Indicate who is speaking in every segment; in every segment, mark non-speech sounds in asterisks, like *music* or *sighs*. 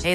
Speaker 1: Hey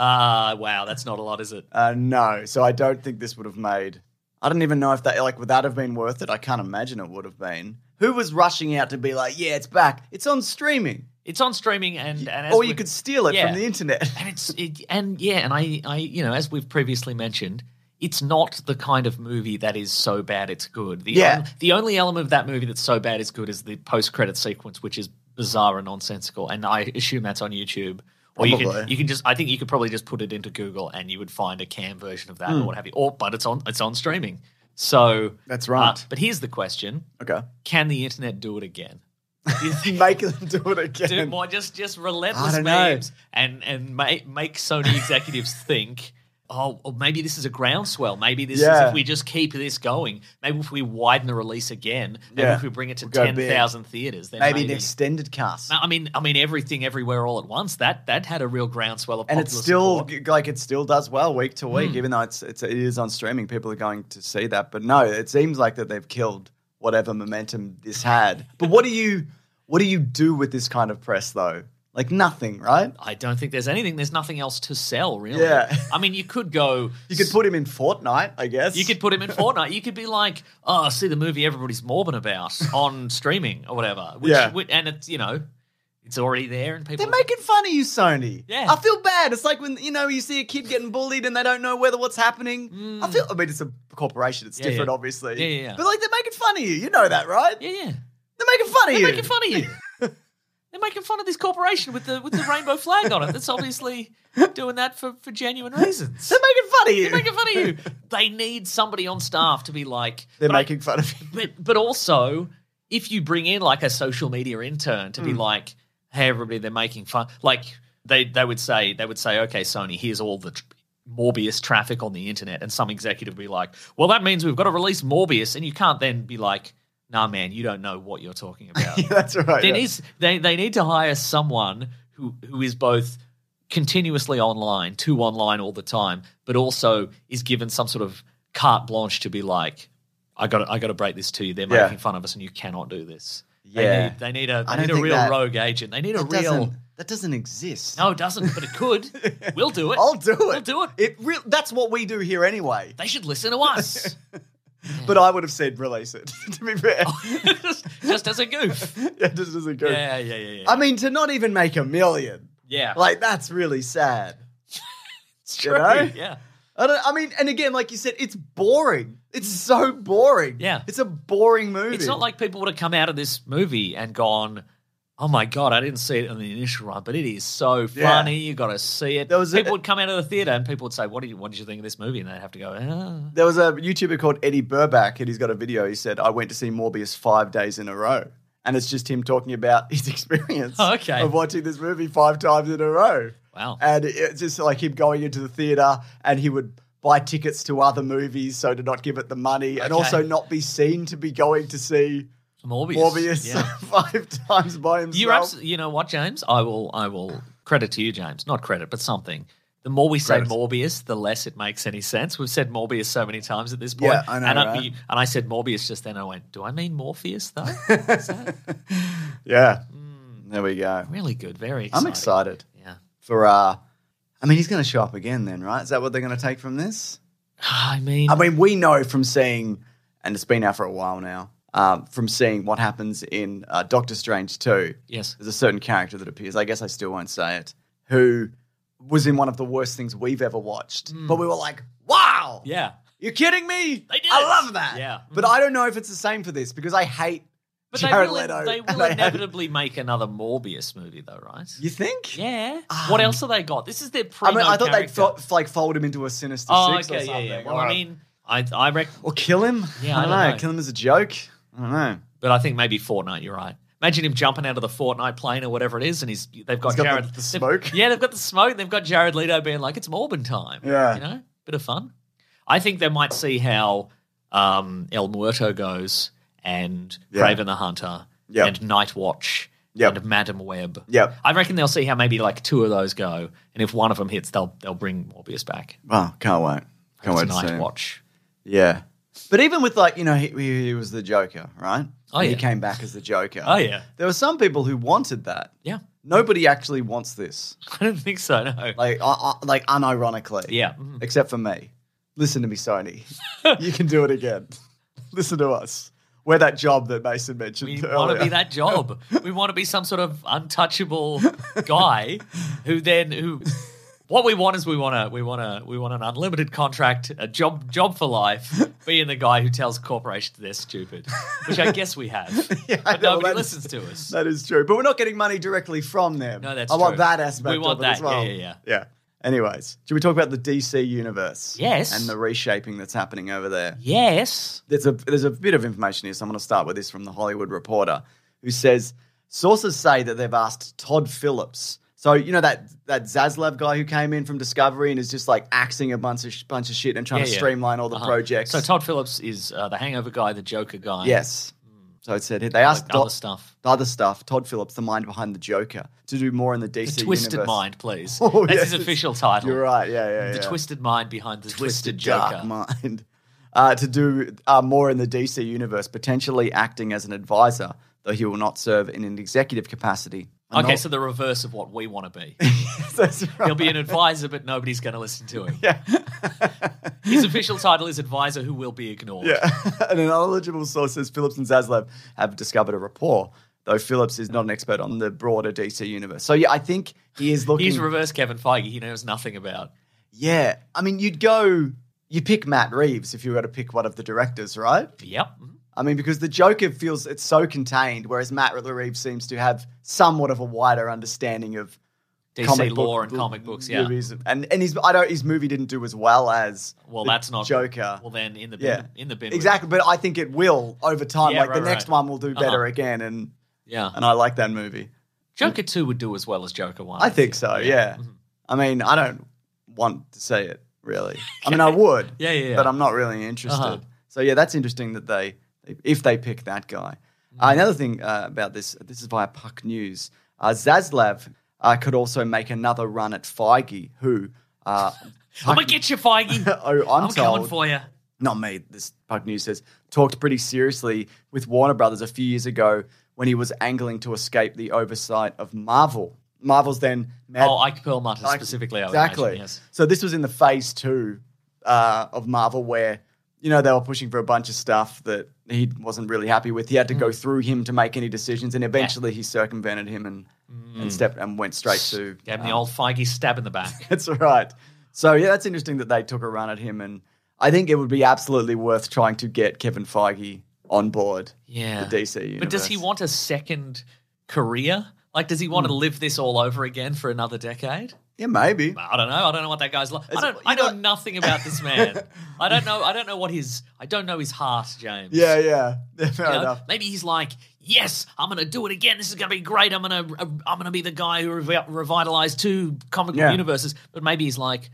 Speaker 2: Ah, wow, that's not a lot, is it?
Speaker 3: Uh, no, so I don't think this would have made. I don't even know if that like would that have been worth it. I can't imagine it would have been. Who was rushing out to be like, yeah, it's back, it's on streaming,
Speaker 2: It's on streaming and and as
Speaker 3: or you
Speaker 2: we-
Speaker 3: could steal it
Speaker 2: yeah.
Speaker 3: from the internet.
Speaker 2: *laughs* and it's it, and yeah, and I I you know as we've previously mentioned. It's not the kind of movie that is so bad it's good. The
Speaker 3: Yeah.
Speaker 2: on- the only element of that movie that's so bad it's good is the post credit sequence, which is bizarre and nonsensical. And I assume that's on YouTube. Or you can
Speaker 3: Probably.
Speaker 2: you can just I think you could probably just put it into Google and you would find a cam version of that
Speaker 3: Hmm.
Speaker 2: or what have you. Or but it's on it's on streaming. So uh,
Speaker 3: That's right.
Speaker 2: but here's the question:
Speaker 3: Okay,
Speaker 2: Can the internet do
Speaker 3: *laughs*
Speaker 2: it again?
Speaker 3: make them do it again.
Speaker 2: do more just just relentless
Speaker 3: I don't know.
Speaker 2: memes and and make make Sony executives think. Oh, or maybe this is a groundswell. Maybe this is
Speaker 3: Yeah.
Speaker 2: if we just keep this going. Maybe if we widen the release again. Maybe
Speaker 3: Yeah.
Speaker 2: if we bring it to
Speaker 3: We'll go
Speaker 2: ten
Speaker 3: big.
Speaker 2: thousand theaters. Then
Speaker 3: Maybe
Speaker 2: maybe,
Speaker 3: an extended cast,
Speaker 2: No, I mean, I mean, everything, everywhere, all at once. That that had a real groundswell of
Speaker 3: and
Speaker 2: popular
Speaker 3: it's still
Speaker 2: support. Hmm.
Speaker 3: like it still does well week to week, even though it's, it's it is on streaming. People are going to see that, but no, it seems like that they've killed whatever momentum this had. But what do you what do you do with this kind of press though? Like nothing, right?
Speaker 2: I don't think there's anything. There's nothing else to sell, really.
Speaker 3: Yeah.
Speaker 2: I mean, you could go.
Speaker 3: *laughs* You could put him in Fortnite, I guess.
Speaker 2: You could put
Speaker 3: *laughs*
Speaker 2: him in Fortnite. You could be like, oh, see the movie everybody's
Speaker 3: *laughs*
Speaker 2: morbid about on streaming or whatever. Which,
Speaker 3: Yeah.
Speaker 2: which- and it's, you know, it's already there and people.
Speaker 3: They're making fun of you, Sony.
Speaker 2: Yeah.
Speaker 3: I feel bad. It's like when you know you see a kid getting bullied and they don't know whether what's happening. I feel. I mean, it's a corporation. It's
Speaker 2: Mm. Yeah,
Speaker 3: different,
Speaker 2: yeah.
Speaker 3: obviously.
Speaker 2: Yeah, yeah, yeah.
Speaker 3: But like they're making fun of you. You know that, right?
Speaker 2: *laughs*
Speaker 3: *laughs*
Speaker 2: Yeah, yeah.
Speaker 3: They're making fun of
Speaker 2: They're
Speaker 3: you.
Speaker 2: making fun of
Speaker 3: *laughs*
Speaker 2: you. They're making fun of this corporation with the with the rainbow flag on it. That's obviously doing that for, for
Speaker 3: *laughs*
Speaker 2: genuine reasons.
Speaker 3: They're making fun of you.
Speaker 2: They're making fun of you. They need somebody on staff to be like.
Speaker 3: They're
Speaker 2: but I-
Speaker 3: making fun of you. *laughs*
Speaker 2: but but also if you bring in like a social media intern to be like hey everybody they're making fun like they they would say they would say okay sony here's all the tr- morbius traffic on the internet and some executive would be like well that means we've got to release morbius and you can't then be like nah man you don't know what you're talking about
Speaker 3: That's right.
Speaker 2: there
Speaker 3: yeah.
Speaker 2: needs they they need to hire someone who who is both continuously online, too online all the time, but also is given some sort of carte blanche to be like, I got I got to break this to you. They're
Speaker 3: Yeah.
Speaker 2: making fun of us, and you cannot do this.
Speaker 3: Yeah.
Speaker 2: they need, they need a
Speaker 3: I don't
Speaker 2: they need a
Speaker 3: think
Speaker 2: real
Speaker 3: that-
Speaker 2: rogue agent. They need a
Speaker 3: That
Speaker 2: real.
Speaker 3: doesn't, that doesn't exist.
Speaker 2: No, it doesn't, but it
Speaker 3: *laughs*
Speaker 2: could. we'll do it.
Speaker 3: I'll do it.
Speaker 2: We'll do it.
Speaker 3: re- that's what we do here anyway.
Speaker 2: They should listen
Speaker 3: *laughs*
Speaker 2: to us. *laughs* Mm.
Speaker 3: But I would have said release it. *laughs* to be fair,
Speaker 2: just, just as a goof.
Speaker 3: yeah, this isn't good.
Speaker 2: Yeah, yeah, yeah, yeah.
Speaker 3: I mean, to not even make a million,
Speaker 2: yeah,
Speaker 3: like that's really
Speaker 2: *laughs*
Speaker 3: sad.
Speaker 2: it's
Speaker 3: you
Speaker 2: true.
Speaker 3: know?
Speaker 2: Yeah.
Speaker 3: I, don't, I mean, and again, like you said, it's boring. It's so boring.
Speaker 2: Yeah.
Speaker 3: it's a boring movie.
Speaker 2: It's not like people would have come out of this movie and gone, "Oh my god, I didn't see it in the initial run, but it is so
Speaker 3: Yeah.
Speaker 2: funny. You got to see it."
Speaker 3: There was a-
Speaker 2: people would come out of the theater and people would say, "What do you What did you think of this movie?" And they'd have to go, "Ah."
Speaker 3: There was a YouTuber called Eddie Burback, and he's got a video. He said, "I went to see Morbius five days in a row," and it's just him talking about his *laughs* experience
Speaker 2: Oh, okay.
Speaker 3: of watching this movie five times in a row.
Speaker 2: "Wow."
Speaker 3: And it's just like him going into the theater, and he would buy tickets to other movies so to not give it the money, and
Speaker 2: Okay.
Speaker 3: also not be seen to be going to see
Speaker 2: Morbius.
Speaker 3: Morbius *laughs*
Speaker 2: Yeah.
Speaker 3: five times by himself.
Speaker 2: You're abs- you know what, James? I will I will credit to you, James. Not credit, but something. The more we say
Speaker 3: Credit.
Speaker 2: Morbius, the less it makes any sense. We've said Morbius so many times at this point.
Speaker 3: Yeah, I know,
Speaker 2: And,
Speaker 3: right?
Speaker 2: you- and I said Morbius just then. I went, do I mean
Speaker 3: *laughs*
Speaker 2: Morpheus though? Is that
Speaker 3: yeah, there we go.
Speaker 2: really good? Very.
Speaker 3: I'm
Speaker 2: Exciting.
Speaker 3: excited
Speaker 2: Yeah. *sighs*
Speaker 3: for. uh I mean, he's going to show up again, then, right? Is that what they're going to take from this?
Speaker 2: I mean,
Speaker 3: I mean, we know from seeing, and it's been out for a while now, um, from seeing what happens in uh, Doctor Strange 2,
Speaker 2: yes.
Speaker 3: there's a certain character that appears, I guess I still won't say it, who was in one of the worst things we've ever watched. But we were like, wow,
Speaker 2: Hmm. Yeah.
Speaker 3: you're kidding me?
Speaker 2: They did
Speaker 3: I
Speaker 2: it.
Speaker 3: love that.
Speaker 2: Yeah.
Speaker 3: But I don't know if it's the same for this because I hate
Speaker 2: But they
Speaker 3: Jared
Speaker 2: will,
Speaker 3: Leto.
Speaker 2: they
Speaker 3: and
Speaker 2: will
Speaker 3: I hate-
Speaker 2: inevitably make another Morbius movie, though, right?
Speaker 3: You think?
Speaker 2: Yeah. what else have they got? This is their
Speaker 3: Um, I
Speaker 2: primo
Speaker 3: mean, I thought they'd
Speaker 2: character.
Speaker 3: fo- like fold him into a Sinister
Speaker 2: Oh,
Speaker 3: Six or
Speaker 2: okay, yeah,
Speaker 3: something.
Speaker 2: yeah. Well,
Speaker 3: or-
Speaker 2: I mean, I, I reckon,
Speaker 3: or kill him?
Speaker 2: Yeah,
Speaker 3: I don't, know.
Speaker 2: know.
Speaker 3: Kill him as a joke? I don't know.
Speaker 2: but I think maybe Fortnite. You're right. Imagine him jumping out of the Fortnite plane or whatever it is, and he's they've got
Speaker 3: He's got
Speaker 2: Jared
Speaker 3: the- the
Speaker 2: they've-
Speaker 3: smoke.
Speaker 2: yeah, they've got the smoke. They've got Jared Leto being like, "It's Morbin time."
Speaker 3: Yeah.
Speaker 2: you know, bit of fun. I think they might see how um, El Muerto goes and
Speaker 3: Yeah.
Speaker 2: Craven the Hunter
Speaker 3: Yep.
Speaker 2: and Night Watch
Speaker 3: Yep.
Speaker 2: and Madam Web.
Speaker 3: Yep.
Speaker 2: I reckon they'll see how maybe like two of those go, and if one of them hits, they'll they'll bring Morbius back.
Speaker 3: Wow, can't wait. Can't
Speaker 2: It's
Speaker 3: wait to see
Speaker 2: Night
Speaker 3: him.
Speaker 2: Watch.
Speaker 3: Yeah. But even with like, you know, he, he, he was the Joker, right?
Speaker 2: Oh,
Speaker 3: And He
Speaker 2: yeah.
Speaker 3: came back as the Joker.
Speaker 2: Oh, yeah.
Speaker 3: There were some people who wanted that.
Speaker 2: Yeah, *laughs*
Speaker 3: Nobody actually wants this.
Speaker 2: I don't think so. No.
Speaker 3: Like, uh, uh, like unironically.
Speaker 2: Yeah. Mhm.
Speaker 3: Except for me. Listen to me,
Speaker 2: *laughs*
Speaker 3: Sony. you can do it again. *laughs* Listen to us. We're that job that Mason mentioned
Speaker 2: We
Speaker 3: *laughs* earlier.
Speaker 2: want to be that job. we want to be some sort of untouchable guy who then who. What we want is we want to we want to we want an unlimited contract, a job job for life, being the guy who tells corporations they're stupid, which I guess we have.
Speaker 3: *laughs* Yeah, I
Speaker 2: but
Speaker 3: know,
Speaker 2: nobody
Speaker 3: that's-
Speaker 2: listens to
Speaker 3: *laughs*
Speaker 2: us.
Speaker 3: That is true. But we're not getting money directly from them.
Speaker 2: No, that's
Speaker 3: I want
Speaker 2: true.
Speaker 3: that aspect
Speaker 2: We want
Speaker 3: of it as
Speaker 2: that. Yeah,
Speaker 3: well.
Speaker 2: yeah, yeah.
Speaker 3: Yeah. Anyways, should we talk about the DC universe?
Speaker 2: Yes.
Speaker 3: And the reshaping that's happening over there.
Speaker 2: Yes.
Speaker 3: there's a there's a bit of information here, so I'm going to start with this from the Hollywood Reporter, who says sources say that they've asked Todd Phillips. So you know that that Zaslav guy who came in from Discovery and is just like axing a bunch of sh- bunch of shit and trying
Speaker 2: Yeah,
Speaker 3: to
Speaker 2: yeah.
Speaker 3: streamline all the
Speaker 2: Uh-huh.
Speaker 3: projects.
Speaker 2: So Todd Phillips is uh, the Hangover guy, the Joker guy.
Speaker 3: yes. So it said they asked
Speaker 2: Mm. like other
Speaker 3: Todd-
Speaker 2: stuff.
Speaker 3: the other stuff. Todd Phillips, the mind behind the Joker, to do more in the
Speaker 2: The
Speaker 3: DC
Speaker 2: Twisted
Speaker 3: universe.
Speaker 2: Mind, please.
Speaker 3: *laughs* Oh,
Speaker 2: That's
Speaker 3: yes,
Speaker 2: his
Speaker 3: it's-
Speaker 2: official title.
Speaker 3: You're right. Yeah, yeah,
Speaker 2: The
Speaker 3: yeah.
Speaker 2: Twisted Mind behind the Twisted,
Speaker 3: twisted
Speaker 2: Joker.
Speaker 3: dark mind *laughs* uh, to do uh, more in the DC universe, potentially acting as an advisor, though he will not serve in an executive capacity. And
Speaker 2: Okay,
Speaker 3: not-
Speaker 2: so the reverse of what we want to be.
Speaker 3: *laughs* that's
Speaker 2: He'll
Speaker 3: right.
Speaker 2: be an advisor, but nobody's going to listen to him. *laughs* His official title is advisor who will be ignored.
Speaker 3: Yeah. and *laughs* an knowledgeable source says Phillips and Zaslav have discovered a rapport, though Phillips is not an expert on the broader DC universe. So yeah, I think he is looking.
Speaker 2: *laughs* He's reverse Kevin Feige. He knows nothing about.
Speaker 3: yeah, I mean, you'd go, you pick Matt Reeves if you were to pick one of the directors, right?
Speaker 2: Yep.
Speaker 3: I mean, because the Joker feels it's so contained, whereas Matt Reeves seems to have somewhat of a wider understanding of
Speaker 2: DC
Speaker 3: comic book
Speaker 2: lore and
Speaker 3: book
Speaker 2: comic books. Yeah.
Speaker 3: movies. and and his I don't his movie didn't do as well as
Speaker 2: Well,
Speaker 3: the
Speaker 2: that's not
Speaker 3: Joker.
Speaker 2: Well, then in the bin,
Speaker 3: yeah,
Speaker 2: in the bin. with-
Speaker 3: exactly. But I think it will over time.
Speaker 2: Yeah,
Speaker 3: like the
Speaker 2: right,
Speaker 3: next
Speaker 2: right.
Speaker 3: one will do better
Speaker 2: Uh-huh.
Speaker 3: again, and
Speaker 2: Yeah.
Speaker 3: and I like that movie.
Speaker 2: Joker two would do as well as Joker one.
Speaker 3: I think so. Yeah.
Speaker 2: Mm-hmm.
Speaker 3: I mean, I don't want to see it really. I
Speaker 2: *laughs*
Speaker 3: mean, I would.
Speaker 2: Yeah, yeah, yeah.
Speaker 3: But I'm not really interested.
Speaker 2: Uh-huh.
Speaker 3: So yeah, that's interesting that they if they pick that guy.
Speaker 2: Mm.
Speaker 3: Uh, another thing uh, about this this is via Puck News. Uh, Zaslav uh, could also make another run at Feige, who. Uh,
Speaker 2: *laughs* I'm gonna get you, Feige.
Speaker 3: *laughs* oh, I'm,
Speaker 2: I'm
Speaker 3: told
Speaker 2: coming for you.
Speaker 3: not me, this Puck News says, talked pretty seriously with Warner Brothers a few years ago when he was angling to escape the oversight of Marvel. Marvel's then mad
Speaker 2: oh, Ike Perlmutter
Speaker 3: like-
Speaker 2: specifically. I would
Speaker 3: exactly.
Speaker 2: imagine, yes.
Speaker 3: So this was in the phase two uh, of Marvel, where you know they were pushing for a bunch of stuff that he wasn't really happy with. He had to go
Speaker 2: Mm.
Speaker 3: through him to make any decisions, and eventually he circumvented him and and stepped and went straight to.
Speaker 2: Mm.
Speaker 3: um,
Speaker 2: Gave him the old Feige stab in the back.
Speaker 3: That's right. So yeah, that's interesting that they took a run at him, and I think it would be absolutely worth trying to get Kevin Feige on board.
Speaker 2: Yeah.
Speaker 3: the DC. Universe. Hmm.
Speaker 2: But does he want a second career? Like, does he want to live this all over again for another decade?
Speaker 3: Yeah, maybe.
Speaker 2: I don't know. I don't know what that guy's like. I
Speaker 3: It's-
Speaker 2: don't.
Speaker 3: you
Speaker 2: I know
Speaker 3: know-
Speaker 2: nothing about
Speaker 3: *laughs*
Speaker 2: this man. I don't know. I don't know what his. I don't know his heart, James.
Speaker 3: Yeah, yeah. yeah *laughs* fair
Speaker 2: You know,
Speaker 3: enough.
Speaker 2: maybe he's like, yes, I'm going to do it again. This is going to be great. I'm going to. I'm going to be the guy who revi- revitalized two comic book
Speaker 3: Yeah.
Speaker 2: universes. But maybe he's like,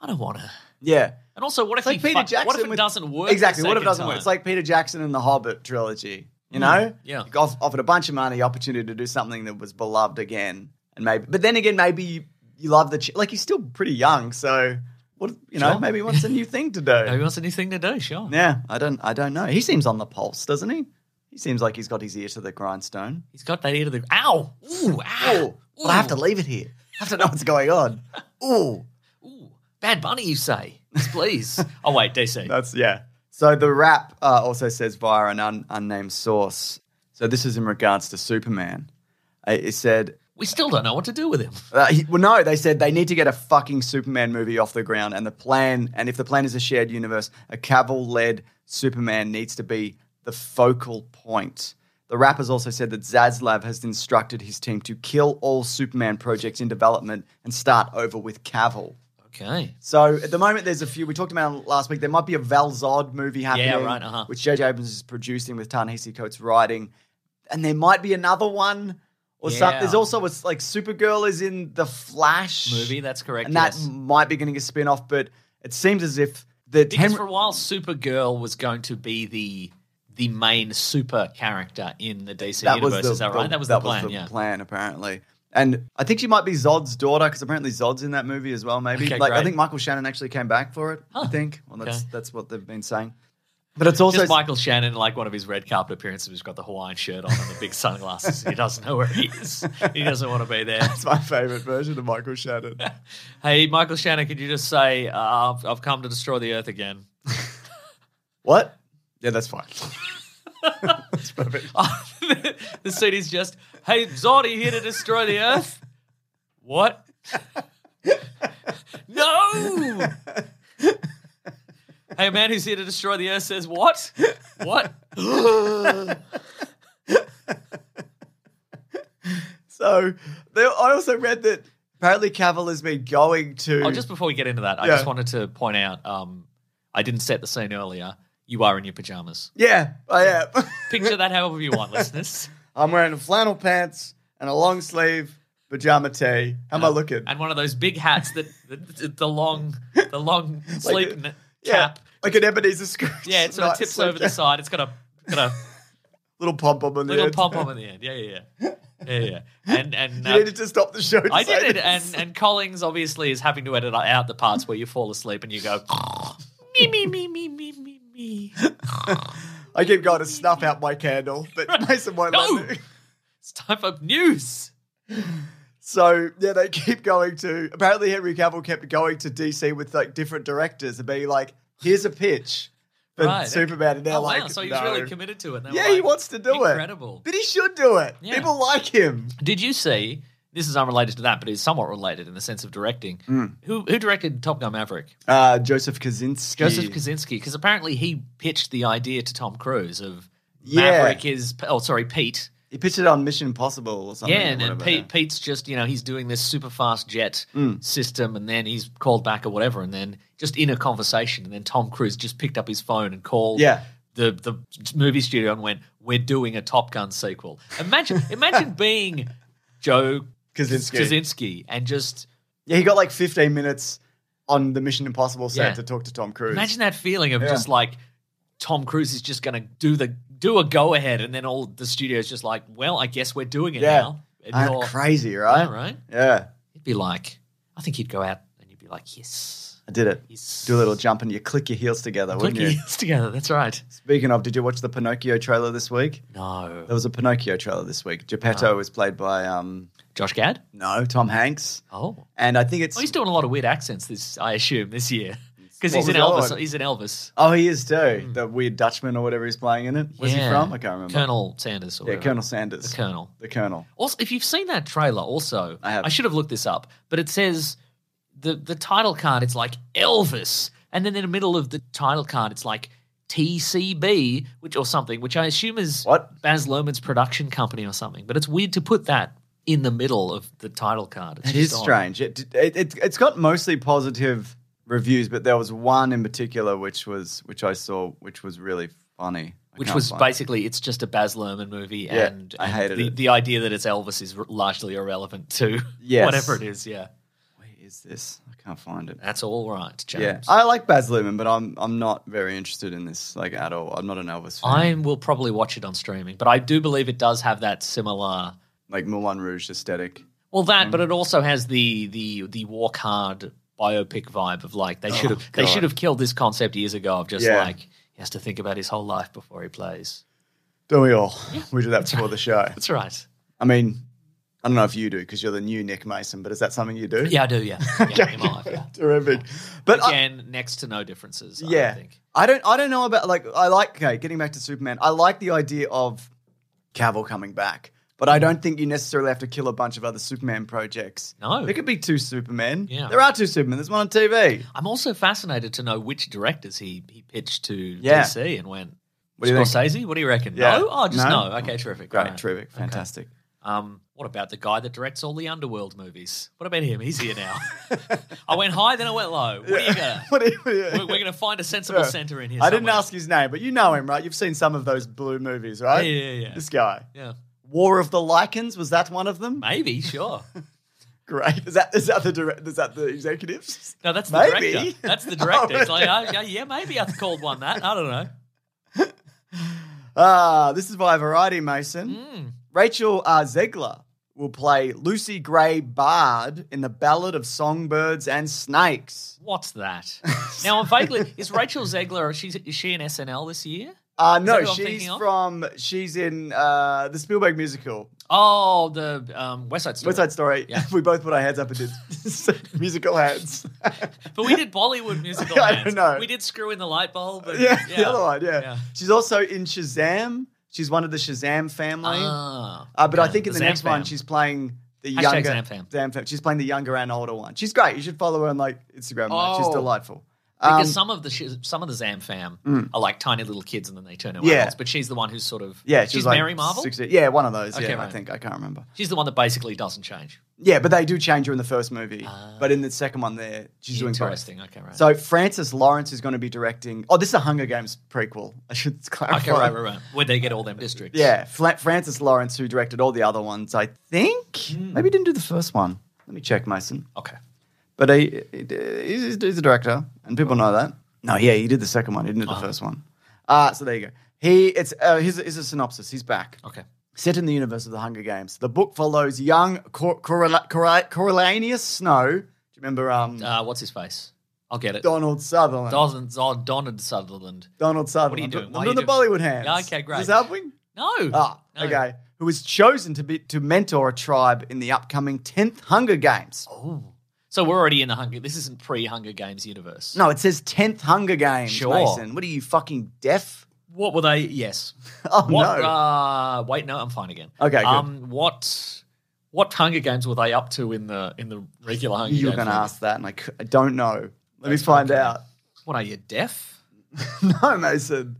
Speaker 2: I don't want to.
Speaker 3: Yeah.
Speaker 2: And also, what if
Speaker 3: It's like
Speaker 2: he
Speaker 3: Peter
Speaker 2: fu-
Speaker 3: Jackson.
Speaker 2: What if it
Speaker 3: with-
Speaker 2: doesn't work? the
Speaker 3: Exactly. What if it
Speaker 2: second
Speaker 3: doesn't work?
Speaker 2: time? Hmm,
Speaker 3: It's like Peter Jackson and the Hobbit trilogy. You know,
Speaker 2: yeah.
Speaker 3: He off- offered a bunch of money, opportunity to do something that was beloved again, and maybe. But then again, maybe you, you love the ch- like. He's still pretty young, so what? You know,
Speaker 2: Sure.
Speaker 3: maybe he wants a new thing to do.
Speaker 2: *laughs* maybe he wants a new thing to do. Sure.
Speaker 3: yeah, I don't. I don't know. He seems on the pulse, doesn't he? He seems like he's got his ear to the grindstone.
Speaker 2: He's got that ear to the. Ow! Ooh! Ow!
Speaker 3: Oh, but I have to leave it here. I have to know what's going
Speaker 2: *laughs*
Speaker 3: on. Ooh.
Speaker 2: Ooh, Bad Bunny, you say? Yes,
Speaker 3: *laughs*
Speaker 2: Please. oh wait, DC.
Speaker 3: That's yeah. So the rap uh, also says via an un- unnamed source. So this is in regards to Superman. Uh, It said,
Speaker 2: We still don't know what to do with him.
Speaker 3: uh, he- well, no, they said they need to get a fucking Superman movie off the ground, and the plan, and if the plan is a shared universe, a Cavill-led Superman needs to be the focal point. The rappers also said that Zaslav has instructed his team to kill all Superman projects in development and start over with Cavill.
Speaker 2: Okay.
Speaker 3: So at the moment, there's a few. We talked about it last week. There might be a Val Zod movie happening,
Speaker 2: right, uh-huh.
Speaker 3: which J.J. Abrams is producing with Ta-Nehisi Coates writing, and there might be another one or something.
Speaker 2: Yeah.
Speaker 3: There's also a, like Supergirl is in the Flash
Speaker 2: Movie, that's correct.
Speaker 3: and that
Speaker 2: yes.
Speaker 3: might be getting a spin-off. But it seems as if the
Speaker 2: Because
Speaker 3: Henry-
Speaker 2: for a while, Supergirl was going to be the the main super character in the DC universe. Is that right? That was the plan. yeah.
Speaker 3: plan, apparently. And I think she might be Zod's daughter because apparently Zod's in that movie as well. Maybe
Speaker 2: Okay,
Speaker 3: like I
Speaker 2: great.
Speaker 3: think Michael Shannon actually came back for it. I think. Well, that's
Speaker 2: Okay.
Speaker 3: that's what they've been saying. But it's also
Speaker 2: Just Michael Shannon, like one of his red carpet appearances, he's got the Hawaiian shirt on and the big sunglasses. he doesn't know where he is. He doesn't want to be
Speaker 3: *laughs*
Speaker 2: there.
Speaker 3: It's my favorite version of Michael Shannon.
Speaker 2: Hey, Michael Shannon, could you just say, uh, I've, I've come to destroy the earth again?
Speaker 3: what? Yeah, that's
Speaker 2: *laughs*
Speaker 3: fine. that's perfect.
Speaker 2: the, *laughs* the scene is just, hey, Zod, are you here to destroy the Earth? What? *laughs* no! hey, a man who's here to destroy the Earth says, what? What?
Speaker 3: So there, I also read that apparently Cavill has been going to.
Speaker 2: oh, just before we get into that, I
Speaker 3: Yeah.
Speaker 2: just wanted to point out um, I didn't set the scene earlier. You are in your pajamas.
Speaker 3: yeah, I am. *laughs*
Speaker 2: Picture that however you want, listeners.
Speaker 3: I'm wearing flannel pants and a long sleeve pajama tee. How am I looking?
Speaker 2: Uh, And one of those big hats that the, the, the long,
Speaker 3: *laughs*
Speaker 2: the long sleep n- cap.
Speaker 3: Yeah, like an Ebenezer Scrooge.
Speaker 2: Yeah, it sort
Speaker 3: night
Speaker 2: of tips
Speaker 3: sleep
Speaker 2: over the
Speaker 3: jacket.
Speaker 2: side. It's got a got a
Speaker 3: *laughs* Little pom pom on the
Speaker 2: little
Speaker 3: end.
Speaker 2: pom pom at the end. Yeah, yeah, yeah, yeah, yeah. And
Speaker 3: *laughs*
Speaker 2: and
Speaker 3: You
Speaker 2: uh,
Speaker 3: needed to stop the show. to
Speaker 2: I
Speaker 3: say
Speaker 2: did it.
Speaker 3: this.
Speaker 2: And and Collins obviously is having to edit out the parts where you fall asleep and you go *laughs* me me me me me me me.
Speaker 3: I keep going to snuff out my candle,
Speaker 2: *laughs*
Speaker 3: but Mason won't
Speaker 2: No!
Speaker 3: let me.
Speaker 2: It's time for news.
Speaker 3: So yeah, they *laughs* keep going to. Apparently, Henry Cavill kept going to DC with like different directors and being like, "Here's a pitch for
Speaker 2: Right.
Speaker 3: Superman," and they're
Speaker 2: Oh,
Speaker 3: like,
Speaker 2: wow. So he was
Speaker 3: no.
Speaker 2: really committed to it. They were
Speaker 3: Yeah, he
Speaker 2: like,
Speaker 3: wants to do
Speaker 2: Incredible.
Speaker 3: it. But he should do it.
Speaker 2: Yeah.
Speaker 3: People like him.
Speaker 2: Did you see? This is unrelated to that, but it's somewhat related in the sense of directing.
Speaker 3: Mm.
Speaker 2: Who who directed Top Gun Maverick?
Speaker 3: Uh, Joseph Kaczynski.
Speaker 2: Joseph Kaczynski, because apparently he pitched the idea to Tom Cruise of
Speaker 3: Yeah.
Speaker 2: Maverick is oh sorry Pete
Speaker 3: He pitched it on Mission Impossible or something.
Speaker 2: yeah and,
Speaker 3: or
Speaker 2: and
Speaker 3: whatever.
Speaker 2: Pete Pete's just you know he's doing this super fast jet
Speaker 3: Mm.
Speaker 2: system and then he's called back or whatever and then just in a conversation and then Tom Cruise just picked up his phone and called
Speaker 3: Yeah.
Speaker 2: the the movie studio and went we're doing a Top Gun sequel
Speaker 3: *laughs*
Speaker 2: imagine imagine being Joe
Speaker 3: Kaczynski.
Speaker 2: Kaczynski and just
Speaker 3: Yeah, he got like 15 minutes on the Mission Impossible set
Speaker 2: Yeah.
Speaker 3: to talk to Tom Cruise.
Speaker 2: Imagine that feeling of just like Tom Cruise is just going to do the do a go ahead, and then all the studio's just like, well, I guess we're doing it
Speaker 3: yeah,
Speaker 2: now. And
Speaker 3: Ah,
Speaker 2: you're-
Speaker 3: crazy, right?
Speaker 2: Yeah, right?
Speaker 3: Yeah,
Speaker 2: He'd be like, I think he'd go out and you'd be like, yes.
Speaker 3: I did it.
Speaker 2: He's-
Speaker 3: Do a little jump and you click your heels together,
Speaker 2: Click
Speaker 3: wouldn't you?
Speaker 2: your heels *laughs* together. That's right.
Speaker 3: Speaking of, did you watch the Pinocchio trailer this week?
Speaker 2: No.
Speaker 3: There was a Pinocchio trailer this week.
Speaker 2: Ah.
Speaker 3: Geppetto was played by um
Speaker 2: Josh Gad?
Speaker 3: no Tom Hanks,
Speaker 2: Oh.
Speaker 3: and I think it's
Speaker 2: Oh, he's doing a lot of weird accents this, I assume, this year. Because
Speaker 3: What
Speaker 2: he's
Speaker 3: was
Speaker 2: an
Speaker 3: the other
Speaker 2: Elvis.
Speaker 3: one?
Speaker 2: He's an Elvis.
Speaker 3: oh he is too the weird Dutchman or whatever he's playing in it. Where's
Speaker 2: Hmm. Yeah.
Speaker 3: he from? I can't remember.
Speaker 2: Colonel Sanders. Or
Speaker 3: yeah,
Speaker 2: whatever.
Speaker 3: Colonel
Speaker 2: The
Speaker 3: Sanders,
Speaker 2: Colonel.
Speaker 3: the Colonel.
Speaker 2: Also, if you've seen that trailer, also
Speaker 3: I have.
Speaker 2: should have looked this up, but it says the the title card. It's like Elvis, and then in the middle of the title card, it's like TCB, which or something, which I assume is
Speaker 3: What?
Speaker 2: Baz Luhrmann's production company or something. But it's weird to put that in the middle of the title card. It's
Speaker 3: It is
Speaker 2: just odd.
Speaker 3: strange. It, it, it it's got mostly positive reviews, but there was one in particular which was which I saw which was really funny. I
Speaker 2: Which
Speaker 3: can't
Speaker 2: was
Speaker 3: find it.
Speaker 2: basically it's just a Baz Luhrmann movie,
Speaker 3: Yeah,
Speaker 2: and,
Speaker 3: I
Speaker 2: and
Speaker 3: hated
Speaker 2: the,
Speaker 3: it.
Speaker 2: the idea that it's Elvis is r- largely irrelevant to
Speaker 3: Yes.
Speaker 2: *laughs* whatever it is. Yeah,
Speaker 3: Where is this? I can't find it.
Speaker 2: that's all right, James.
Speaker 3: Yeah, I like Baz Luhrmann, but I'm I'm not very interested in this like at all. I'm not an Elvis fan.
Speaker 2: I will probably watch it on streaming, but I do believe it does have that similar.
Speaker 3: like Moulin Rouge aesthetic.
Speaker 2: Well, that,
Speaker 3: Mm.
Speaker 2: but it also has the the the walk hard biopic vibe of like they should have they
Speaker 3: Oh, God.
Speaker 2: should have killed this concept years ago of just
Speaker 3: Yeah.
Speaker 2: like he has to think about his whole life before he plays.
Speaker 3: Don't we all? We do that before the show.
Speaker 2: That's right.
Speaker 3: I mean, I don't know if you do because you're the new Nick Mason, but is that something you do?
Speaker 2: Yeah, I do.
Speaker 3: *laughs*
Speaker 2: Yeah, yeah, in my life, yeah.
Speaker 3: terrific. But I-
Speaker 2: Again, next to no differences. I
Speaker 3: Uh, yeah,
Speaker 2: think.
Speaker 3: I don't I don't know about like I like okay. Getting back to Superman, I like the idea of Cavill coming back, but
Speaker 2: Mm.
Speaker 3: I don't think you necessarily have to kill a bunch of other Superman projects.
Speaker 2: No.
Speaker 3: there could be two Supermen.
Speaker 2: Yeah.
Speaker 3: there are two Supermen. There's one on TV.
Speaker 2: I'm also fascinated to know which directors he he pitched to
Speaker 3: Yeah.
Speaker 2: DC and went.
Speaker 3: What do you think?
Speaker 2: Scorsese? What do you reckon?
Speaker 3: Yeah.
Speaker 2: No, oh, just
Speaker 3: No?
Speaker 2: no. Okay, terrific.
Speaker 3: Great,
Speaker 2: All right.
Speaker 3: terrific, fantastic.
Speaker 2: Um, what about the guy that directs all the Underworld movies? What about him? He's here now. *laughs* I went high, then I went low. What are you gonna?
Speaker 3: *laughs* What do you- yeah.
Speaker 2: We're, we're gonna find a sensible center in here.
Speaker 3: I didn't
Speaker 2: somewhere.
Speaker 3: ask his name, but you know him, right? You've seen some of those blue movies, right?
Speaker 2: Yeah, yeah, yeah.
Speaker 3: This guy.
Speaker 2: Yeah,
Speaker 3: War of the Lycans, was that one of them?
Speaker 2: maybe sure.
Speaker 3: Great. Is that is that the direct, is that the executives?
Speaker 2: No, that's the
Speaker 3: Maybe.
Speaker 2: director. That's the
Speaker 3: *laughs*
Speaker 2: director.
Speaker 3: Oh,
Speaker 2: It's like, oh, yeah, yeah, maybe I called one that. I don't know.
Speaker 3: Ah, this is by Variety Mason.
Speaker 2: Hmm.
Speaker 3: Rachel uh, Zegler will play Lucy Gray Bard in the Ballad of Songbirds and Snakes. *laughs*
Speaker 2: What's that? now, I'm vaguely is Rachel Zegler? She's is she in SNL this year?
Speaker 3: Uh, no,
Speaker 2: who I'm
Speaker 3: she's
Speaker 2: thinking of?
Speaker 3: from she's in uh, the Spielberg musical.
Speaker 2: Oh, the um, West Side Story.
Speaker 3: West Side Story.
Speaker 2: Yeah.
Speaker 3: *laughs* we both put our hands up and did *laughs* musical
Speaker 2: *laughs*
Speaker 3: hands.
Speaker 2: But
Speaker 3: *laughs*
Speaker 2: we did Bollywood musical.
Speaker 3: I
Speaker 2: hands.
Speaker 3: don't know.
Speaker 2: We did Screw in the Light Bulb. and-
Speaker 3: yeah, the other one. Yeah.
Speaker 2: Yeah.
Speaker 3: she's also in Shazam. She's one of the Shazam family.
Speaker 2: Ah,
Speaker 3: uh, but I
Speaker 2: okay.
Speaker 3: think in the
Speaker 2: Zamfam.
Speaker 3: next one, she's playing the
Speaker 2: Hashtag
Speaker 3: younger
Speaker 2: Zamfam.
Speaker 3: Zamfam. She's playing the younger and older one. She's great. You should follow her on like Instagram. Mate. She's
Speaker 2: Oh.
Speaker 3: delightful.
Speaker 2: Because
Speaker 3: Um, Mm.
Speaker 2: some of the sh- some of the Zam fam are like tiny little kids, and then they turn into
Speaker 3: Yeah.
Speaker 2: adults. But she's the one who's sort of
Speaker 3: yeah,
Speaker 2: She's,
Speaker 3: she's like
Speaker 2: Mary Marvel.
Speaker 3: 16 yeah, one of those.
Speaker 2: Okay,
Speaker 3: yeah, I
Speaker 2: right.
Speaker 3: think I can't remember.
Speaker 2: She's the one that basically doesn't change.
Speaker 3: Yeah, but they do change her in the first movie. but in the second one, there she's doing both.
Speaker 2: Interesting. Okay, right.
Speaker 3: So Francis Lawrence is going to be directing. Oh, this is a Hunger Games prequel. *laughs* I should clarify.
Speaker 2: okay, right, right, right. Where they get all them districts?
Speaker 3: Yeah, Fla- Francis Lawrence, who directed all the other ones, I think.
Speaker 2: Hmm.
Speaker 3: Maybe he didn't do the first one. Let me check, Mason.
Speaker 2: Okay.
Speaker 3: But he, he- he's, he's a director, and people know that. No, yeah, he did the second one. He didn't do the
Speaker 2: Oh.
Speaker 3: first one. Uh, so there you go. He, it's uh, here's, a- here's a synopsis. He's back.
Speaker 2: Okay.
Speaker 3: Set in the universe of the Hunger Games, the book follows young Cor- Coriola- Cori- Coriolanus Snow. Do you remember um,
Speaker 2: Uh, what's his face? I'll get it.
Speaker 3: Donald Sutherland?
Speaker 2: Donald, oh, Donald Sutherland.
Speaker 3: Donald Sutherland.
Speaker 2: you
Speaker 3: I'm
Speaker 2: doing?
Speaker 3: do-
Speaker 2: Why
Speaker 3: I'm
Speaker 2: you
Speaker 3: doing the
Speaker 2: doing-
Speaker 3: Bollywood hands.
Speaker 2: Yeah, okay, great.
Speaker 3: Is this helping?
Speaker 2: No.
Speaker 3: Ah,
Speaker 2: No.
Speaker 3: okay. Who was chosen to be to mentor a tribe in the upcoming tenth Hunger Games?
Speaker 2: Ooh. So we're already in the Hunger. This isn't pre-Hunger Games universe.
Speaker 3: No, it says tenth Hunger Games.
Speaker 2: Sure.
Speaker 3: Mason, what are you fucking deaf? *laughs*
Speaker 2: What were they? Yes.
Speaker 3: Oh
Speaker 2: What?
Speaker 3: no!
Speaker 2: Uh, wait, no, I'm fine again.
Speaker 3: Okay, good.
Speaker 2: Um, what? What Hunger Games were they up to in the in the regular Hunger
Speaker 3: you were
Speaker 2: Games?
Speaker 3: going to
Speaker 2: movie?
Speaker 3: ask that, and I, c- I don't know. Let me find out. *laughs*
Speaker 2: What are you deaf?
Speaker 3: no, Mason.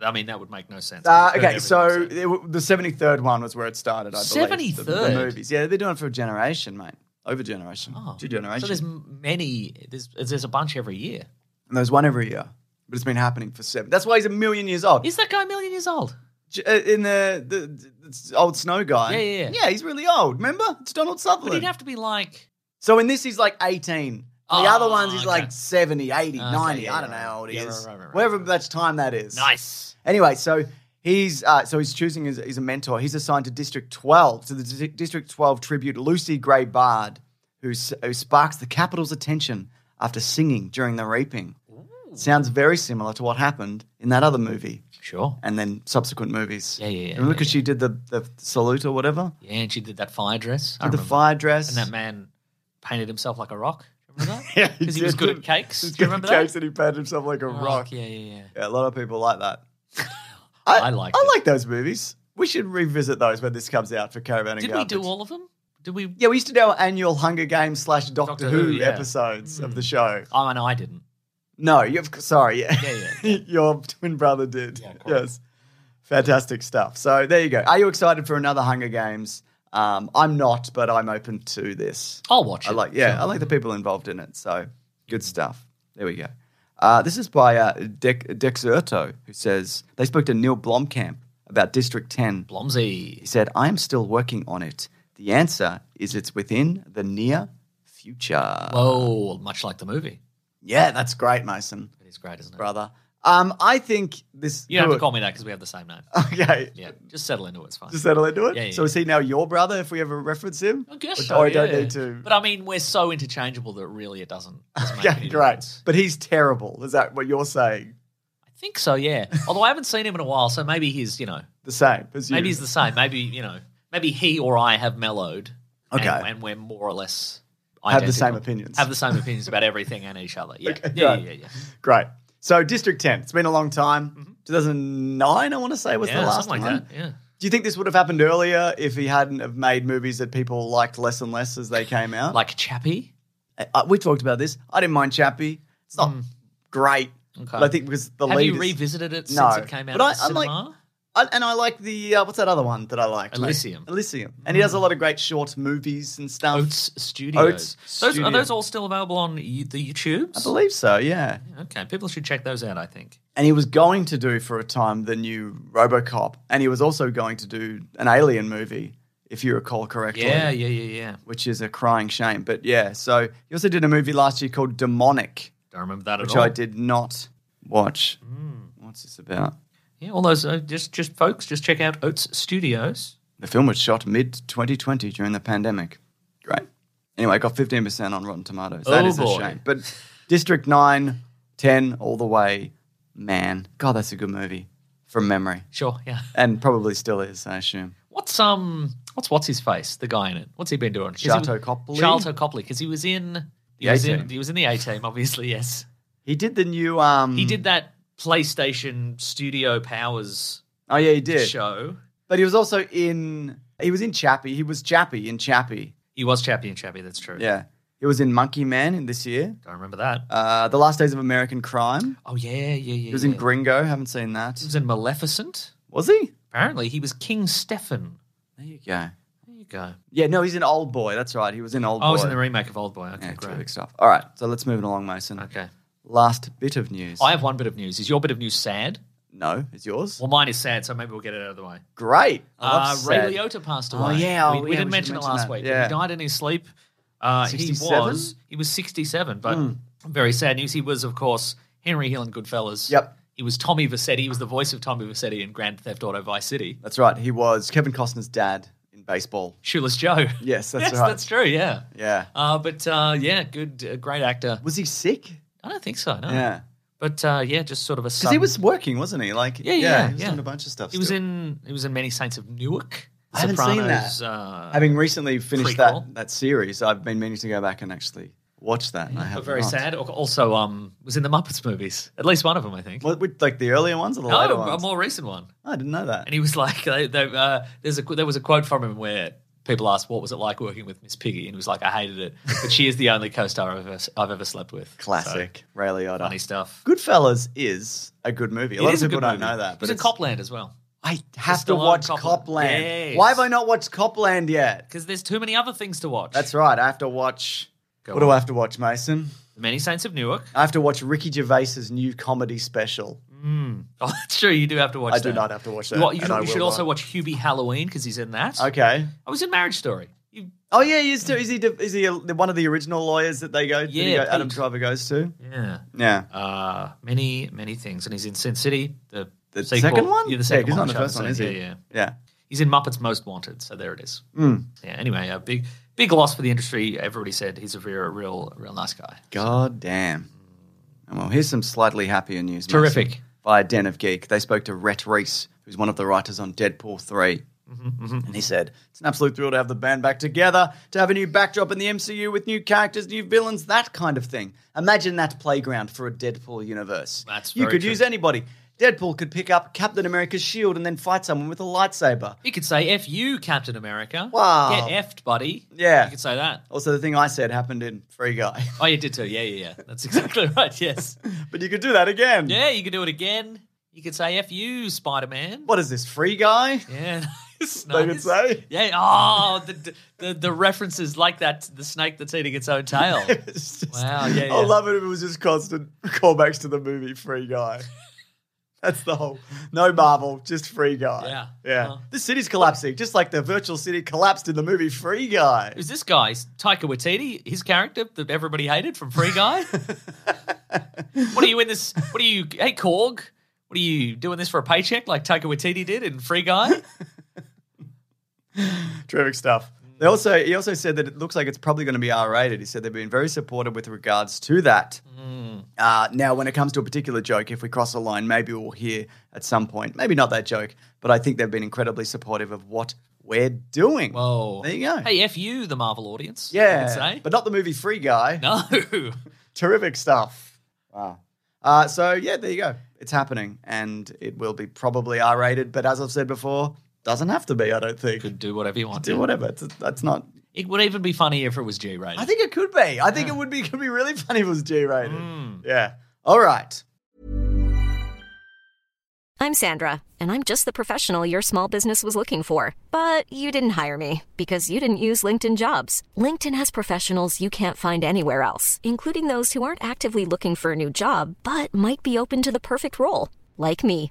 Speaker 2: I mean, that would make no sense.
Speaker 3: Uh, okay, so it, w- the seventy third one was where it started. I believe. The- the,
Speaker 2: 73rd?
Speaker 3: movies. Yeah, they've been doing it for a generation, mate. Over generation, two
Speaker 2: Oh. So
Speaker 3: generations.
Speaker 2: there's m- many. There's there's a bunch every year.
Speaker 3: and there's one every year, but it's been happening for seven. That's why he's a million years old.
Speaker 2: Is that guy a million years old?
Speaker 3: J- uh, in the, the, the old snow guy.
Speaker 2: Yeah, yeah, yeah.
Speaker 3: he's really old. Remember, it's Donald
Speaker 2: But
Speaker 3: Sutherland.
Speaker 2: he'd have to be like.
Speaker 3: so in this, he's like eighteen.
Speaker 2: Oh,
Speaker 3: the other ones, he's
Speaker 2: okay.
Speaker 3: like 70, 80,
Speaker 2: Okay,
Speaker 3: 90.
Speaker 2: yeah,
Speaker 3: I don't know
Speaker 2: right.
Speaker 3: how old he
Speaker 2: Yeah,
Speaker 3: is.
Speaker 2: right, right, right,
Speaker 3: Whatever much time that is.
Speaker 2: Nice.
Speaker 3: Anyway, so he's uh, so he's choosing as he's a mentor. He's assigned to District Twelve, to the Dis- District Twelve tribute Lucy Gray Bard, who, s- who sparks the capital's attention after singing during the reaping. Sounds very similar to what happened in that other movie
Speaker 2: Sure.
Speaker 3: and then subsequent movies.
Speaker 2: Yeah, yeah, yeah,
Speaker 3: Remember
Speaker 2: yeah,
Speaker 3: because she did the, the salute or whatever?
Speaker 2: Yeah, and she did that fire dress. I
Speaker 3: Did the
Speaker 2: remember.
Speaker 3: fire dress.
Speaker 2: And
Speaker 3: *laughs*
Speaker 2: that man painted himself like a rock. Do you Remember that?
Speaker 3: Yeah,
Speaker 2: Because he was
Speaker 3: did.
Speaker 2: good at cakes.
Speaker 3: He was
Speaker 2: Do you
Speaker 3: good at
Speaker 2: remember that?
Speaker 3: cakes and he painted himself like a
Speaker 2: Oh,
Speaker 3: rock.
Speaker 2: Yeah, yeah, yeah.
Speaker 3: Yeah, a lot of people like that.
Speaker 2: *laughs* I liked
Speaker 3: I
Speaker 2: it.
Speaker 3: like those movies. We should revisit those when this comes out for Caravan and
Speaker 2: Did we
Speaker 3: Garbage.
Speaker 2: do all of them? Did we?
Speaker 3: Yeah, we used to do our annual Hunger Games slash Doctor,
Speaker 2: Doctor
Speaker 3: Who,
Speaker 2: Who, yeah.
Speaker 3: episodes of the show.
Speaker 2: Oh, and I didn't.
Speaker 3: No, you have, sorry, yeah.
Speaker 2: Yeah, yeah,
Speaker 3: *laughs*
Speaker 2: yeah.
Speaker 3: Your twin brother did.
Speaker 2: Yeah, correct.
Speaker 3: yes. Fantastic stuff. So there you go. Are you excited for another Hunger Games? Um, I'm not, but I'm open to this.
Speaker 2: I'll watch it.
Speaker 3: I like, yeah, I like the people involved in it. So good stuff. There we go. Uh, this is by uh, Dec- Dexerto, who says they spoke to Neil Blomkamp about District 10. He
Speaker 2: Blomsey.
Speaker 3: said, I am still working on it. The answer is it's within the near future.
Speaker 2: Whoa, much like the movie.
Speaker 3: yeah, that's great, Mason,
Speaker 2: It is great, isn't it?
Speaker 3: brother. Um, I think this.
Speaker 2: You don't have to call me that because we have the same
Speaker 3: *laughs*
Speaker 2: name.
Speaker 3: Okay.
Speaker 2: Yeah, just settle into it. It's fine.
Speaker 3: To settle into it.
Speaker 2: Yeah, yeah,
Speaker 3: so is he now your brother if we ever reference him?
Speaker 2: I guess
Speaker 3: Or-
Speaker 2: so.
Speaker 3: Or I don't
Speaker 2: yeah.
Speaker 3: need to.
Speaker 2: But I mean, we're so interchangeable that really it doesn't. doesn't make
Speaker 3: okay,
Speaker 2: any
Speaker 3: great.
Speaker 2: difference.
Speaker 3: But he's terrible. Is that what you're saying?
Speaker 2: I think so. Yeah. Although I haven't seen him in a while, so maybe he's you know
Speaker 3: The same as you.
Speaker 2: maybe he's the same. Maybe you know maybe he or I have mellowed. and-
Speaker 3: Okay.
Speaker 2: And, we're more or less
Speaker 3: Have the
Speaker 2: identical.
Speaker 3: same opinions.
Speaker 2: Have the same opinions about everything and
Speaker 3: *laughs*
Speaker 2: each other. Yeah.
Speaker 3: Okay,
Speaker 2: yeah,
Speaker 3: great.
Speaker 2: yeah, yeah, yeah.
Speaker 3: Great. So District 10. It's been a long time. 2009, I want to say, was
Speaker 2: Mm-hmm. yeah
Speaker 3: the last
Speaker 2: something
Speaker 3: one.
Speaker 2: like that. Yeah.
Speaker 3: Do you think this would have happened earlier if he hadn't have made movies that people liked less and less as they came out?
Speaker 2: Like Chappie.
Speaker 3: I, I- we talked about this. I didn't mind Chappie. It's not great,
Speaker 2: Hmm. Okay.
Speaker 3: but I think because the
Speaker 2: have
Speaker 3: leaders,
Speaker 2: you revisited it since
Speaker 3: No.
Speaker 2: it came out
Speaker 3: But I-
Speaker 2: at the
Speaker 3: I like-
Speaker 2: cinema?
Speaker 3: I- and I like the uh, what's that other one that I liked?
Speaker 2: Elysium. Hmm.
Speaker 3: Elysium, and he does a lot of great short movies and stuff.
Speaker 2: Oats Studios.
Speaker 3: Oats
Speaker 2: those,
Speaker 3: Studio.
Speaker 2: Are those all still available on you, the YouTubes?
Speaker 3: I believe so, yeah.
Speaker 2: Okay, people should check those out. I think.
Speaker 3: And he was going to do for a time the new RoboCop, and he was also going to do an Alien movie, if you recall correctly.
Speaker 2: Yeah, yeah, yeah, yeah.
Speaker 3: Which is a crying shame, but yeah. So he also did a movie last year called Demonic,
Speaker 2: Don't remember that
Speaker 3: which
Speaker 2: at all.
Speaker 3: I
Speaker 2: Hmm.
Speaker 3: did not watch. What's this about?
Speaker 2: Yeah, all those. Uh, just, just folks, just check out Oats Studios.
Speaker 3: The film was shot mid 2020 during the pandemic. Great. Anyway, it got 15% on Rotten Tomatoes. That
Speaker 2: Oh,
Speaker 3: is
Speaker 2: boy.
Speaker 3: a shame. But District 9, 10, all the way, man. God, that's a good movie from memory.
Speaker 2: Sure. Yeah.
Speaker 3: And probably still is, I assume.
Speaker 2: What's um? What's what's his face? The guy in it. What's he been doing? 'Cause he-
Speaker 3: Sharto Copley?
Speaker 2: Sharto Copley, because he was in. He
Speaker 3: The
Speaker 2: was
Speaker 3: A-Team.
Speaker 2: in, he was in the A team, obviously. Yes.
Speaker 3: He did the new. um
Speaker 2: He did that PlayStation Studio Powers
Speaker 3: Oh, yeah, he did.
Speaker 2: show.
Speaker 3: But he was also in. He was in Chappie. He was Chappie in Chappie.
Speaker 2: He was Chappie and Chappie. That's true.
Speaker 3: Yeah. He was in Monkey Man in this year.
Speaker 2: Don't remember that.
Speaker 3: Uh, the Last Days of American Crime.
Speaker 2: Oh yeah, yeah, yeah.
Speaker 3: He was
Speaker 2: yeah.
Speaker 3: in Gringo. Haven't seen that.
Speaker 2: He was in Maleficent.
Speaker 3: Was he?
Speaker 2: Apparently, he was King Stefan.
Speaker 3: There you go.
Speaker 2: There you go.
Speaker 3: Yeah, no, he's an old boy. That's right. He was an old
Speaker 2: Oh, I
Speaker 3: boy.
Speaker 2: was in the remake of Old Boy. Okay,
Speaker 3: yeah, terrific
Speaker 2: great.
Speaker 3: stuff. All right, so let's move it along, Mason.
Speaker 2: Okay.
Speaker 3: Last bit of news.
Speaker 2: I have one bit of news. Is your bit of news sad?
Speaker 3: no, it's yours.
Speaker 2: Well, mine is sad, so maybe we'll get it out of the way.
Speaker 3: Great. I
Speaker 2: Uh,
Speaker 3: love
Speaker 2: Ray
Speaker 3: sad.
Speaker 2: Liotta passed
Speaker 3: Oh,
Speaker 2: away.
Speaker 3: yeah,
Speaker 2: we,
Speaker 3: oh, yeah,
Speaker 2: we didn't
Speaker 3: we should
Speaker 2: mention it
Speaker 3: mention
Speaker 2: last
Speaker 3: that.
Speaker 2: week.
Speaker 3: Yeah.
Speaker 2: He died in his sleep. Uh, he
Speaker 3: 67?
Speaker 2: was he was sixty seven, but
Speaker 3: Hmm.
Speaker 2: very sad news. He was, of course, Henry Hill in Goodfellas.
Speaker 3: Yep.
Speaker 2: He was Tommy Vassetti. He was the voice of Tommy Vassetti in Grand Theft Auto Vice City.
Speaker 3: That's right. He was Kevin Costner's dad in baseball.
Speaker 2: Shoeless Joe.
Speaker 3: Yes, that's
Speaker 2: *laughs* yes,
Speaker 3: right.
Speaker 2: that's true. Yeah.
Speaker 3: Yeah.
Speaker 2: Uh, but uh, yeah, good, uh, great actor.
Speaker 3: Was he sick?
Speaker 2: I don't think so. No.
Speaker 3: Yeah.
Speaker 2: But uh, yeah, just sort of a.
Speaker 3: Because he
Speaker 2: sudden-
Speaker 3: was working, wasn't he? Like,
Speaker 2: Yeah, yeah,
Speaker 3: he was
Speaker 2: yeah.
Speaker 3: doing a bunch of stuff.
Speaker 2: He was
Speaker 3: still.
Speaker 2: in. He was in many Saints of Newark.
Speaker 3: I haven't seen that.
Speaker 2: Sopranos, Uh,
Speaker 3: Having recently finished that
Speaker 2: Prequel.
Speaker 3: that series, I've been meaning to go back and actually watch that. and I
Speaker 2: but
Speaker 3: have
Speaker 2: very
Speaker 3: not.
Speaker 2: sad. Al- Also, um, was in the Muppets movies. At least one of them, I think.
Speaker 3: What, with, like the earlier ones or the later
Speaker 2: no, a
Speaker 3: ones?
Speaker 2: more recent one.
Speaker 3: I didn't know that.
Speaker 2: And he was *laughs* like, they, they, uh, "There's a qu- there was a quote from him where people asked what was it like working with Miss Piggy, and he was like, "I hated it, but she is the only co-star I've ever, I've ever slept with." So,
Speaker 3: Classic Ray Liotta.
Speaker 2: funny stuff.
Speaker 3: Goodfellas is a good movie. A
Speaker 2: It
Speaker 3: lot of
Speaker 2: is a
Speaker 3: people
Speaker 2: good
Speaker 3: don't
Speaker 2: movie.
Speaker 3: know that.
Speaker 2: He was in
Speaker 3: it's-
Speaker 2: Copland as well.
Speaker 3: I have
Speaker 2: Stallone
Speaker 3: to watch Copland.
Speaker 2: Copland. Yes.
Speaker 3: Why have I not watched Copland yet?
Speaker 2: Because there's too many other things to watch.
Speaker 3: That's right. I have to watch.
Speaker 2: Go
Speaker 3: what do
Speaker 2: on.
Speaker 3: I have to watch, Mason?
Speaker 2: The Many Saints of Newark. *laughs*
Speaker 3: I have to watch Ricky Gervais's new comedy special.
Speaker 2: Oh, that's true. You do have to watch.
Speaker 3: I
Speaker 2: that.
Speaker 3: do not have to watch that.
Speaker 2: You, you
Speaker 3: and
Speaker 2: should,
Speaker 3: I
Speaker 2: you
Speaker 3: will
Speaker 2: should also
Speaker 3: not.
Speaker 2: watch Hubie Halloween because he's in that.
Speaker 3: Okay.
Speaker 2: I was in Oh, Marriage Story. You,
Speaker 3: Oh yeah, he is too. Is he? Is he one of the original lawyers that they go? that he
Speaker 2: Yeah,
Speaker 3: go- Adam
Speaker 2: Pete.
Speaker 3: Driver goes to.
Speaker 2: yeah.
Speaker 3: Yeah.
Speaker 2: Uh, many, many things. And he's in Sin City, the,
Speaker 3: The
Speaker 2: sequel.
Speaker 3: second one.
Speaker 2: Yeah, the second
Speaker 3: he's not
Speaker 2: one. which
Speaker 3: the
Speaker 2: I
Speaker 3: first one,
Speaker 2: haven't
Speaker 3: is
Speaker 2: seen.
Speaker 3: he?
Speaker 2: Yeah, yeah.
Speaker 3: Yeah.
Speaker 2: He's in Muppets Most Wanted, so there it is.
Speaker 3: Mm.
Speaker 2: Yeah, anyway, a big. big loss for the industry. Everybody said he's a real, real, real nice guy.
Speaker 3: God damn. And well, here's some slightly happier news.
Speaker 2: Terrific.
Speaker 3: Mason, Via Den of Geek, they spoke to Rhett Reese, who's one of the writers on Deadpool 3.
Speaker 2: Mm-hmm,
Speaker 3: And he said, It's an absolute thrill to have the band back together, to have a new backdrop in the MCU with new characters, new villains, that kind of thing. Imagine that playground for a Deadpool universe.
Speaker 2: That's
Speaker 3: You
Speaker 2: very
Speaker 3: could
Speaker 2: true.
Speaker 3: use anybody. Deadpool could pick up Captain America's shield and then fight someone with a lightsaber.
Speaker 2: You could say F you, Captain America.
Speaker 3: Wow.
Speaker 2: Get effed, buddy.
Speaker 3: Yeah.
Speaker 2: You could say that.
Speaker 3: Also, the thing I said happened in Free Guy. *laughs*
Speaker 2: Oh, you did too. Yeah, yeah, yeah. That's *laughs* exactly right. Yes.
Speaker 3: but you could do that again.
Speaker 2: Yeah, you could do it again. You could say F you, Spider Man.
Speaker 3: What is this, Free Guy?
Speaker 2: Yeah. *laughs* Nice,
Speaker 3: They
Speaker 2: nice.
Speaker 3: could say.
Speaker 2: Yeah. Oh, the, the the references like that. The snake that's eating its
Speaker 3: *laughs*
Speaker 2: own tail.
Speaker 3: It's just-
Speaker 2: Wow, yeah, yeah.
Speaker 3: I love it if it was just constant *laughs* callbacks to the movie Free
Speaker 2: *laughs*
Speaker 3: Guy. That's the whole no Marvel, just Free Guy.
Speaker 2: Yeah.
Speaker 3: yeah.
Speaker 2: Uh-huh.
Speaker 3: This city's collapsing, just like the virtual city collapsed in the movie Free Guy.
Speaker 2: Who's this guy? Taika Waititi, his character that everybody hated from Free
Speaker 3: *laughs*
Speaker 2: Guy. what are you in this? What are you? Hey, Korg. What are you doing this for a paycheck like Taika Waititi did in Free Guy?
Speaker 3: Terrific stuff. They
Speaker 2: Mm.
Speaker 3: also he also said that it looks like it's probably going to be R rated. He said they've been very supportive with regards to that.
Speaker 2: Mm.
Speaker 3: Uh, now, when it comes to a particular joke, if we cross a line, maybe we'll hear at some point. Maybe not that joke, but I think they've been incredibly supportive of what we're doing.
Speaker 2: Whoa.
Speaker 3: there you go.
Speaker 2: Hey, F you, the Marvel audience. you
Speaker 3: yeah,
Speaker 2: could say.
Speaker 3: but not the movie Free Guy.
Speaker 2: no. *laughs*
Speaker 3: Terrific stuff. Wow. Uh, so yeah, there you go. It's happening, and it will be probably R rated. But as I've said before, doesn't have to be. I don't think.
Speaker 2: Could do whatever you want.
Speaker 3: Do whatever. It's, that's not
Speaker 2: It would even be funny if it was G rated.
Speaker 3: I think it could be. I think it would be *laughs* could be really funny if it was G rated.
Speaker 2: Mm.
Speaker 3: Yeah. All right.
Speaker 4: I'm Sandra, and I'm just the professional your small business was looking for. But you didn't hire me because you didn't use LinkedIn jobs. LinkedIn has professionals you can't find anywhere else, including those who aren't actively looking for a new job but might be open to the perfect role, like me.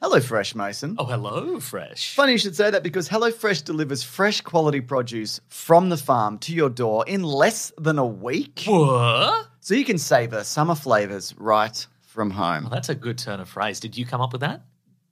Speaker 3: Hello, Fresh Mason.
Speaker 2: Oh, hello, Fresh.
Speaker 3: Funny you should say that because HelloFresh delivers fresh quality produce from the farm to your door in less than a week.
Speaker 2: Oh. What?
Speaker 3: So you can savor summer flavors right from
Speaker 2: Well,
Speaker 3: home.
Speaker 2: that's a good turn of phrase. Did you come up with that?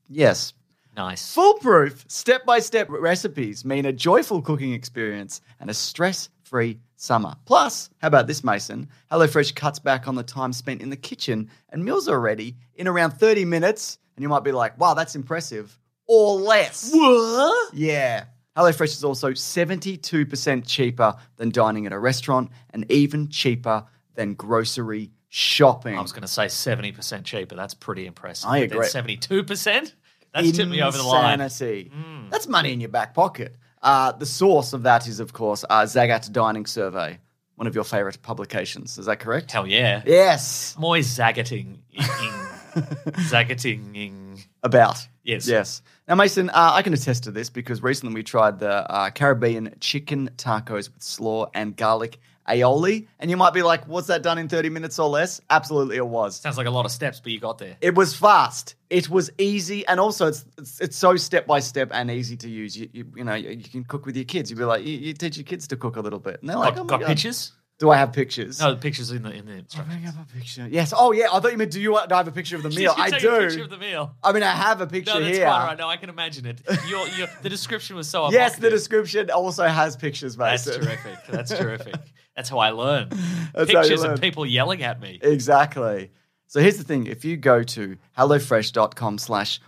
Speaker 3: Yes.
Speaker 2: Nice.
Speaker 3: Foolproof step by step recipes mean a joyful cooking experience and a stress free summer. Plus, how about this, Mason? HelloFresh cuts back on the time spent in the kitchen, and meals are ready in around 30 minutes. And you might be like, wow, that's impressive, or less.
Speaker 2: What?
Speaker 3: Yeah. HelloFresh is also 72% cheaper than dining at a restaurant and even cheaper than grocery shopping.
Speaker 2: I was going to say 70% cheaper. That's pretty impressive.
Speaker 3: I
Speaker 2: But then
Speaker 3: agree.
Speaker 2: 72%? That's tipped me over the line. Hmm.
Speaker 3: Insanity. That's money in your back pocket. Uh, the source of that is, of course, our Zagat Dining Survey, one of your favorite publications. Is that correct?
Speaker 2: Hell yeah.
Speaker 3: Yes.
Speaker 2: I'm always
Speaker 3: *laughs*
Speaker 2: zaggating. Zaggating.
Speaker 3: About.
Speaker 2: Yes.
Speaker 3: Yes. Now, Mason, uh, I can attest to this because recently we tried the uh, Caribbean chicken tacos with slaw and garlic aioli. And you might be like, was that done in 30 minutes or less? Absolutely, it was.
Speaker 2: Sounds like a lot of steps, but you got there.
Speaker 3: It was fast. It was easy, and also it's it's, it's so step by step and easy to use. You, you you know you, you can cook with your kids. You'd be like you, you teach your kids to cook a little bit, and they're like,
Speaker 2: got
Speaker 3: oh my
Speaker 2: got
Speaker 3: God.
Speaker 2: pictures?
Speaker 3: Do I have pictures?
Speaker 2: No, the pictures in the in the
Speaker 3: I
Speaker 2: instructions. *laughs*
Speaker 3: have a picture. Yes. Oh yeah. I thought you meant do you want, do I have a picture of the
Speaker 2: You
Speaker 3: meal?
Speaker 2: should
Speaker 3: I
Speaker 2: take
Speaker 3: do.
Speaker 2: A picture of the meal.
Speaker 3: I mean, I have a picture
Speaker 2: *laughs* No, that's
Speaker 3: here.
Speaker 2: quite all right. No, I can imagine it. Your, your, the description was
Speaker 3: *laughs*
Speaker 2: so
Speaker 3: yes, the
Speaker 2: evocative.
Speaker 3: description also has pictures,
Speaker 2: That's
Speaker 3: Mason.
Speaker 2: terrific. That's terrific. That's how I learn.
Speaker 3: *laughs* That's how you
Speaker 2: Pictures
Speaker 3: learn.
Speaker 2: of people yelling at me.
Speaker 3: Exactly. So here's the thing. If you go to HelloFresh.com slash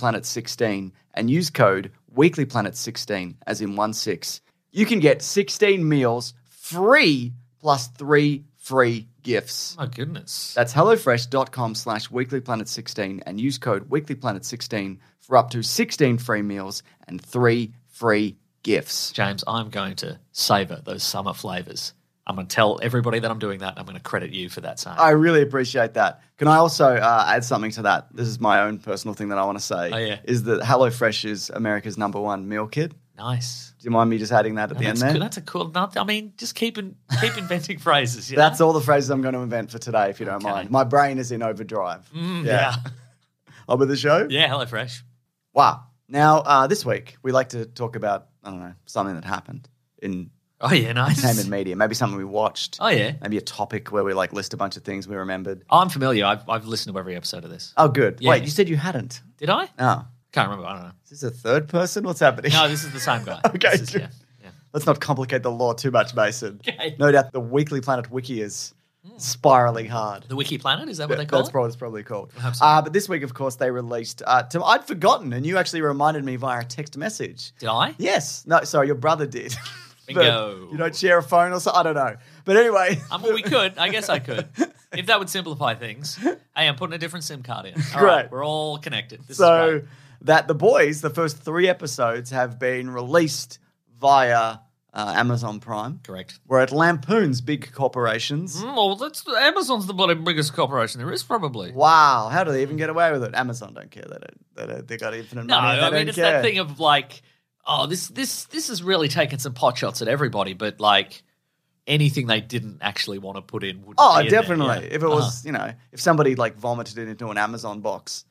Speaker 3: weeklyplanet16 and use code weeklyplanet16 as in one six, you can get 16 meals free plus three free gifts.
Speaker 2: My goodness.
Speaker 3: That's HelloFresh.com slash weeklyplanet16 and use code weeklyplanet16 for up to 16 free meals and three free gifts.
Speaker 2: James, I'm going to savor those summer flavors. I'm going to tell everybody that I'm doing that. I'm going to credit you for that, Sam.
Speaker 3: I really appreciate that. Can I also uh, add something to that? This is my own personal thing that I want to say.
Speaker 2: Oh, yeah.
Speaker 3: Is that HelloFresh is America's number one meal kit? Do
Speaker 2: nice.
Speaker 3: you mind me just adding that at the end
Speaker 2: that's,
Speaker 3: there?
Speaker 2: cool. that's a cool. Not, I mean, just keep in,
Speaker 3: *laughs*
Speaker 2: keep inventing phrases. You
Speaker 3: That's
Speaker 2: know?
Speaker 3: all the phrases I'm going to invent for today, if you don't
Speaker 2: Okay.
Speaker 3: mind. My brain is in overdrive.
Speaker 2: Mm, yeah.
Speaker 3: On with the show?
Speaker 2: yeah. Hello, fresh.
Speaker 3: Wow. Now, uh, this week, we like to talk about, I don't know, something that happened in
Speaker 2: Oh yeah, nice.
Speaker 3: entertainment media, maybe something we watched,
Speaker 2: Oh yeah.
Speaker 3: maybe a topic where we like list a bunch of things we remembered.
Speaker 2: I'm familiar. I've, I've listened to every episode of this.
Speaker 3: Oh, good.
Speaker 2: Yeah.
Speaker 3: Wait, you said you hadn't.
Speaker 2: Did I?
Speaker 3: Oh,
Speaker 2: Can't remember. I don't know.
Speaker 3: is this a third person? What's happening?
Speaker 2: No, this is the same guy.
Speaker 3: *laughs* Okay,
Speaker 2: This is-
Speaker 3: good.
Speaker 2: yeah, yeah.
Speaker 3: Let's not complicate the law too much, Mason.
Speaker 2: *laughs* Okay.
Speaker 3: No doubt the Weekly Planet Wiki is spiraling hard.
Speaker 2: The Wiki Planet is that what they call
Speaker 3: That's
Speaker 2: it?
Speaker 3: probably, it's probably called.
Speaker 2: hope so.
Speaker 3: Uh, but this week, of course, they released. Uh, to, I'd forgotten, and you actually reminded me via a text message.
Speaker 2: Did I?
Speaker 3: Yes. No, sorry, your brother did. *laughs* But
Speaker 2: Bingo.
Speaker 3: You don't share a phone or something? I don't know. But anyway. *laughs*
Speaker 2: I mean, we could. I guess I could. If that would simplify things. Hey, I'm putting a different
Speaker 3: *laughs*
Speaker 2: SIM card in. All
Speaker 3: Great.
Speaker 2: we're all connected. This is
Speaker 3: so
Speaker 2: great.
Speaker 3: that the boys, the first three episodes, have been released via uh, Amazon Prime.
Speaker 2: correct.
Speaker 3: Where it lampoons big corporations.
Speaker 2: Mm, well, that's Amazon's the bloody biggest corporation there is, probably.
Speaker 3: Wow, how do they even get away with it? Amazon don't care. They don't. They, don't, they got infinite
Speaker 2: No,
Speaker 3: money. and They
Speaker 2: I mean
Speaker 3: don't
Speaker 2: it's
Speaker 3: care.
Speaker 2: that thing of like, oh, this this this is really taking some pot shots at everybody, but like anything they didn't actually want to put in would.
Speaker 3: Oh,
Speaker 2: be in there,
Speaker 3: definitely.
Speaker 2: yeah. *laughs* Uh-huh.
Speaker 3: If it was, you know, if somebody like vomited it into an Amazon box,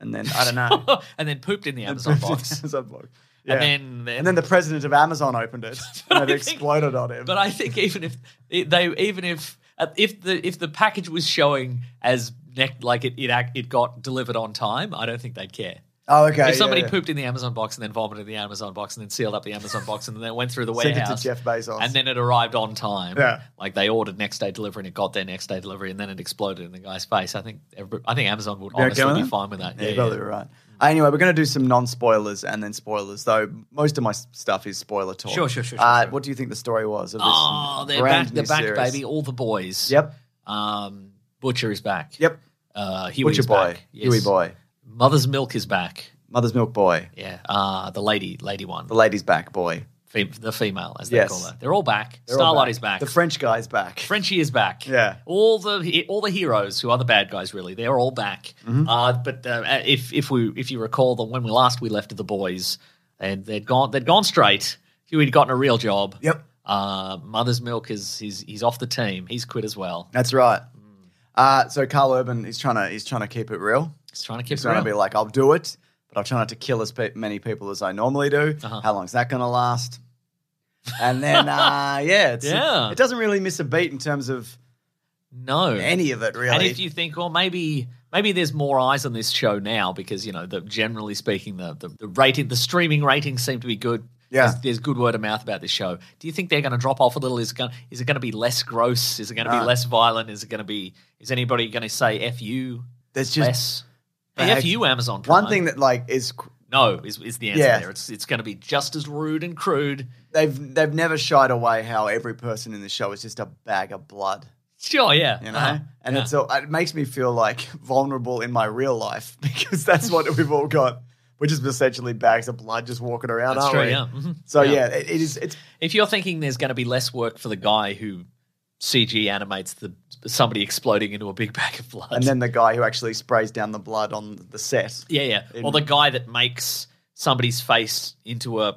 Speaker 3: and then I don't
Speaker 2: *laughs*
Speaker 3: know,
Speaker 2: Uh-huh. and then
Speaker 3: *laughs*
Speaker 2: pooped in the Amazon box,
Speaker 3: Amazon box. *laughs* Yeah.
Speaker 2: and then,
Speaker 3: And then the president of Amazon opened
Speaker 2: *laughs*
Speaker 3: it *laughs*
Speaker 2: I
Speaker 3: and it
Speaker 2: think-
Speaker 3: exploded on him.
Speaker 2: But I think even if they, even if uh, if the if the package was showing as neck like it it act, it got delivered on time, I don't think they'd care.
Speaker 3: oh, okay. yeah,
Speaker 2: if somebody
Speaker 3: yeah.
Speaker 2: pooped in the Amazon box and then vomited in the Amazon box and then sealed up the Amazon box and then it went through the
Speaker 3: Sent it to
Speaker 2: warehouse,
Speaker 3: Jeff Bezos.
Speaker 2: and then it arrived on time.
Speaker 3: Yeah.
Speaker 2: like they ordered next day delivery and it got there next day delivery and then it exploded in the guy's face. I think every, I think Amazon would
Speaker 3: You okay
Speaker 2: honestly
Speaker 3: with
Speaker 2: be
Speaker 3: that?
Speaker 2: fine with that.
Speaker 3: Yeah,
Speaker 2: Yeah,
Speaker 3: you're probably
Speaker 2: yeah.
Speaker 3: right. Anyway, we're going to do some non spoilers and then spoilers, though most of my s- stuff is spoiler talk.
Speaker 2: Sure, sure, sure, sure,
Speaker 3: Uh,
Speaker 2: sure.
Speaker 3: What do you think the story was of this?
Speaker 2: Oh, they're
Speaker 3: brand
Speaker 2: back! They're
Speaker 3: new
Speaker 2: back,
Speaker 3: series?
Speaker 2: baby! All the boys.
Speaker 3: Yep,
Speaker 2: Um, Butcher is back.
Speaker 3: yep.
Speaker 2: Uh, Huey
Speaker 3: Butcher
Speaker 2: is
Speaker 3: boy,
Speaker 2: back.
Speaker 3: Huey boy,
Speaker 2: Mother's Milk is back.
Speaker 3: mother's milk boy.
Speaker 2: Yeah, uh, the lady, lady one,
Speaker 3: The lady's back, boy.
Speaker 2: Fem- the female as they
Speaker 3: Yes.
Speaker 2: call her. They're all back.
Speaker 3: They're all
Speaker 2: Starlight is back.
Speaker 3: The French guy's back.
Speaker 2: Frenchie is back.
Speaker 3: Yeah.
Speaker 2: all the all the heroes who are the bad guys really. They're all back.
Speaker 3: Mm-hmm.
Speaker 2: Uh, but uh, if if we if you recall that when we last we left the boys and they'd gone they'd gone straight. Huey'd gotten a real job.
Speaker 3: Yep.
Speaker 2: Uh, Mother's Milk is he's he's off the team. He's quit as well.
Speaker 3: That's right. Uh, so Carl Urban is trying to he's trying to keep it real.
Speaker 2: He's trying to keep
Speaker 3: He's
Speaker 2: it
Speaker 3: trying
Speaker 2: real.
Speaker 3: to be like, I'll do it, but I'll try not to kill as pe- many people as I normally do.
Speaker 2: Uh-huh.
Speaker 3: How long's that going to last? And then
Speaker 2: *laughs*
Speaker 3: uh, yeah, it's,
Speaker 2: Yeah.
Speaker 3: it doesn't really miss a beat in terms of
Speaker 2: no,
Speaker 3: any of it really.
Speaker 2: And if you think, well, maybe maybe there's more eyes on this show now because you know, the, generally speaking, the, the the rating, the streaming ratings seem to be good.
Speaker 3: Yeah.
Speaker 2: There's, there's good word of mouth about this show. Do you think they're going to drop off a little? Is it going? Is it going to be less gross? Is it going to
Speaker 3: No.
Speaker 2: be less violent? Is it going to be? Is anybody going to say "f you"?
Speaker 3: There's just
Speaker 2: less.
Speaker 3: bad-
Speaker 2: F you, Amazon. Prime.
Speaker 3: one thing that like is cr-
Speaker 2: no is, is the answer
Speaker 3: Yeah.
Speaker 2: there. It's it's going to be just as rude and crude.
Speaker 3: they've they've never shied away how every person in the show is just a bag of blood.
Speaker 2: Sure, yeah,
Speaker 3: you know
Speaker 2: Uh-huh.
Speaker 3: and
Speaker 2: Yeah.
Speaker 3: it's all, it makes me feel like vulnerable in my real life *laughs* because that's what we've all got we're just essentially bags of blood just walking around
Speaker 2: That's
Speaker 3: aren't
Speaker 2: true,
Speaker 3: we
Speaker 2: yeah. Mhm.
Speaker 3: so
Speaker 2: Yeah.
Speaker 3: yeah, it, it is it's
Speaker 2: if you're thinking there's going to be less work for the guy who CG animates the somebody exploding into a big *laughs* bag of blood,
Speaker 3: and then the guy who actually sprays down the blood on the set
Speaker 2: yeah, yeah, or the guy that makes somebody's face into a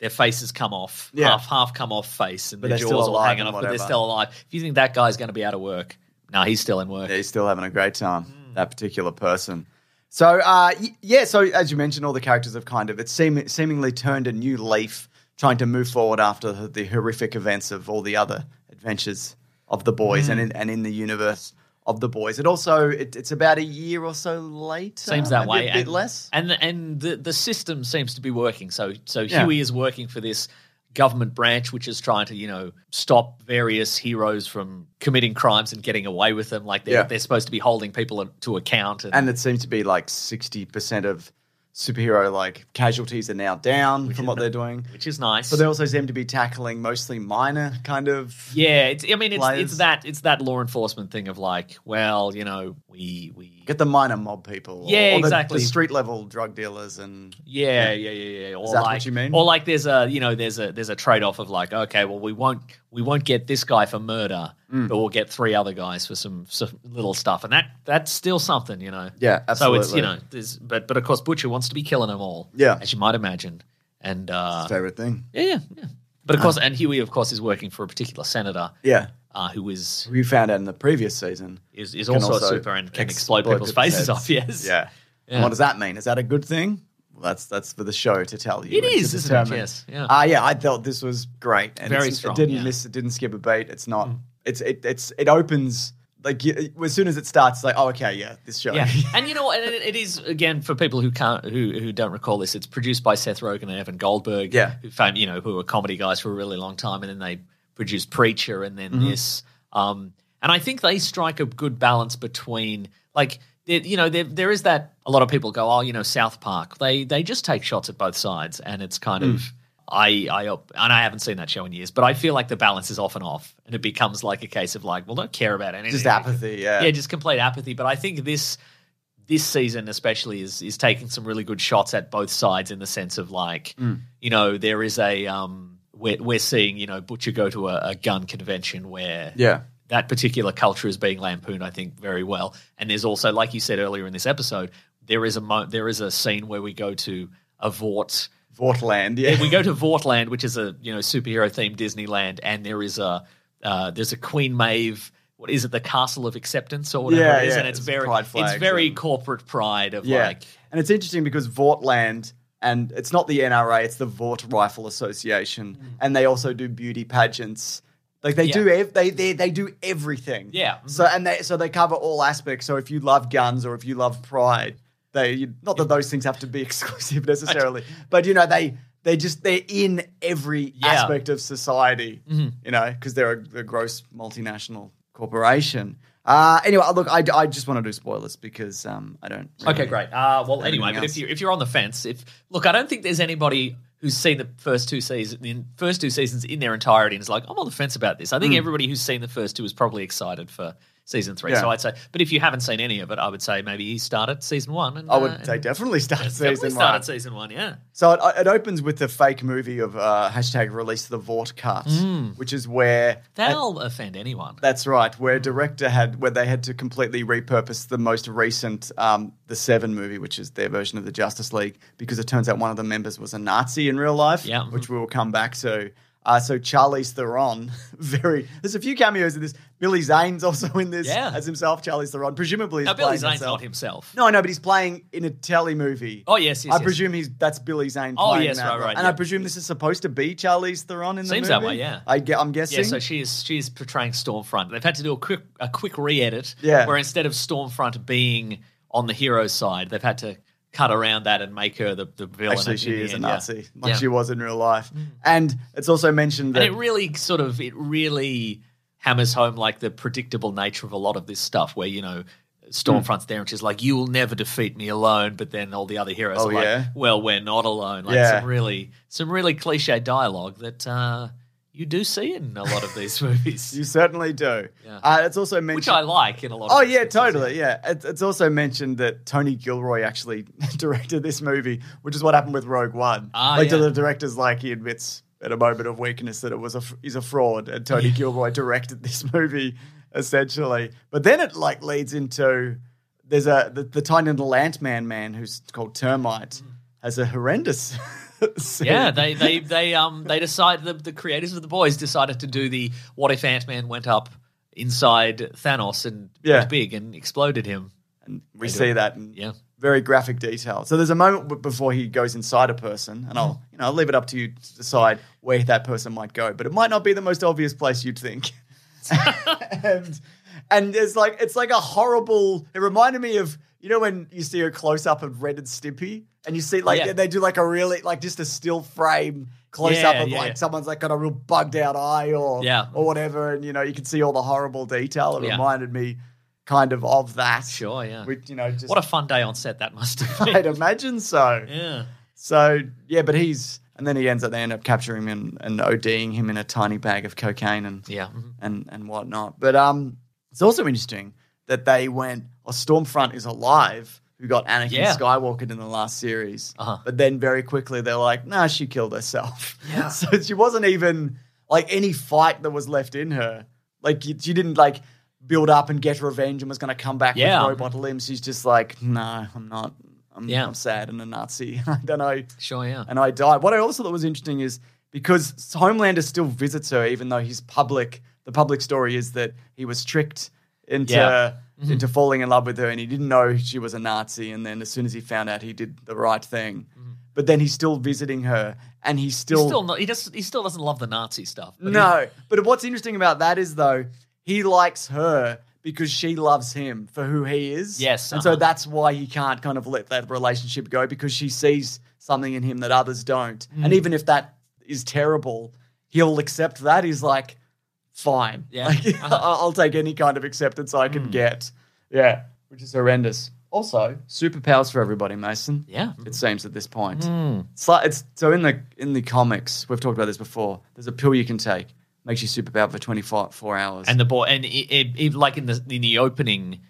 Speaker 2: their faces come off,
Speaker 3: Yeah.
Speaker 2: half half come off face, and
Speaker 3: But
Speaker 2: their
Speaker 3: they're still
Speaker 2: jaws all
Speaker 3: alive
Speaker 2: hanging
Speaker 3: and
Speaker 2: off, but they're
Speaker 3: whatever.
Speaker 2: still alive. If you think that guy's going to be out of work, no, he's still in work.
Speaker 3: Yeah, he's still having a great time
Speaker 2: Mm.
Speaker 3: that particular person so uh, y- yeah so as you mentioned all the characters have kind of it seem, seemingly turned a new leaf trying to move forward after the, the horrific events of all the other adventures of the
Speaker 2: Mm.
Speaker 3: boys and, in, and in the universe of the boys it also it, it's about a year or so later
Speaker 2: Seems that
Speaker 3: maybe
Speaker 2: way.
Speaker 3: Uh, a bit
Speaker 2: and,
Speaker 3: less
Speaker 2: And the, and the the system seems to be working. So so
Speaker 3: Yeah.
Speaker 2: Huey is working for this government branch which is trying to you know stop various heroes from committing crimes and getting away with them. Like they're
Speaker 3: Yeah.
Speaker 2: they're supposed to be holding people to account. And,
Speaker 3: and it seems to be like 60% of superhero like casualties are now down from what they're doing
Speaker 2: which is nice.
Speaker 3: but they also seem to be tackling mostly minor kind of
Speaker 2: yeah, it's, I mean it's it's
Speaker 3: Players.
Speaker 2: that it's that law enforcement thing of like, well, you know, we we
Speaker 3: Get the minor mob people. or- or
Speaker 2: Yeah,
Speaker 3: the-
Speaker 2: exactly.
Speaker 3: The street level drug dealers and
Speaker 2: Yeah, yeah, yeah, yeah. Or
Speaker 3: that what
Speaker 2: like,
Speaker 3: you mean?
Speaker 2: Or like, there's a you know, there's a there's a trade off of like, okay, well, we won't we won't get this guy for murder,
Speaker 3: Mm.
Speaker 2: but we'll get three other guys for some, some little stuff, and that that's still something, you know.
Speaker 3: Yeah,
Speaker 2: So it's you
Speaker 3: absolutely.
Speaker 2: know, there's, but but of course, Butcher wants to be killing them all.
Speaker 3: Yeah.
Speaker 2: as you might imagine, and uh,
Speaker 3: favorite thing.
Speaker 2: yeah, yeah, yeah. But of course, and Huey, of course, is working for a particular senator
Speaker 3: Um, Yeah,
Speaker 2: uh, who is
Speaker 3: we found out in the previous season.
Speaker 2: is, is
Speaker 3: Can
Speaker 2: also,
Speaker 3: also
Speaker 2: a super and can explode,
Speaker 3: explode
Speaker 2: people's
Speaker 3: people's
Speaker 2: faces
Speaker 3: heads.
Speaker 2: off. *laughs* Yes.
Speaker 3: Yeah. And what does that mean? Is that a good thing? Well, that's that's for the show to tell you.
Speaker 2: It
Speaker 3: and to
Speaker 2: is, isn't it?
Speaker 3: determine.
Speaker 2: Yes, yeah.
Speaker 3: Ah, yeah. I thought this was great. And
Speaker 2: Very
Speaker 3: it's-
Speaker 2: strong,
Speaker 3: It didn't
Speaker 2: yeah. Hmm.
Speaker 3: miss. It didn't skip a beat. It's not. It's it. It's it opens like you, as soon as it starts. It's like oh, okay, yeah, this show.
Speaker 2: Yeah, and you know, what, and it, it is again for people who can't who who don't recall this. It's produced by Seth Rogen and Evan Goldberg.
Speaker 3: Yeah.
Speaker 2: who fam- you know who were comedy guys for a really long time, and then they produced Preacher, and then
Speaker 3: Mm-hmm.
Speaker 2: this. Um, and I think they strike a good balance between like there- you know there there is that a lot of people go oh you know South Park they they just take shots at both sides, and it's kind of.
Speaker 3: Mm.
Speaker 2: I, I op- and I haven't seen that show in years, but I feel like the balance is off and off, and it becomes like a case of like, well, don't care about
Speaker 3: *laughs*
Speaker 2: anything.
Speaker 3: Just apathy. Yeah.
Speaker 2: Yeah, just complete apathy. But I think this this season especially is is taking some really good shots at both sides in the sense of like,
Speaker 3: Mm.
Speaker 2: you know, there is a um we're we're seeing, you know, Butcher go to a, a gun convention where
Speaker 3: yeah.
Speaker 2: that particular culture is being lampooned, I think, very well. And there's also, like you said earlier in this episode, there is a mo- there is a scene where we go to a Vort
Speaker 3: Vortland. Yeah.
Speaker 2: we go to Vortland, which is a you know superhero themed Disneyland, and there is a uh, there's a Queen Maeve. What is it? The Castle of Acceptance or whatever
Speaker 3: Yeah,
Speaker 2: it is,
Speaker 3: yeah,
Speaker 2: and it's,
Speaker 3: it's
Speaker 2: very
Speaker 3: pride
Speaker 2: it's
Speaker 3: flags
Speaker 2: very
Speaker 3: and-
Speaker 2: corporate pride of like
Speaker 3: and it's interesting because Vortland and it's not the NRA, it's the Vort Rifle Association,
Speaker 2: Mm.
Speaker 3: and they also do beauty pageants. Like they do, ev- they, they they do everything.
Speaker 2: Yeah. Mhm.
Speaker 3: So and they so they cover all aspects. So if you love guns or if you love pride, they you, not that those things have to be *laughs* exclusive
Speaker 2: *laughs*
Speaker 3: necessarily, but you know they they just they're in every
Speaker 2: Yeah. Mm-hmm.
Speaker 3: aspect of society. You know because they're a, a gross multinational corporation. Uh, anyway, look, I, I just want to do spoilers because um, I don't.
Speaker 2: okay, great. Uh, well, anyway,
Speaker 3: Everything
Speaker 2: but if
Speaker 3: else.
Speaker 2: you if you're on the fence, if look, I don't think there's anybody who's seen the first two seasons in first two seasons in their entirety and is like I'm on the fence about this. I
Speaker 3: Hmm.
Speaker 2: think everybody who's seen the first two is probably excited for. Season three,
Speaker 3: Yeah.
Speaker 2: so I'd say. But if you haven't seen any of it, I would say maybe you start at season one. And,
Speaker 3: I would
Speaker 2: uh, and
Speaker 3: say definitely start season
Speaker 2: definitely
Speaker 3: one.
Speaker 2: start at season one. Yeah,
Speaker 3: so it, it opens with the fake movie of uh, hashtag release the Vought cut,
Speaker 2: Hmm.
Speaker 3: which is where
Speaker 2: That'll offend anyone.
Speaker 3: that's right, where director had where they had to completely repurpose the most recent um, the Seven movie, which is their version of the Justice League, because it turns out one of the members was a Nazi in real life,
Speaker 2: Yeah.
Speaker 3: which we will come back to. Uh, so Charlie's Theron, *laughs* very there's a few cameos in this. Billy Zane's also in this
Speaker 2: Yeah.
Speaker 3: as himself. Charlie's Theron, presumably, is
Speaker 2: now, Billy
Speaker 3: playing
Speaker 2: Zane's
Speaker 3: himself.
Speaker 2: not himself.
Speaker 3: No, no, but he's playing in a telly movie.
Speaker 2: Oh, yes, yes,
Speaker 3: I
Speaker 2: yes.
Speaker 3: presume he's that's Billy Zane.
Speaker 2: Oh,
Speaker 3: playing
Speaker 2: yes,
Speaker 3: that
Speaker 2: right,
Speaker 3: role.
Speaker 2: right,
Speaker 3: And
Speaker 2: yeah.
Speaker 3: I presume this is supposed to be Charlie's Theron in the
Speaker 2: Seems
Speaker 3: movie.
Speaker 2: that way, yeah.
Speaker 3: I ge- I'm guessing.
Speaker 2: Yeah, so she is she is portraying Stormfront. They've had to do a quick a quick re-edit.
Speaker 3: Yeah.
Speaker 2: Where instead of Stormfront being on the hero side, they've had to cut around that and make her the, the villain.
Speaker 3: Actually,
Speaker 2: at-
Speaker 3: she
Speaker 2: in the
Speaker 3: is a
Speaker 2: end, yeah.
Speaker 3: Nazi, like
Speaker 2: Yeah. Mm.
Speaker 3: she was in real life. And it's also mentioned
Speaker 2: And
Speaker 3: that
Speaker 2: it really sort of it really hammers home like the predictable nature of a lot of this stuff, where you know
Speaker 3: Hmm.
Speaker 2: Stormfront's there and she's like, "You will never defeat me alone," but then all the other heroes
Speaker 3: Oh,
Speaker 2: are like,
Speaker 3: yeah?
Speaker 2: "Well, we're not alone." Like
Speaker 3: Yeah.
Speaker 2: some really some really cliche dialogue that uh, you do see in a lot of these *laughs* movies,
Speaker 3: you certainly do.
Speaker 2: Yeah.
Speaker 3: Uh, it's also mentioned.
Speaker 2: which I like in a lot.
Speaker 3: Oh
Speaker 2: of
Speaker 3: yeah,
Speaker 2: instances,
Speaker 3: totally. Yeah, it's, it's also mentioned that Tony Gilroy actually *laughs* directed this movie, which is what happened with Rogue One.
Speaker 2: Ah,
Speaker 3: like to
Speaker 2: yeah.
Speaker 3: the director's, like he admits at a moment of weakness that it was a f- he's a fraud, and Tony Gilroy directed this *laughs* movie essentially. But then it like leads into there's a the, the tiny little Ant Man man who's called Termite has a horrendous. *laughs* scene.
Speaker 2: Mm. Yeah, they they they um they decided the, the creators of the boys decided to do the what if Ant Man went up inside Thanos and
Speaker 3: Yeah.
Speaker 2: was big and exploded him.
Speaker 3: And we see that in
Speaker 2: Yeah.
Speaker 3: very graphic detail. So there's a moment w- before he goes inside a person, and
Speaker 2: Mm.
Speaker 3: I'll you know I'll leave it up to you to decide where that person might go, but it might not be the most obvious place you'd
Speaker 2: *laughs*
Speaker 3: think. and and there's like it's like a horrible. It reminded me of you know when you see a close up of Red and Stimpy, and you see like
Speaker 2: Yeah.
Speaker 3: they do like a really like just a still frame close up
Speaker 2: Yeah,
Speaker 3: of
Speaker 2: yeah.
Speaker 3: like someone's like got a real bugged out eye or
Speaker 2: Yeah.
Speaker 3: or whatever, and you know you can see all the horrible detail. It
Speaker 2: Yeah.
Speaker 3: reminded me kind of of that.
Speaker 2: Sure, yeah.
Speaker 3: Which, you know, just *laughs*
Speaker 2: What a fun day on set that must have
Speaker 3: I'd
Speaker 2: been.
Speaker 3: imagine so.
Speaker 2: yeah.
Speaker 3: So yeah, but he's and then he ends up they end up capturing him and, and ODing him in a tiny bag of cocaine and
Speaker 2: Yeah. mhm.
Speaker 3: and and whatnot. But um, it's also interesting that they went. Oh, Stormfront is alive. Who got Anakin
Speaker 2: Yeah.
Speaker 3: Skywalker in the last series?
Speaker 2: Uh-huh.
Speaker 3: But then very quickly they're like, nah, she killed herself. *laughs* so she wasn't even like any fight that was left in her. Like you- she didn't like build up and get revenge and was going to come back
Speaker 2: Yeah.
Speaker 3: with robot limbs. She's just like, no, I'm not. I'm,
Speaker 2: Yeah.
Speaker 3: I'm sad and a Nazi. *laughs* I don't know
Speaker 2: Sure, yeah.
Speaker 3: and I died. What I also thought was interesting is because Homelander still visits her, even though his public the public story is that he was tricked into
Speaker 2: Yeah. Mm-hmm.
Speaker 3: into falling in love with her, and he didn't know she was a Nazi. And then as soon as he found out, he did the right thing. But then he's still visiting her, and he's
Speaker 2: Mm-hmm. He's
Speaker 3: still,
Speaker 2: still not he just he still doesn't love the Nazi stuff. but
Speaker 3: no. But what's interesting about that is though he likes her. Because she loves him for who he is.
Speaker 2: Yes,
Speaker 3: And so
Speaker 2: uh-huh.
Speaker 3: that's why he can't kind of let that relationship go because she sees something in him that others don't. And
Speaker 2: Mm.
Speaker 3: even if that is terrible, he'll accept that. He's like, fine.
Speaker 2: Yeah. Uh-huh. Mm.
Speaker 3: Like, *laughs* I'll I'll take any kind of acceptance I can get. Yeah. Which is horrendous. Also, superpowers for everybody, Mason.
Speaker 2: Yeah. Mm.
Speaker 3: It seems at this point. It's, like, it's so in the in the comics, we've talked about this before. There's a pill you can take makes you superpowered for 24 four hours.
Speaker 2: And the boy, and it, it, it- like in the in the opening,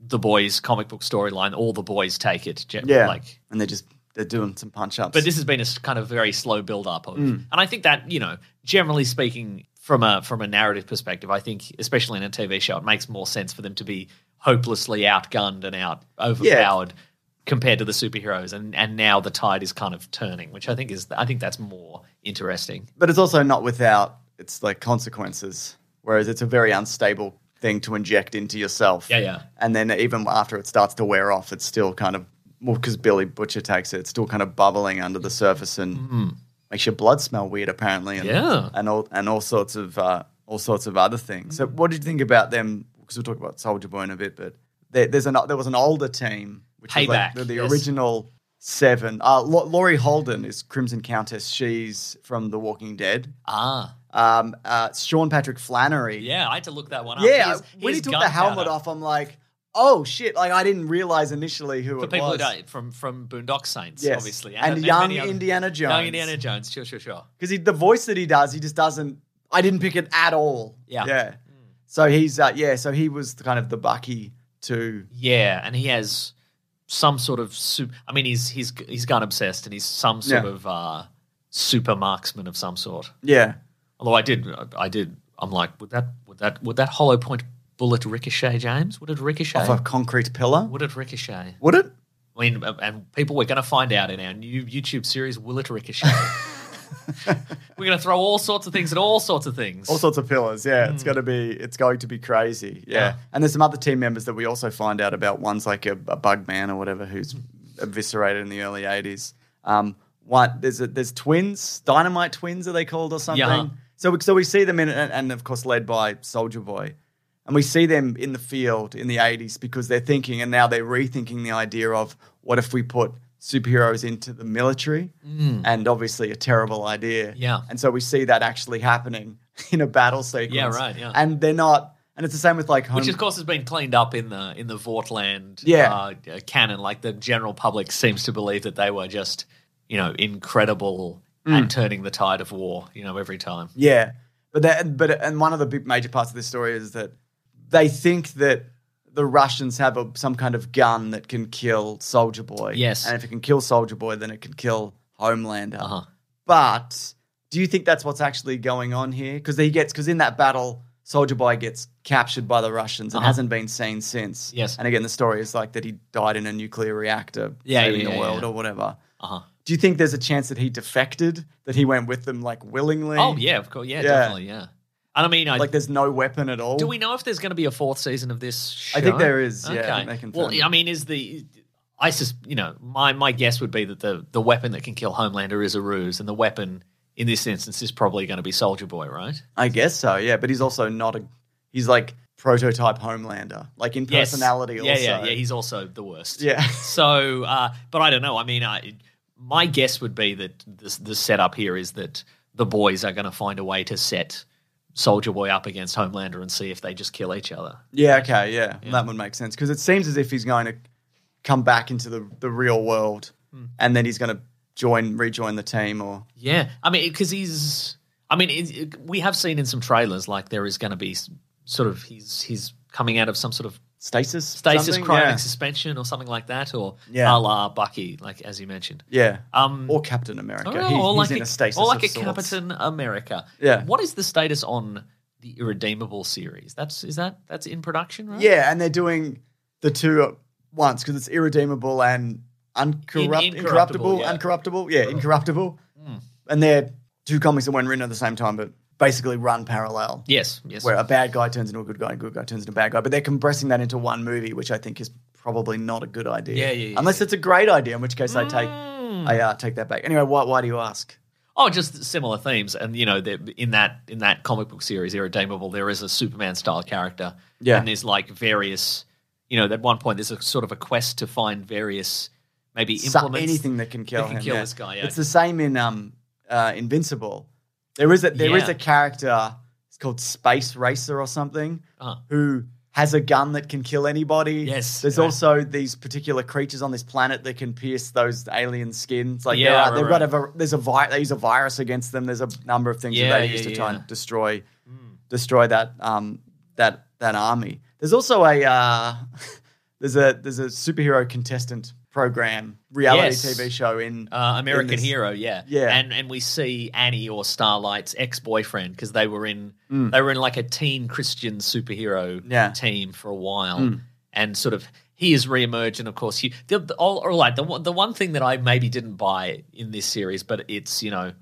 Speaker 2: the boys comic book storyline, all the boys take it. gen-
Speaker 3: yeah,
Speaker 2: like,
Speaker 3: and they're just they're doing some punch ups.
Speaker 2: but this has been a s- kind of very slow build up of,
Speaker 3: Mm.
Speaker 2: and I think that you know, generally speaking, from a from a narrative perspective, I think especially in a TV show, it makes more sense for them to be hopelessly outgunned and out overpowered compared to the superheroes, and and now the tide is kind of turning, which I think is I think that's more interesting.
Speaker 3: but it's also not without its like consequences. Whereas it's a very unstable thing to inject into yourself.
Speaker 2: Yeah, yeah.
Speaker 3: And then even after it starts to wear off, it's still kind of well because Billy Butcher takes it. It's still kind of bubbling under the surface and makes your blood smell weird apparently. And,
Speaker 2: Mm. Yeah.
Speaker 3: and all and all sorts of uh, all sorts of other things.
Speaker 2: Mm.
Speaker 3: So what did you think about them? Because we'll talk about Soldier Boy in a bit, but there, there's an there was an older team which was like
Speaker 2: Payback,
Speaker 3: the, the
Speaker 2: yes.
Speaker 3: original seven. Uh, Lau- Laurie Holden is Crimson Countess. She's from The Walking Dead.
Speaker 2: Ah,
Speaker 3: Um, uh, Sean Patrick Flannery.
Speaker 2: yeah, I had to look that one up.
Speaker 3: Yeah,
Speaker 2: Here's-
Speaker 3: when he
Speaker 2: here's
Speaker 3: took the helmet
Speaker 2: gunpowder.
Speaker 3: off, I'm like, oh shit! Like I didn't realize initially who
Speaker 2: For
Speaker 3: it
Speaker 2: people
Speaker 3: was.
Speaker 2: who don't, from from Boondock Saints,
Speaker 3: Yes.
Speaker 2: obviously,
Speaker 3: And
Speaker 2: many
Speaker 3: young
Speaker 2: other-
Speaker 3: Indiana Jones.
Speaker 2: young Indiana Jones, sure, sure, sure.
Speaker 3: because the voice that he does, he just doesn't. I didn't pick it at all.
Speaker 2: Yeah.
Speaker 3: yeah. So he's uh, yeah. So he was the, kind of the Bucky to
Speaker 2: Yeah, and he has some sort of super. I mean, he's he's he's gun obsessed, and he's some sort
Speaker 3: Yeah.
Speaker 2: of uh, super marksman of some sort.
Speaker 3: yeah.
Speaker 2: Although I did, I did. I'm like, would that would that would that hollow point bullet ricochet, James? Would it ricochet?
Speaker 3: Off a concrete pillar.
Speaker 2: Would it ricochet?
Speaker 3: Would it?
Speaker 2: I mean, uh, and people, we're going to find out in our new YouTube series, will
Speaker 3: *laughs*
Speaker 2: it ricochet? we're going to throw all sorts of things at all sorts of things.
Speaker 3: All sorts of pillars. Yeah, it's gonna be. It's going to be crazy. Yeah.
Speaker 2: Yeah.
Speaker 3: and there's some other team members that we also find out about. One's like a, a bug man or whatever who's eviscerated in the early '80s. Um, one there's a, there's twins, dynamite twins are they called or something?
Speaker 2: Yeah.
Speaker 3: So we, so we see them in, and, and of course led by Soldier Boy, and we see them in the field in the '80s because they're thinking, and now they're rethinking the idea of what if we put superheroes into the military, and obviously a terrible idea.
Speaker 2: Mm. Yeah.
Speaker 3: And so we see that actually happening *laughs* in a battle sequence.
Speaker 2: right, yeah.
Speaker 3: And they're not, and it's the same with like Home.
Speaker 2: Which of course has been cleaned up in the in the Vortland
Speaker 3: Um, Yeah.
Speaker 2: uh, uh, canon. Like the general public seems to believe that they were just, you know, incredible
Speaker 3: Mm.
Speaker 2: at turning the tide of war. You know, every time.
Speaker 3: Yeah, but that, but and one of the big major parts of this story is that they think that the Russians have a, some kind of gun that can kill Soldier Boy.
Speaker 2: Yes. Uh-huh.
Speaker 3: and if it can kill Soldier Boy, then it can kill Homelander. But do you think that's what's actually going on here? Because he gets because in that battle. Soldier Boy gets captured by the Russians and hasn't been seen since.
Speaker 2: Uh-huh. Yes.
Speaker 3: And again, the story is like that he died in a nuclear reactor,
Speaker 2: Yeah,
Speaker 3: saving
Speaker 2: yeah,
Speaker 3: the
Speaker 2: yeah,
Speaker 3: world
Speaker 2: yeah.
Speaker 3: or whatever.
Speaker 2: Uh-huh.
Speaker 3: Do you think there's a chance that he defected, that he went with them like willingly?
Speaker 2: Oh yeah, of course.
Speaker 3: Yeah.
Speaker 2: Yeah, definitely. Yeah. And I mean, I,
Speaker 3: like there's no weapon at all.
Speaker 2: do we know if there's going to be a fourth season of this? Show?
Speaker 3: I think there is, yeah, I think they
Speaker 2: well,
Speaker 3: confirmed it.
Speaker 2: I mean, is the I sus, you know, my my guess would be that the the weapon that can kill Homelander is a ruse, and the weapon in this instance is probably going to be Soldier Boy, right?
Speaker 3: I guess so. Yeah, but he's also not a. He's like prototype Homelander, like in
Speaker 2: Yes.
Speaker 3: personality.
Speaker 2: Yeah,
Speaker 3: also.
Speaker 2: yeah, yeah. He's also the worst.
Speaker 3: Yeah. *laughs*
Speaker 2: So, uh, but I don't know. I mean, I, my guess would be that this, the setup here is that the boys are going to find a way to set Soldier Boy up against Homelander and see if they just kill each other.
Speaker 3: Yeah, Okay. Yeah, that would make sense because it seems as if he's going to come back into the the real world,
Speaker 2: Hmm.
Speaker 3: and then he's going to join rejoin the team or
Speaker 2: Yeah, I mean, because he's. I mean, it, it- we have seen in some trailers like there is going to be s- sort of he's he's coming out of some sort of
Speaker 3: stasis.
Speaker 2: stasis
Speaker 3: something?
Speaker 2: cryonic
Speaker 3: Yeah.
Speaker 2: suspension or something like that, or
Speaker 3: Yeah.
Speaker 2: a la Bucky, like as you mentioned.
Speaker 3: Yeah.
Speaker 2: Um,
Speaker 3: or Captain America.
Speaker 2: Oh,
Speaker 3: He-
Speaker 2: or
Speaker 3: he's
Speaker 2: like
Speaker 3: in
Speaker 2: a,
Speaker 3: a stasis.
Speaker 2: or like
Speaker 3: of
Speaker 2: a
Speaker 3: sorts.
Speaker 2: Captain America.
Speaker 3: Yeah.
Speaker 2: What is the status on the Irredeemable series? That's is that that's in production, right?
Speaker 3: Yeah, and they're doing the two at once because it's irredeemable and uncorrupt,
Speaker 2: In-
Speaker 3: incorruptible,
Speaker 2: incorruptible, yeah. Hmm.
Speaker 3: uncorruptible. Yeah, incorruptible. And they're two comics that weren't written at the same time, but basically run parallel.
Speaker 2: Yes. Yes.
Speaker 3: Where a bad guy turns into a good guy, a good guy turns into a bad guy, but they're compressing that into one movie, which I think is probably not a good idea.
Speaker 2: Yeah, yeah, Hmm. yeah,
Speaker 3: Unless it's a great idea, in which case I take I uh, take that back. Anyway, why, why do you ask?
Speaker 2: oh, just similar themes, and you know, the- in that in that comic book series, Irredeemable, there is a Superman style character.
Speaker 3: Yeah.
Speaker 2: And there's like various, you know, at one point there's a sort of a quest to find various maybe
Speaker 3: So-
Speaker 2: implements.
Speaker 3: anything that can kill
Speaker 2: can
Speaker 3: him,
Speaker 2: kill this guy, yeah.
Speaker 3: It's the same in um, uh, Invincible. There is a there is
Speaker 2: Yeah.
Speaker 3: a character. It's called Space Racer or something.
Speaker 2: Uh-huh.
Speaker 3: Who has a gun that can kill anybody?
Speaker 2: Yes,
Speaker 3: There's
Speaker 2: yeah.
Speaker 3: also these particular creatures on this planet that can pierce those alien skins. Like
Speaker 2: Yeah,
Speaker 3: yeah,
Speaker 2: right,
Speaker 3: they've
Speaker 2: right.
Speaker 3: got a vir- there's a vi- they use a virus against them. There's a number of things
Speaker 2: Yeah,
Speaker 3: that they
Speaker 2: yeah,
Speaker 3: use to try
Speaker 2: yeah. Hmm.
Speaker 3: and destroy destroy that um that that army. There's also a uh, *laughs* there's a there's a superhero contestant program reality
Speaker 2: Yes.
Speaker 3: TV show in
Speaker 2: Uh, American
Speaker 3: in this-
Speaker 2: Hero, yeah,
Speaker 3: Yeah.
Speaker 2: and and we see Annie or Starlight's ex boyfriend because they were in they were in like a teen Christian superhero
Speaker 3: Mm. Yeah. Mm.
Speaker 2: team for a while, and sort of he is reemerged, and of course you the, the, all, all right. The one- the one thing that I maybe didn't buy in this series, but it's you know,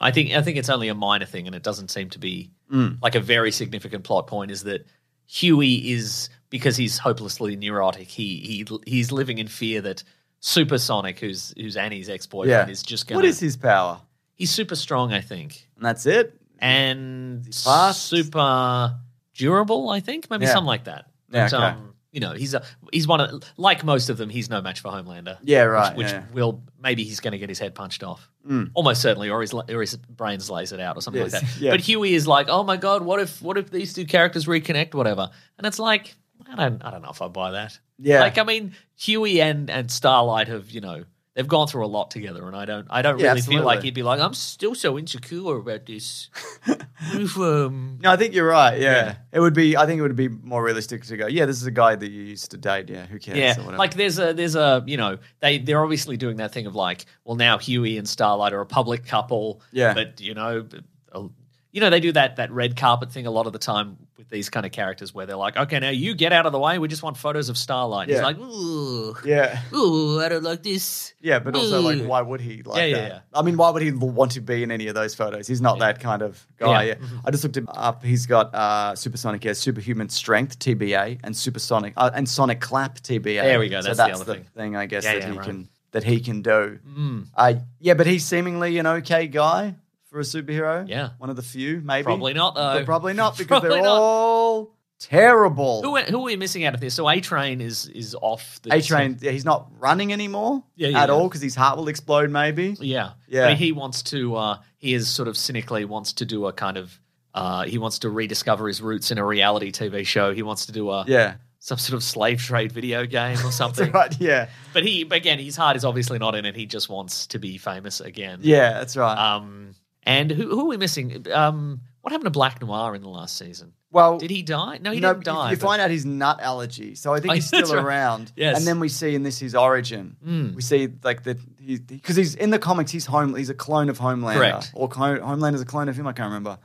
Speaker 2: I think I think it's only a minor thing, and it doesn't seem to be
Speaker 3: Mm.
Speaker 2: like a very significant plot point is that Huey is because he's hopelessly neurotic. He he he's living in fear that. Supersonic, who's who's Annie's ex boyfriend,
Speaker 3: Yeah,
Speaker 2: oh, is just gonna.
Speaker 3: what is his power?
Speaker 2: He's super strong, I think,
Speaker 3: And that's it.
Speaker 2: and
Speaker 3: fast?
Speaker 2: super durable. I think maybe
Speaker 3: Yeah.
Speaker 2: something like that.
Speaker 3: Yeah,
Speaker 2: But,
Speaker 3: okay.
Speaker 2: um, you know, he's a he's one of like most of them. He's no match for Homelander.
Speaker 3: Yeah, right,
Speaker 2: Which, which
Speaker 3: yeah. Mm.
Speaker 2: will maybe he's going to get his head punched off, almost certainly, or his or his brains lays it out or something like
Speaker 3: Yes,
Speaker 2: that.
Speaker 3: yeah.
Speaker 2: But Huey is like, oh my god, what if what if these two characters reconnect, whatever? And it's like, I don't I don't know if I buy that.
Speaker 3: Yeah.
Speaker 2: like I mean, Huey and and Starlight have you know. They've gone through a lot together, and I don't. I don't
Speaker 3: Yeah,
Speaker 2: really feel like
Speaker 3: absolutely.
Speaker 2: he'd be like, "I'm still so insecure
Speaker 3: *laughs*
Speaker 2: about this." We've, um,
Speaker 3: No, I think you're right. Yeah.
Speaker 2: Yeah.
Speaker 3: it would be. I think it would be more realistic to go. Yeah, this is a guy that you used to date. Yeah, who cares?
Speaker 2: yeah,
Speaker 3: or whatever.
Speaker 2: like there's a there's a you know they they're obviously doing that thing of like, well now Huey and Starlight are a public couple.
Speaker 3: Yeah.
Speaker 2: but you know, but, uh, you know they do that that red carpet thing a lot of the time with these kind of characters where they're like, okay, now you get out of the way. We just want photos of Starlight. He's
Speaker 3: Yeah.
Speaker 2: like, ooh,
Speaker 3: yeah,
Speaker 2: ooh, I don't like this.
Speaker 3: yeah, but also like,
Speaker 2: Ooh.
Speaker 3: why would he like
Speaker 2: Yeah, yeah,
Speaker 3: that?
Speaker 2: yeah.
Speaker 3: I mean, why would he l- want to be in any of those photos? He's not that kind of guy.
Speaker 2: Yeah.
Speaker 3: Yeah. I just looked him up. He's got uh, supersonic, yeah, superhuman strength (TBA) and supersonic uh, and sonic clap (TBA).
Speaker 2: There we go,
Speaker 3: So
Speaker 2: that's the
Speaker 3: that's
Speaker 2: other
Speaker 3: the
Speaker 2: thing.
Speaker 3: I guess
Speaker 2: Yeah,
Speaker 3: that
Speaker 2: yeah,
Speaker 3: he
Speaker 2: right. Mm.
Speaker 3: can that he can do. Uh, yeah, but he's seemingly an okay guy for a superhero.
Speaker 2: Yeah.
Speaker 3: one of the few, maybe.
Speaker 2: Probably not, though.
Speaker 3: But probably not because
Speaker 2: *laughs* Probably
Speaker 3: they're
Speaker 2: not.
Speaker 3: all terrible.
Speaker 2: Who, who are we missing out of this? So A Train is is off the
Speaker 3: A Train, yeah, he's not running anymore
Speaker 2: Yeah, yeah,
Speaker 3: at
Speaker 2: yeah.
Speaker 3: all because his heart will explode, maybe.
Speaker 2: Yeah.
Speaker 3: Yeah.
Speaker 2: I mean, he wants to, uh, he is sort of cynically wants to do a kind of, uh, he wants to rediscover his roots in a reality TV show. He wants to do a,
Speaker 3: Yeah.
Speaker 2: some sort of slave trade video game
Speaker 3: *laughs*
Speaker 2: or something.
Speaker 3: Right, yeah.
Speaker 2: But he, but again, his heart is obviously not in it. He just wants to be famous again.
Speaker 3: Yeah, that's right.
Speaker 2: Um, and who, who are we missing? Um, what happened to Black Noir in the last season?
Speaker 3: well,
Speaker 2: Did he die? No, he
Speaker 3: no,
Speaker 2: didn't
Speaker 3: you-
Speaker 2: die.
Speaker 3: You,
Speaker 2: but-
Speaker 3: find out his nut allergy, so I think
Speaker 2: *laughs* Oh,
Speaker 3: he's
Speaker 2: that's
Speaker 3: still
Speaker 2: right.
Speaker 3: around.
Speaker 2: Yes.
Speaker 3: And then we see in this his origin.
Speaker 2: Mm.
Speaker 3: We see like that he because he's in the comics. He's home. He's a clone of Homelander,
Speaker 2: Correct. Hmm.
Speaker 3: or clone, Homelander's a clone of him. I can't remember.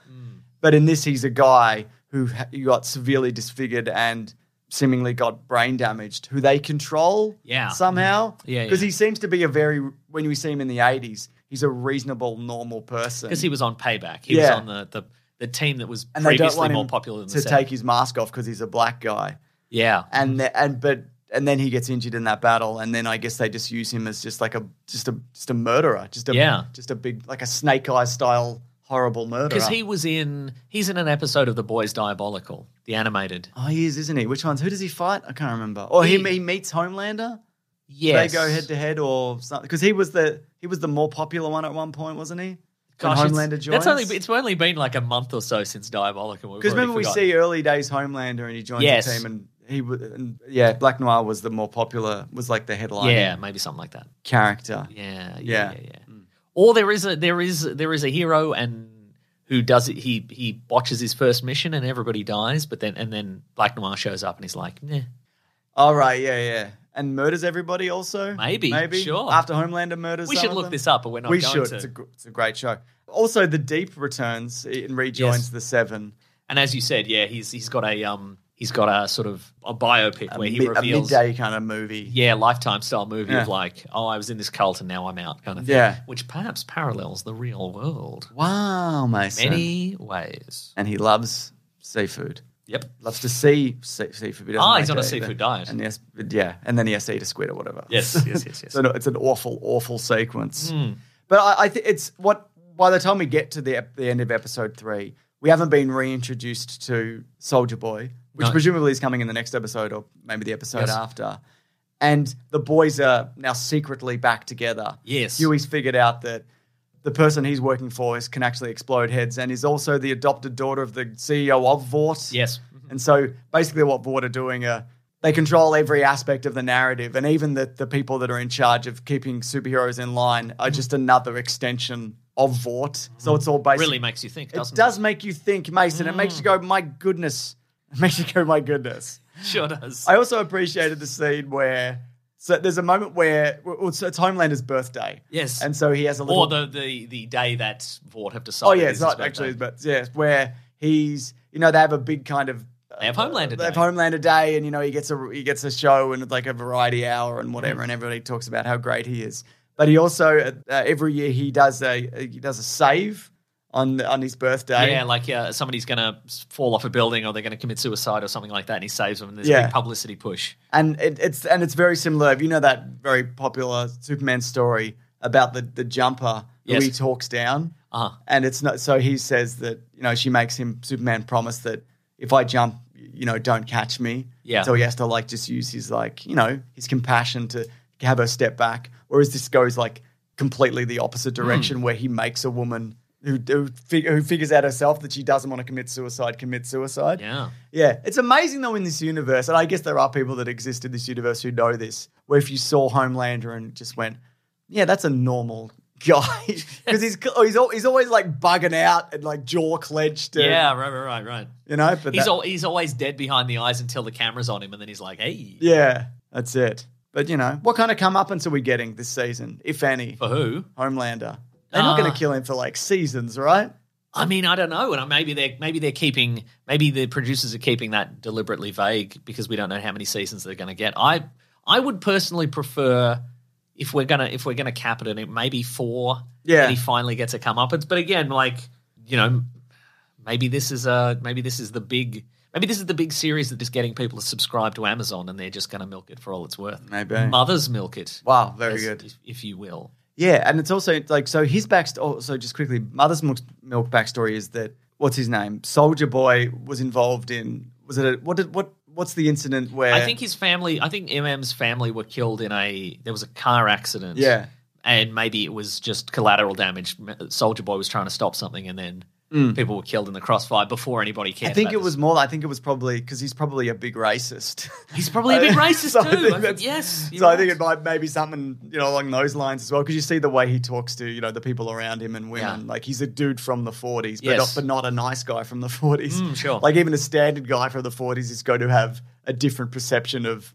Speaker 3: But in this, he's a guy who ha- who got severely disfigured and seemingly got brain damaged, who they control.
Speaker 2: Yeah.
Speaker 3: Somehow.
Speaker 2: Yeah,
Speaker 3: Because
Speaker 2: yeah.
Speaker 3: he seems to be a very when we see him in the eighties, he's a reasonable, normal person.
Speaker 2: because he was on payback. He
Speaker 3: Yeah.
Speaker 2: was on the, the the team that was
Speaker 3: and they don't
Speaker 2: previously
Speaker 3: want
Speaker 2: more
Speaker 3: him
Speaker 2: popular than
Speaker 3: to
Speaker 2: the Mm.
Speaker 3: take
Speaker 2: seven.
Speaker 3: his mask off because he's a black guy.
Speaker 2: Yeah,
Speaker 3: and the, and but and then he gets injured in that battle, and then I guess they just use him as just like a just a just a murderer, just a
Speaker 2: Yeah.
Speaker 3: just a big like a snake eye style horrible murderer.
Speaker 2: because he was in he's in an episode of The Boys Diabolical, the animated.
Speaker 3: oh he is, isn't he? Which ones? Who does he fight? I can't remember. Or he,
Speaker 2: He-
Speaker 3: he meets Homelander.
Speaker 2: Yes,
Speaker 3: They go head to head or something because he was the he was the more popular one at one point, wasn't he? When
Speaker 2: Gosh, it's-
Speaker 3: Homelander
Speaker 2: That's
Speaker 3: joins.
Speaker 2: only it's only been like a month or so since Diabolical. We've
Speaker 3: because
Speaker 2: already
Speaker 3: remember we
Speaker 2: forgotten.
Speaker 3: see early days Homelander and he joins
Speaker 2: Yes.
Speaker 3: the team and he wa- and yeah Black Noir was the more popular was like the headline
Speaker 2: yeah, maybe something like that.
Speaker 3: character Yeah.
Speaker 2: Yeah, yeah, yeah. yeah. Hmm. Or there is a there is there is a hero and who does it? He he botches his first mission and everybody dies, but then and then Black Noir shows up and he's like, "Nah,
Speaker 3: All right, yeah, yeah. And murders everybody also?
Speaker 2: Maybe,
Speaker 3: Maybe.
Speaker 2: sure.
Speaker 3: After Homelander murders
Speaker 2: we
Speaker 3: some
Speaker 2: should
Speaker 3: of
Speaker 2: look
Speaker 3: them?
Speaker 2: this up, but we're not
Speaker 3: we
Speaker 2: going
Speaker 3: should.
Speaker 2: to."
Speaker 3: It's, a, gr- it's a great show. Also, The Deep returns and rejoins
Speaker 2: Yes.
Speaker 3: The Seven.
Speaker 2: And as you said, yeah, he's he's got a um he's got a sort of a biopic
Speaker 3: A,
Speaker 2: where he
Speaker 3: mi- a
Speaker 2: reveals
Speaker 3: midday kind of movie.
Speaker 2: yeah, lifetime style movie
Speaker 3: Yeah.
Speaker 2: of like, oh, I was in this cult and now I'm out kind of thing.
Speaker 3: Yeah.
Speaker 2: Which perhaps parallels the real world
Speaker 3: Wow, Mason.
Speaker 2: in many ways.
Speaker 3: And he loves seafood.
Speaker 2: Yep.
Speaker 3: Loves to see sea- seafood. He doesn't
Speaker 2: Ah, he's
Speaker 3: like
Speaker 2: on
Speaker 3: to
Speaker 2: a
Speaker 3: eat
Speaker 2: seafood
Speaker 3: it.
Speaker 2: diet.
Speaker 3: And yes, but yeah, and then he has to eat a squid or whatever. *laughs*
Speaker 2: Yes, yes, yes, yes. Hmm.
Speaker 3: so no, it's an awful, awful sequence. But I, I think it's what by the time we get to the ep- the end of episode three, we haven't been reintroduced to Soldier Boy, which
Speaker 2: No.
Speaker 3: presumably is coming in the next episode or maybe the episode
Speaker 2: Yes.
Speaker 3: after. And the boys are now secretly back together.
Speaker 2: Yes.
Speaker 3: Huey's figured out that the person he's working for is, can actually explode heads and is also the adopted daughter of the CEO of Vort.
Speaker 2: Yes.
Speaker 3: And so basically what Vought are doing are they control every aspect of the narrative and even the, the people that are in charge of keeping superheroes in line are just another extension of Vought. So it's all based
Speaker 2: Really makes you think,
Speaker 3: it
Speaker 2: doesn't Mm. it?
Speaker 3: does make you think, Mason. It makes you go, my goodness. It makes you go, my goodness.
Speaker 2: *laughs* Sure does.
Speaker 3: I also appreciated the scene where so there's a moment where well, so it's Homelander's birthday.
Speaker 2: Yes.
Speaker 3: And so he has a little
Speaker 2: or the, the the day that Vought have
Speaker 3: Oh
Speaker 2: decided.
Speaker 3: yeah, it's
Speaker 2: is his
Speaker 3: not
Speaker 2: birthday.
Speaker 3: actually, but yeah, it's where he's you know they have a big kind of
Speaker 2: They have Homelander
Speaker 3: They have
Speaker 2: Day.
Speaker 3: Homelander Day, and you know he gets a he gets a show and like a variety hour and
Speaker 2: Mm.
Speaker 3: whatever, and everybody talks about how great he is. But he also uh, every year he does a he does a save on the, on his birthday.
Speaker 2: Yeah, like uh, somebody's going to fall off a building or they're going to commit suicide or something like that, and he saves them. And there's
Speaker 3: Yeah.
Speaker 2: a big publicity push.
Speaker 3: and it, it's and it's very similar. You know that very popular Superman story about the the jumper
Speaker 2: Yes.
Speaker 3: who he talks down,
Speaker 2: Uh-huh.
Speaker 3: and it's not. So he says that you know she makes him Superman promise that if I jump, you know, don't catch me.
Speaker 2: Yeah.
Speaker 3: So he has to like just use his like you know his compassion to have her step back, whereas this goes like completely the opposite
Speaker 2: Hmm.
Speaker 3: direction where he makes a woman. Who, who, fig- who figures out herself that she doesn't want to commit suicide, commit suicide.
Speaker 2: Yeah.
Speaker 3: Yeah, it's amazing though in this universe, and I guess there are people that exist in this universe who know this. Where if you saw Homelander and just went, "Yeah, that's a normal guy," *laughs* because he's cl- he's al- he's always like bugging out and like jaw clenched. And,
Speaker 2: Yeah, right, right, right, right.
Speaker 3: you know, but
Speaker 2: He's,
Speaker 3: that-
Speaker 2: al- he's always dead behind the eyes until the camera's on him, and then he's like, hey,
Speaker 3: yeah, that's it. But you know, what kind of comeuppance are we getting this season, if any?
Speaker 2: for who?
Speaker 3: Homelander. They're not going to kill him for like seasons, right?
Speaker 2: I mean, I don't know. And I- maybe they're maybe they're keeping maybe the producers are keeping that deliberately vague because we don't know how many seasons they're going to get. I I would personally prefer if we're gonna if we're gonna cap it at it maybe four.
Speaker 3: Yeah.
Speaker 2: and he finally gets a comeuppance. But again, like you know, maybe this is a maybe this is the big maybe this is the big series that is getting people to subscribe to Amazon and they're just going to milk it for all it's worth.
Speaker 3: Maybe.
Speaker 2: mothers milk it.
Speaker 3: Wow, very
Speaker 2: as-
Speaker 3: good.
Speaker 2: if, if you will.
Speaker 3: Yeah, and it's also like so his backstory. So just quickly, Mother's Milk, Milk backstory is that what's his name, Soldier Boy, was involved in was it? A, what did what? What's the incident where?
Speaker 2: I think his family, I think MM's family were killed in a, there was a car accident.
Speaker 3: Yeah.
Speaker 2: And maybe it was just collateral damage. Soldier Boy was trying to stop something and then people were killed in the crossfire before anybody cared.
Speaker 3: Mm. I think
Speaker 2: about
Speaker 3: it
Speaker 2: this.
Speaker 3: was more. I think it was probably because he's probably a big racist.
Speaker 2: *laughs* He's probably a big
Speaker 3: *laughs*
Speaker 2: racist
Speaker 3: So I
Speaker 2: too.
Speaker 3: think
Speaker 2: I think-
Speaker 3: that's-
Speaker 2: yes.
Speaker 3: so
Speaker 2: you're
Speaker 3: I think
Speaker 2: right.
Speaker 3: it might maybe something you know along those lines as well because you see the way he talks to you know the people around him and women
Speaker 2: Yeah.
Speaker 3: like he's a dude from the 40s but,
Speaker 2: Yes.
Speaker 3: not, but not a nice guy from the 40s
Speaker 2: Mm, sure.
Speaker 3: like even a standard guy from the 40s is going to have a different perception of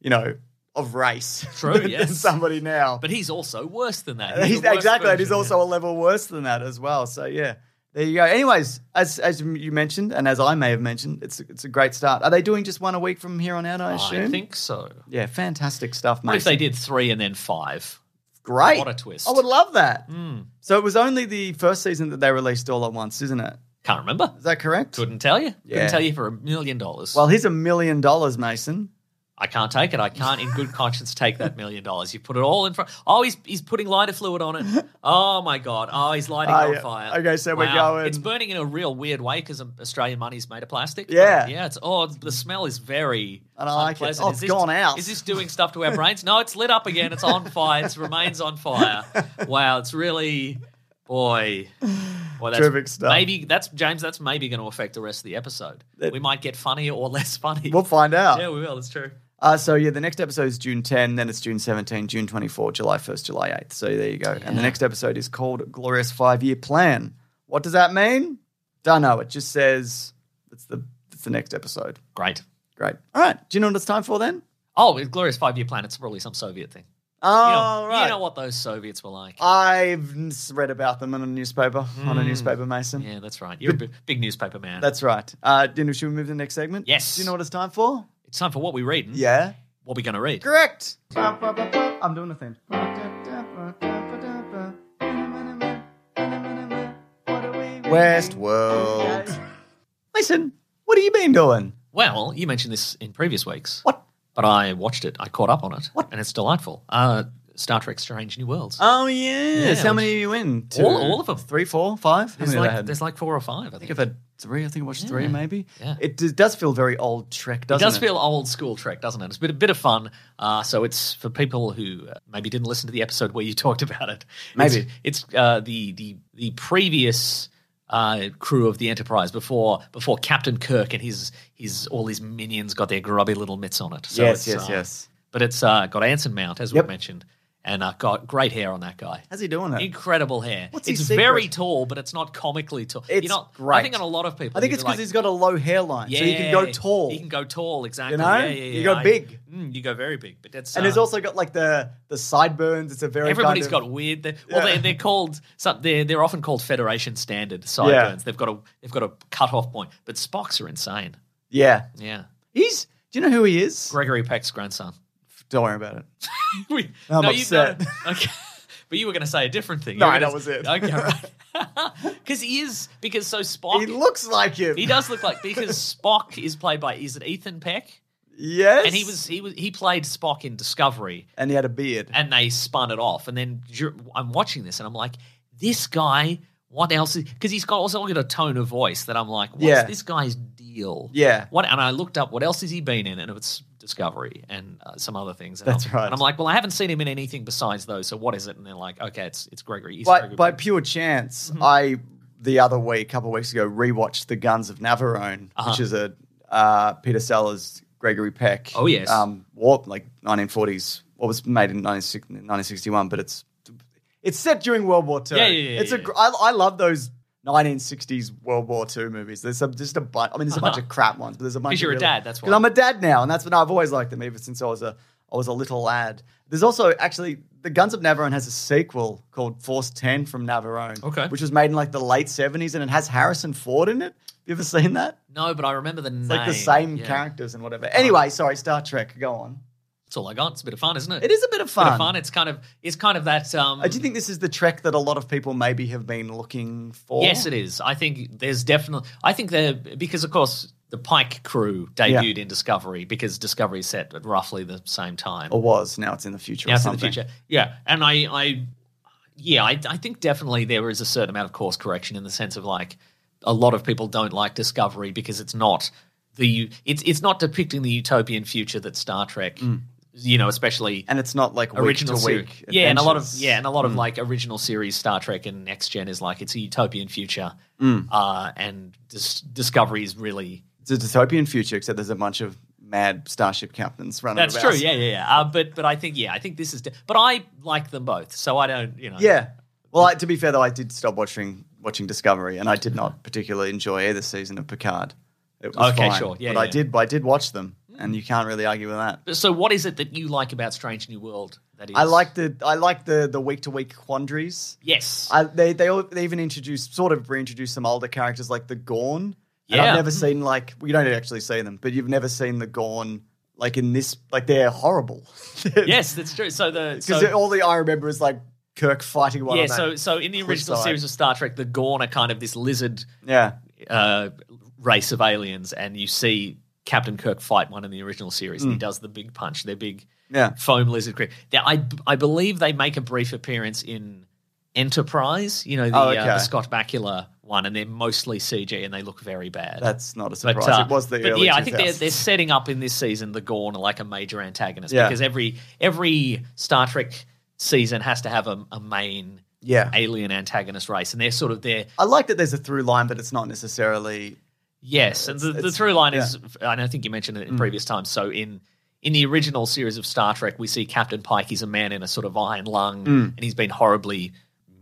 Speaker 3: you know of race *laughs*
Speaker 2: True,
Speaker 3: than, than
Speaker 2: yes.
Speaker 3: somebody now
Speaker 2: But he's also worse than that.
Speaker 3: he's,
Speaker 2: the worst
Speaker 3: exactly and he's
Speaker 2: version,
Speaker 3: also a level worse than that as well so yeah there you go anyways as as you mentioned and as I may have mentioned it's it's a great start are they doing just one a week from here on out I
Speaker 2: yeah.
Speaker 3: assume
Speaker 2: I think so.
Speaker 3: yeah fantastic stuff mate
Speaker 2: What if they did three and then five?
Speaker 3: Great.
Speaker 2: What a twist. Hmm.
Speaker 3: I would love that. So it was only the first season that they released all at once, isn't it?
Speaker 2: Can't remember.
Speaker 3: Is that correct?
Speaker 2: Couldn't tell you.
Speaker 3: Yeah.
Speaker 2: Couldn't tell you for a million dollars.
Speaker 3: Well, here's a million dollars, Mason.
Speaker 2: I can't take it. I can't, in good conscience, take that million dollars. You put it all in front. Oh, he's he's putting lighter fluid on it. Oh my god. Oh, he's lighting
Speaker 3: Oh,
Speaker 2: it on
Speaker 3: yeah.
Speaker 2: fire.
Speaker 3: Okay, so we're going-
Speaker 2: It's burning in a real weird way because Australian money's made of plastic.
Speaker 3: Yeah.
Speaker 2: yeah. It's oh, it's- the smell is very.
Speaker 3: And I like it.
Speaker 2: unpleasant.
Speaker 3: Oh,
Speaker 2: Is
Speaker 3: it's
Speaker 2: this-
Speaker 3: gone out.
Speaker 2: Is this doing stuff to our brains? No, it's lit up again. It's on fire. It remains on fire. Wow, it's really. Boy, boy, that's
Speaker 3: Terrific stuff.
Speaker 2: Maybe that's James. That's maybe going to affect the rest of the episode.
Speaker 3: That-
Speaker 2: we might get funnier or less funny.
Speaker 3: We'll find out.
Speaker 2: Yeah, we will. It's true.
Speaker 3: Uh, so yeah, the next episode is June 10, then it's June 17, June 24, July 1st, July 8th. So there you go. And the next episode is called Glorious Five Year Plan. What does that mean? Don't know. It just says it's the it's the next episode.
Speaker 2: Great.
Speaker 3: Great. All right. Do you know what it's time for then?
Speaker 2: Oh, it's Glorious Five Year Plan. It's probably some Soviet thing. You know,
Speaker 3: Oh, right. Oh.
Speaker 2: you know what those Soviets were like.
Speaker 3: I've s- read about them in a newspaper on a newspaper, Mason.
Speaker 2: Hmm. yeah, that's right. You're a big, big newspaper man.
Speaker 3: That's right. Uh, you know, should we move to the next segment?
Speaker 2: Yes.
Speaker 3: Do you know what it's time for?
Speaker 2: it's time for what we read.
Speaker 3: Yeah.
Speaker 2: What we going to read?
Speaker 3: Correct. I'm doing the thing. Westworld. Listen, what have you been doing?
Speaker 2: Well, you mentioned this in previous weeks.
Speaker 3: What?
Speaker 2: But I watched it. I caught up on it. What? And it's delightful. Uh, Star Trek Strange New Worlds.
Speaker 3: Oh yes.
Speaker 2: Yeah,
Speaker 3: How
Speaker 2: which-
Speaker 3: many are you in?
Speaker 2: All- all of 'em.
Speaker 3: Three, four, five. How
Speaker 2: there's,
Speaker 3: many have I
Speaker 2: like,
Speaker 3: had?
Speaker 2: there's like four or five, I
Speaker 3: I
Speaker 2: think.
Speaker 3: think I've had three. I think I watched three,
Speaker 2: Yeah.
Speaker 3: maybe.
Speaker 2: Yeah.
Speaker 3: It d- does feel very old Trek,
Speaker 2: it
Speaker 3: doesn't it?
Speaker 2: does feel old school Trek, doesn't it? It's a bit, a bit of fun. Uh, so it's for people who uh, maybe didn't listen to the episode where you *laughs* talked about it. It's-
Speaker 3: Maybe.
Speaker 2: it's, uh, the the the previous uh, crew of the Enterprise before before Captain Kirk and his his all his minions got their grubby little mitts on it. So
Speaker 3: yes,
Speaker 2: it's,
Speaker 3: yes,
Speaker 2: uh,
Speaker 3: yes.
Speaker 2: But it's uh, got Anson Mount as
Speaker 3: Yep.
Speaker 2: we mentioned, and uh, got great hair on that guy.
Speaker 3: How's he doing it?
Speaker 2: Incredible hair.
Speaker 3: What's his
Speaker 2: it's
Speaker 3: secret?
Speaker 2: very tall, but it's not comically tall.
Speaker 3: It's
Speaker 2: you know,
Speaker 3: great.
Speaker 2: I think on a lot of people,
Speaker 3: I think
Speaker 2: you'd
Speaker 3: it's
Speaker 2: be
Speaker 3: because
Speaker 2: like,
Speaker 3: he's got a low hairline, so he can go tall.
Speaker 2: He can go tall, exactly.
Speaker 3: You know?
Speaker 2: yeah, yeah, yeah.
Speaker 3: You go
Speaker 2: I-
Speaker 3: big.
Speaker 2: Mm, you go very big. But that's
Speaker 3: and
Speaker 2: uh,
Speaker 3: he's also got like the the sideburns. It's a very
Speaker 2: everybody's
Speaker 3: kind of,
Speaker 2: got weird. They, Well,
Speaker 3: Yeah.
Speaker 2: they, they're called. Some, they're they're often called Federation standard sideburns. They've got a they've got a cut off point. But Spocks are insane.
Speaker 3: yeah.
Speaker 2: Yeah,
Speaker 3: He's. Do you know who he is?
Speaker 2: Gregory Peck's grandson. *laughs*
Speaker 3: Don't worry about it.
Speaker 2: We-
Speaker 3: I'm
Speaker 2: you-
Speaker 3: upset.
Speaker 2: no, *laughs* okay. But you were going to say a different thing.
Speaker 3: No,
Speaker 2: You were gonna
Speaker 3: that was
Speaker 2: say-
Speaker 3: it.
Speaker 2: Okay, right.
Speaker 3: *laughs*
Speaker 2: Because he is because so Spock.
Speaker 3: He looks like him.
Speaker 2: he does look
Speaker 3: *laughs*
Speaker 2: like because Spock is played by is it Ethan Peck?
Speaker 3: Yes.
Speaker 2: And he was he was he played Spock in Discovery.
Speaker 3: And he had a beard.
Speaker 2: and they spun it off. And then dur- I'm watching this, and I'm like, this guy. What else? Because he's got also got a tone of voice that I'm like, what's
Speaker 3: Yeah.
Speaker 2: this guy's deal?
Speaker 3: Yeah.
Speaker 2: What? And I looked up what else has he been in, and it's Discovery and uh, some other things. And
Speaker 3: That's
Speaker 2: I'm,
Speaker 3: right.
Speaker 2: And I'm like, well, I haven't seen him in anything besides those. So what is it? And they're like, okay, it's it's Gregory. He's
Speaker 3: by
Speaker 2: Gregory
Speaker 3: by
Speaker 2: Peck.
Speaker 3: pure chance,
Speaker 2: Mm-hmm.
Speaker 3: I the other week, a couple of weeks ago, rewatched The Guns of Navarone,
Speaker 2: Uh-huh.
Speaker 3: which is a uh, Peter Sellers, Gregory Peck.
Speaker 2: Oh, yes.
Speaker 3: Um, war, like 1940s. What was made in 1960 1961, but it's it's set during World War Two.
Speaker 2: Yeah, yeah, yeah,
Speaker 3: It's a
Speaker 2: yeah.
Speaker 3: gr- I, I love those 1960s World War Two movies. There's some just a bunch. I mean, there's a bunch of crap ones, but there's a bunch.
Speaker 2: 'Cause Uh-huh. you're a
Speaker 3: of
Speaker 2: dad, that's why.
Speaker 3: Because I'm a dad now, and that's when I've always liked them, ever since I was a I was a little lad. There's also actually the Guns of Navarone has a sequel called Force Ten from Navarone,
Speaker 2: Okay.
Speaker 3: which was made in like the late 70s, and it has Harrison Ford in it. Have you ever seen that?
Speaker 2: no, but I remember the
Speaker 3: It's
Speaker 2: name.
Speaker 3: like the same
Speaker 2: Yeah.
Speaker 3: characters and whatever. Anyway, sorry, Star Trek. Go on.
Speaker 2: That's all I got. It's a bit of fun, isn't it?
Speaker 3: It is a bit of fun.
Speaker 2: Bit of fun. It's kind of it's kind of that. Um,
Speaker 3: Uh, Do you think this is the Trek that a lot of people maybe have been looking for?
Speaker 2: Yes, it is. I think there's definitely. I think they're because of course the Pike crew debuted in Discovery because Discovery is set at roughly the same time.
Speaker 3: Or was. Now it's in the future.
Speaker 2: now
Speaker 3: or
Speaker 2: it's in the
Speaker 3: Oh, something.
Speaker 2: future. Yeah, and I, I yeah, I, I think definitely there is a certain amount of course correction in the sense of like a lot of people don't like Discovery because it's not the u- it's it's not depicting the utopian future that Star Trek, you know, especially
Speaker 3: and it's not like week
Speaker 2: original
Speaker 3: to
Speaker 2: series.
Speaker 3: week.
Speaker 2: Yeah, and a lot of
Speaker 3: adventures.
Speaker 2: yeah, and a lot of like original series Star Trek and Next Gen is like it's a utopian future,
Speaker 3: Mm.
Speaker 2: uh, and dis- Discovery is really
Speaker 3: it's a dystopian future, except there's a bunch of mad starship captains running.
Speaker 2: that's
Speaker 3: about.
Speaker 2: true. Yeah, yeah, yeah. Uh, but but I think yeah, I think this is. De- but I like them both, so I don't you know.
Speaker 3: yeah. Well, I, to be fair though, I did stop watching watching Discovery, and I did not particularly enjoy either season of Picard. It was
Speaker 2: Okay,
Speaker 3: fine,
Speaker 2: sure. Yeah,
Speaker 3: but I
Speaker 2: yeah.
Speaker 3: did I did watch them, and you can't really argue with that.
Speaker 2: So what is it that you like about Strange New World? That is,
Speaker 3: I like the I like the the week to week quandaries.
Speaker 2: Yes.
Speaker 3: I, they they all, they even introduced sort of reintroduced some older characters like the Gorn. And
Speaker 2: Yeah. Mm-hmm.
Speaker 3: I've never seen like well, you don't actually see them, but you've never seen the Gorn like in this like they're horrible. *laughs*
Speaker 2: yes, that's true. So the
Speaker 3: because
Speaker 2: so,
Speaker 3: all the I remember is like Kirk fighting one.
Speaker 2: yeah.
Speaker 3: on that
Speaker 2: So so in the original
Speaker 3: cliffside.
Speaker 2: series of Star Trek, the Gorn are kind of this lizard
Speaker 3: yeah,
Speaker 2: uh, race of aliens, and you see Captain Kirk fight one in the original series,
Speaker 3: Hmm.
Speaker 2: and he does the big punch, their big
Speaker 3: yeah,
Speaker 2: foam lizard creature. Now, I I believe they make a brief appearance in Enterprise, you know, the,
Speaker 3: Oh, okay.
Speaker 2: uh, the Scott Bakula one, and they're mostly CG and they look very bad.
Speaker 3: that's not a
Speaker 2: But,
Speaker 3: surprise.
Speaker 2: uh,
Speaker 3: it was the
Speaker 2: but
Speaker 3: early
Speaker 2: yeah, I think they're,
Speaker 3: 2000s.
Speaker 2: they're setting up in this season the Gorn like a major antagonist
Speaker 3: Yeah.
Speaker 2: because every every Star Trek season has to have a, a main
Speaker 3: yeah.
Speaker 2: alien antagonist race, and they're sort of their
Speaker 3: I like that there's a through line, but it's not necessarily
Speaker 2: yes. And the, the
Speaker 3: it's- Mm.
Speaker 2: through line is, and I think you mentioned it in previous times. So in in the original series of Star Trek, we see Captain Pike. He's a man in a sort of iron lung, and he's been horribly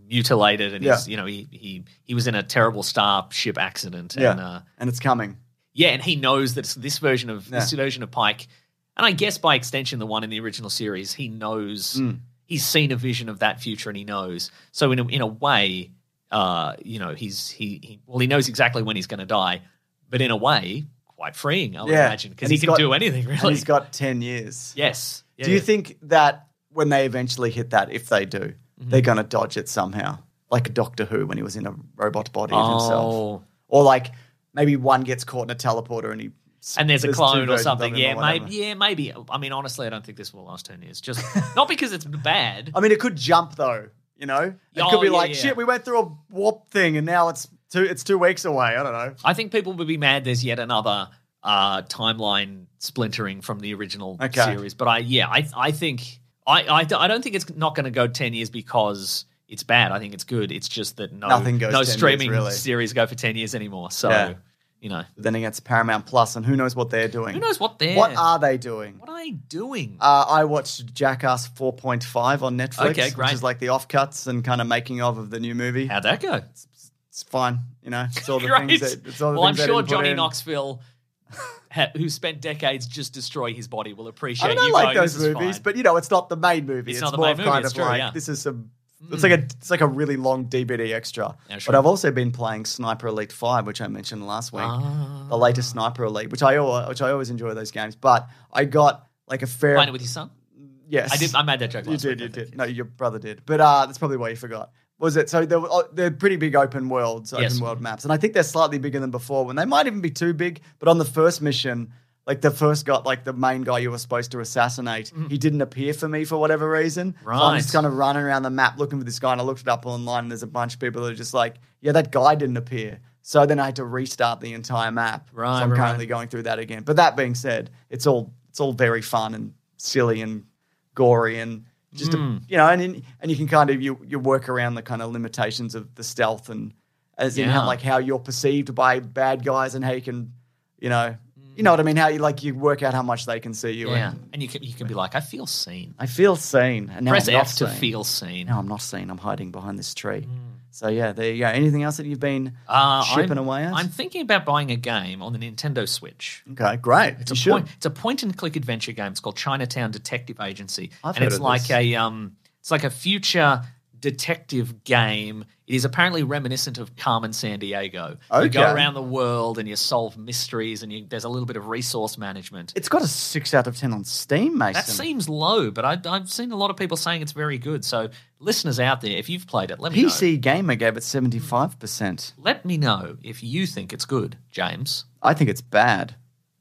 Speaker 2: mutilated, and
Speaker 3: Mm. Yeah.
Speaker 2: he's you know he he he was in a terrible starship accident,
Speaker 3: yeah,
Speaker 2: and uh,
Speaker 3: and it's coming.
Speaker 2: yeah, and he knows that it's this version of this
Speaker 3: Yeah.
Speaker 2: version of Pike, and I guess by extension, the one in the original series, he knows
Speaker 3: Hmm.
Speaker 2: he's seen a vision of that future, and he knows. So in a, in a way, uh, you know, he's he, he well, he knows exactly when he's going to die, but in a way, quite freeing, I would
Speaker 3: Yeah.
Speaker 2: imagine, because
Speaker 3: And
Speaker 2: he
Speaker 3: he's
Speaker 2: can
Speaker 3: got-
Speaker 2: do anything
Speaker 3: And
Speaker 2: really.
Speaker 3: he's got ten years.
Speaker 2: yes. Yeah,
Speaker 3: do you
Speaker 2: yeah.
Speaker 3: think that when they eventually hit that, if they do,
Speaker 2: Mm-hmm.
Speaker 3: they're going to dodge it somehow, like Doctor Who when he was in a robot body of himself,
Speaker 2: Oh,
Speaker 3: or like maybe one gets caught in a teleporter and he
Speaker 2: and there's a
Speaker 3: two
Speaker 2: clone or
Speaker 3: versions of
Speaker 2: something.
Speaker 3: him
Speaker 2: Yeah,
Speaker 3: whatever.
Speaker 2: maybe. Yeah, maybe. I mean, honestly, I don't think this will last ten years. Just *laughs* not because it's bad.
Speaker 3: I mean, it could jump though. You know, it
Speaker 2: Oh,
Speaker 3: could be
Speaker 2: yeah,
Speaker 3: like
Speaker 2: yeah.
Speaker 3: shit. We went through a warp thing, and now it's two. It's two weeks away. I don't know.
Speaker 2: I think people would be mad there's yet another uh, timeline splintering from the original
Speaker 3: Okay.
Speaker 2: series. But I, yeah, I, I think I, I, I don't think it's not going to go ten years because it's bad. I think it's good. It's just that no,
Speaker 3: Nothing goes 10
Speaker 2: no
Speaker 3: years,
Speaker 2: streaming
Speaker 3: really.
Speaker 2: series go for ten years anymore. So
Speaker 3: Yeah.
Speaker 2: you know,
Speaker 3: But then against Paramount Plus, and who knows what they're doing?
Speaker 2: who knows what they're
Speaker 3: What are they doing?
Speaker 2: what are they doing?
Speaker 3: Uh, I watched Jackass 4.5 on Netflix,
Speaker 2: Okay, great.
Speaker 3: which is like the offcuts and kind of making of of the new movie.
Speaker 2: How'd that go?
Speaker 3: It's fine, you know. It's all the
Speaker 2: *laughs* Great.
Speaker 3: things that. It's all the
Speaker 2: well, I'm
Speaker 3: things they
Speaker 2: sure
Speaker 3: didn't put
Speaker 2: Johnny
Speaker 3: in.
Speaker 2: Knoxville. ha- Who spent decades just destroying his body will appreciate
Speaker 3: I mean, I
Speaker 2: you
Speaker 3: like
Speaker 2: going,
Speaker 3: those
Speaker 2: "This is
Speaker 3: movies,
Speaker 2: fine."
Speaker 3: but you know, it's not the main movie.
Speaker 2: It's
Speaker 3: It's,
Speaker 2: not the
Speaker 3: more
Speaker 2: main
Speaker 3: of
Speaker 2: movie,
Speaker 3: kind
Speaker 2: it's
Speaker 3: of
Speaker 2: true,
Speaker 3: like
Speaker 2: yeah. Hmm.
Speaker 3: this is some. It's like a it's like a really long DVD extra.
Speaker 2: Yeah, sure.
Speaker 3: But I've also been playing Sniper Elite Five, which I mentioned last week,
Speaker 2: Ah.
Speaker 3: the latest Sniper Elite, which I al- which I always enjoy those games. But I got like a fair
Speaker 2: playing it with your son.
Speaker 3: yes.
Speaker 2: I did. I made that
Speaker 3: *laughs*
Speaker 2: joke.
Speaker 3: you
Speaker 2: last
Speaker 3: did,
Speaker 2: week, I
Speaker 3: you
Speaker 2: think.
Speaker 3: did. No, your brother did, but uh, that's probably why you forgot. Was it so? They're, oh, they're pretty big open worlds, open
Speaker 2: Yes.
Speaker 3: world maps, and I think they're slightly bigger than before. When they might even be too big, but on the first mission, like the first got like the main guy you were supposed to assassinate, he didn't appear for me for whatever reason. so I'm
Speaker 2: Mm-hmm. Right.
Speaker 3: just kind of running around the map looking for this guy, and I looked it up online. And there's a bunch of people that are just like, yeah, that guy didn't appear. So then I had to restart the entire map.
Speaker 2: Right,
Speaker 3: so I'm
Speaker 2: right, right.
Speaker 3: currently going through that again. But that being said, it's all it's all very fun and silly and gory and just
Speaker 2: Hmm.
Speaker 3: a, you know, and in, and you can kind of you you work around the kind of limitations of the stealth and as in
Speaker 2: Yeah.
Speaker 3: how, like how you're perceived by bad guys and how you can you know you know what I mean how you like you work out how much they can see you.
Speaker 2: Yeah,
Speaker 3: And
Speaker 2: and you can you can be like, I feel seen.
Speaker 3: I feel seen. And now
Speaker 2: Press
Speaker 3: I'm not
Speaker 2: F to
Speaker 3: seen.
Speaker 2: feel seen.
Speaker 3: No, I'm not seen. I'm hiding behind this tree. So yeah, there you go. Anything else that you've been
Speaker 2: Uh,
Speaker 3: shipping
Speaker 2: I'm,
Speaker 3: away at?
Speaker 2: I'm thinking about buying a game on the Nintendo Switch.
Speaker 3: okay, great.
Speaker 2: It's
Speaker 3: You
Speaker 2: a
Speaker 3: should.
Speaker 2: point. It's a point and click adventure game. It's called Chinatown Detective Agency,
Speaker 3: I've
Speaker 2: and
Speaker 3: heard
Speaker 2: it's
Speaker 3: of
Speaker 2: like
Speaker 3: this.
Speaker 2: a um, it's like a future detective game. It is apparently reminiscent of Carmen San Diego. You go
Speaker 3: Okay.
Speaker 2: around the world and you solve mysteries, and you, there's a little bit of resource management.
Speaker 3: It's got a six out of ten on Steam, Mason.
Speaker 2: that seems low, but I, I've seen a lot of people saying it's very good. So, listeners out there, if you've played it, let me know.
Speaker 3: PC Gamer gave it seventy five percent.
Speaker 2: Let me know if you think it's good, James.
Speaker 3: I think it's bad.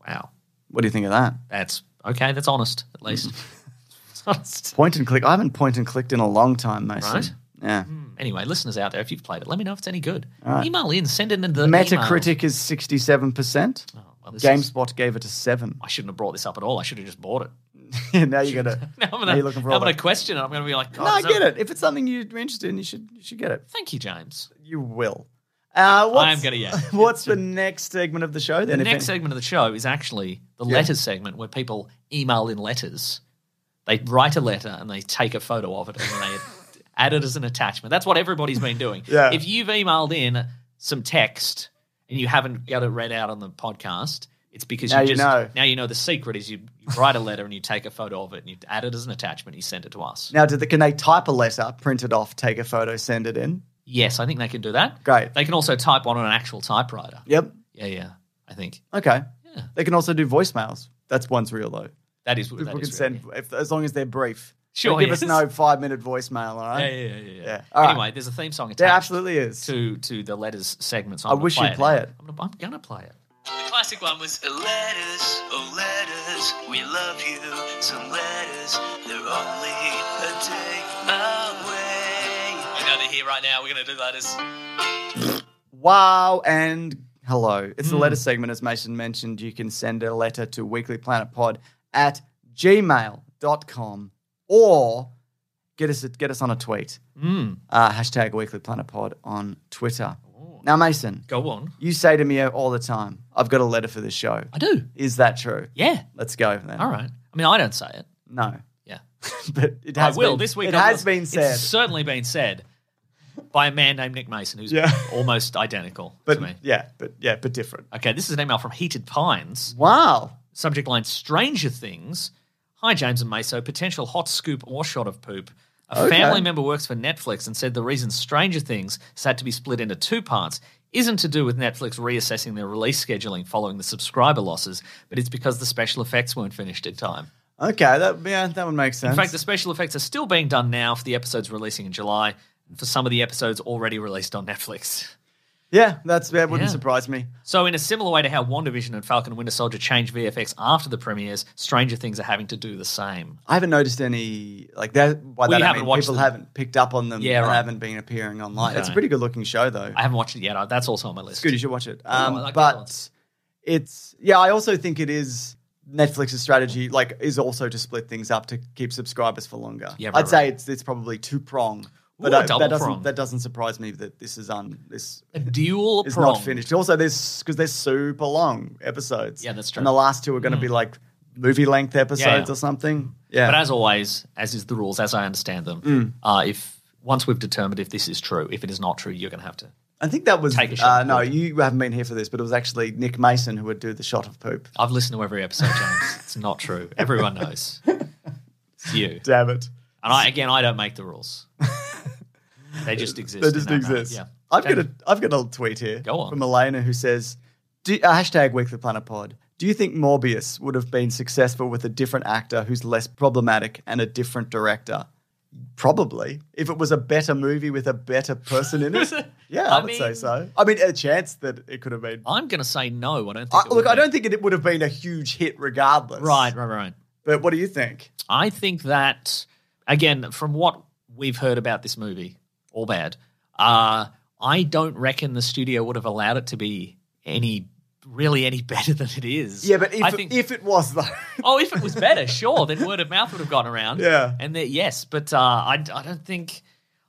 Speaker 2: Wow.
Speaker 3: What do you think of that?
Speaker 2: That's okay. That's honest,
Speaker 3: *laughs*
Speaker 2: at least. It's honest.
Speaker 3: Point and click. I haven't point and clicked in a long time, Mason.
Speaker 2: Right. Hmm.
Speaker 3: Yeah.
Speaker 2: Anyway, listeners out there, if you've played it, let me know if it's any good. Email in, send it into the email.
Speaker 3: Metacritic is sixty seven percent.
Speaker 2: Well, Oh, this is-
Speaker 3: GameSpot gave it a seven. *laughs*
Speaker 2: I shouldn't have brought this up at all. I should have just bought it. *laughs*
Speaker 3: now you're gonna.
Speaker 2: Now I'm gonna,
Speaker 3: now you're looking for
Speaker 2: now
Speaker 3: all
Speaker 2: I'm gonna
Speaker 3: that-
Speaker 2: question it. I'm gonna be like, God,
Speaker 3: No, I
Speaker 2: is
Speaker 3: get
Speaker 2: that-
Speaker 3: it. If it's something you're interested in, you should you should get it.
Speaker 2: Thank you, James.
Speaker 3: You will. Uh, what's,
Speaker 2: am gonna, yeah.
Speaker 3: *laughs* What's the next segment of the show? Then
Speaker 2: the
Speaker 3: if
Speaker 2: next
Speaker 3: any-
Speaker 2: segment of the show is actually the
Speaker 3: Yeah.
Speaker 2: letters segment where people email in letters. They write a letter and they take a photo of it and then
Speaker 3: *laughs*
Speaker 2: they add it as an attachment. That's what everybody's been doing.
Speaker 3: Yeah.
Speaker 2: If you've emailed in some text and you haven't got it read out on the podcast, it's because
Speaker 3: Now
Speaker 2: you
Speaker 3: you
Speaker 2: just
Speaker 3: know.
Speaker 2: now you know the secret is you, you write a letter and you take a photo of it and you add it as an attachment. You send it to us.
Speaker 3: now, did the, can they type a letter, print it off, take a photo, send it in?
Speaker 2: Yes, I think they can do that.
Speaker 3: Great.
Speaker 2: They can also type one on an actual typewriter.
Speaker 3: Yep.
Speaker 2: Yeah, yeah. I think
Speaker 3: Okay.
Speaker 2: Yeah.
Speaker 3: They can also do voicemails. That's one's real though.
Speaker 2: that is
Speaker 3: People
Speaker 2: that
Speaker 3: can
Speaker 2: is really-
Speaker 3: send if, as long as they're brief.
Speaker 2: Sure,
Speaker 3: They give
Speaker 2: yes.
Speaker 3: us no five minute voicemail. All right.
Speaker 2: Yeah, yeah, yeah, yeah. yeah.
Speaker 3: Yeah. All right.
Speaker 2: anyway, there's a theme song attached
Speaker 3: There absolutely is.
Speaker 2: to to the letters segments.
Speaker 3: I wish you'd play it.
Speaker 2: I'm gonna, I'm gonna play it.
Speaker 5: The classic one was letters, oh letters, we love you. Some letters, they're only a day away. I know they're here right now. We're gonna do letters.
Speaker 3: Wow and hello. It's the
Speaker 2: Hmm.
Speaker 3: letter segment, as Mason mentioned. You can send a letter to weeklyplanetpod at gmail.com or get us get us on a tweet.
Speaker 2: Mm.
Speaker 3: Uh, hashtag weeklyplanetpod on Twitter.
Speaker 2: Oh.
Speaker 3: Now, Mason,
Speaker 2: Go on.
Speaker 3: you say to me all the time, I've got a letter for this show.
Speaker 2: I do.
Speaker 3: Is that true?
Speaker 2: Yeah.
Speaker 3: Let's go then.
Speaker 2: All right. I mean, I don't say it.
Speaker 3: No. *laughs*
Speaker 2: Yeah.
Speaker 3: But it
Speaker 2: I
Speaker 3: has
Speaker 2: will
Speaker 3: been,
Speaker 2: this week.
Speaker 3: It
Speaker 2: I
Speaker 3: has
Speaker 2: will.
Speaker 3: been said.
Speaker 2: It's certainly been said by a man named Nick Mason, who's
Speaker 3: Yeah.
Speaker 2: almost identical
Speaker 3: but
Speaker 2: to me.
Speaker 3: yeah, but yeah, but different.
Speaker 2: Okay, this is an email from Heated Pines.
Speaker 3: Wow.
Speaker 2: Subject line Stranger Things. Hi, James and Meso. Potential hot scoop or shot of poop. A
Speaker 3: Okay.
Speaker 2: family member works for Netflix and said the reason Stranger Things is had to be split into two parts isn't to do with Netflix reassessing their release scheduling following the subscriber losses, but it's because the special effects weren't finished in time.
Speaker 3: Okay, that yeah, that would make sense.
Speaker 2: In fact, the special effects are still being done now for the episodes releasing in July and for some of the episodes already released on Netflix.
Speaker 3: yeah, that's that wouldn't
Speaker 2: Yeah.
Speaker 3: surprise me.
Speaker 2: So, in a similar way to how WandaVision and Falcon and Winter Soldier changed VFX after the premieres, Stranger Things are having to do the same.
Speaker 3: I haven't noticed any like that. By
Speaker 2: Well, you
Speaker 3: that I
Speaker 2: haven't
Speaker 3: mean
Speaker 2: watched
Speaker 3: people
Speaker 2: them.
Speaker 3: haven't picked up on them.
Speaker 2: Yeah,
Speaker 3: and
Speaker 2: right.
Speaker 3: haven't been appearing online. It's a
Speaker 2: Okay.
Speaker 3: pretty good looking show though.
Speaker 2: I haven't watched it yet. I- That's also on my list.
Speaker 3: It's good. You should watch it.
Speaker 2: Oh, I
Speaker 3: Um,
Speaker 2: like that one.
Speaker 3: but it's yeah. I also think it is Netflix's strategy. Like, is also to split things up to keep subscribers for longer.
Speaker 2: Yeah,
Speaker 3: I'd
Speaker 2: right,
Speaker 3: say
Speaker 2: right.
Speaker 3: it's it's probably two prong.
Speaker 2: Ooh, a
Speaker 3: uh,
Speaker 2: double
Speaker 3: that doesn't
Speaker 2: prong.
Speaker 3: that doesn't surprise me that this is on this
Speaker 2: A dual
Speaker 3: is
Speaker 2: prong.
Speaker 3: not finished. Also, there's because they're super long episodes.
Speaker 2: Yeah, that's true.
Speaker 3: And
Speaker 2: Hmm.
Speaker 3: the last two are going to be like movie length episodes
Speaker 2: yeah.
Speaker 3: or something. Yeah.
Speaker 2: But as always, as is the rules, as I understand them,
Speaker 3: Mm.
Speaker 2: uh, if once we've determined if this is true, if it is not true, you're going to have to.
Speaker 3: I think that was
Speaker 2: Take a shot
Speaker 3: uh,
Speaker 2: of
Speaker 3: no,
Speaker 2: poop.
Speaker 3: you haven't been here for this, but it was actually Nick Mason who would do the shot of poop.
Speaker 2: I've listened to every episode,
Speaker 3: *laughs*
Speaker 2: James. it's not true. Everyone knows.
Speaker 3: *laughs*
Speaker 2: It's you. And
Speaker 3: Damn it,
Speaker 2: I, again, I don't make the rules. They just exist.
Speaker 3: that
Speaker 2: in
Speaker 3: just
Speaker 2: that manner.
Speaker 3: exists.
Speaker 2: Yeah.
Speaker 3: I've
Speaker 2: James,
Speaker 3: got a I've got a little tweet here
Speaker 2: Go on.
Speaker 3: from Elena who says, do, uh, hashtag Weekly Planet Pod. Do you think Morbius would have been successful with a different actor who's less problematic and a different director? Probably. If it was a better movie with a better person in it, yeah, I,
Speaker 2: *laughs* I
Speaker 3: would
Speaker 2: mean-
Speaker 3: say so. I mean, a chance that it could have been.
Speaker 2: I'm going to say no. I don't think.
Speaker 3: I,
Speaker 2: it would
Speaker 3: look, I
Speaker 2: be.
Speaker 3: don't think it would have been a huge hit regardless.
Speaker 2: Right, right, right.
Speaker 3: But what do you think?
Speaker 2: I think that again, from what we've heard about this movie, all bad. Uh, I don't reckon the studio would have allowed it to be any really any *laughs* better than it is.
Speaker 3: Yeah, but if,
Speaker 2: I think,
Speaker 3: if it was though, *laughs*
Speaker 2: oh, if it was better, sure, then word of mouth would have gone around.
Speaker 3: Yeah.
Speaker 2: and that yes, but uh, I I don't think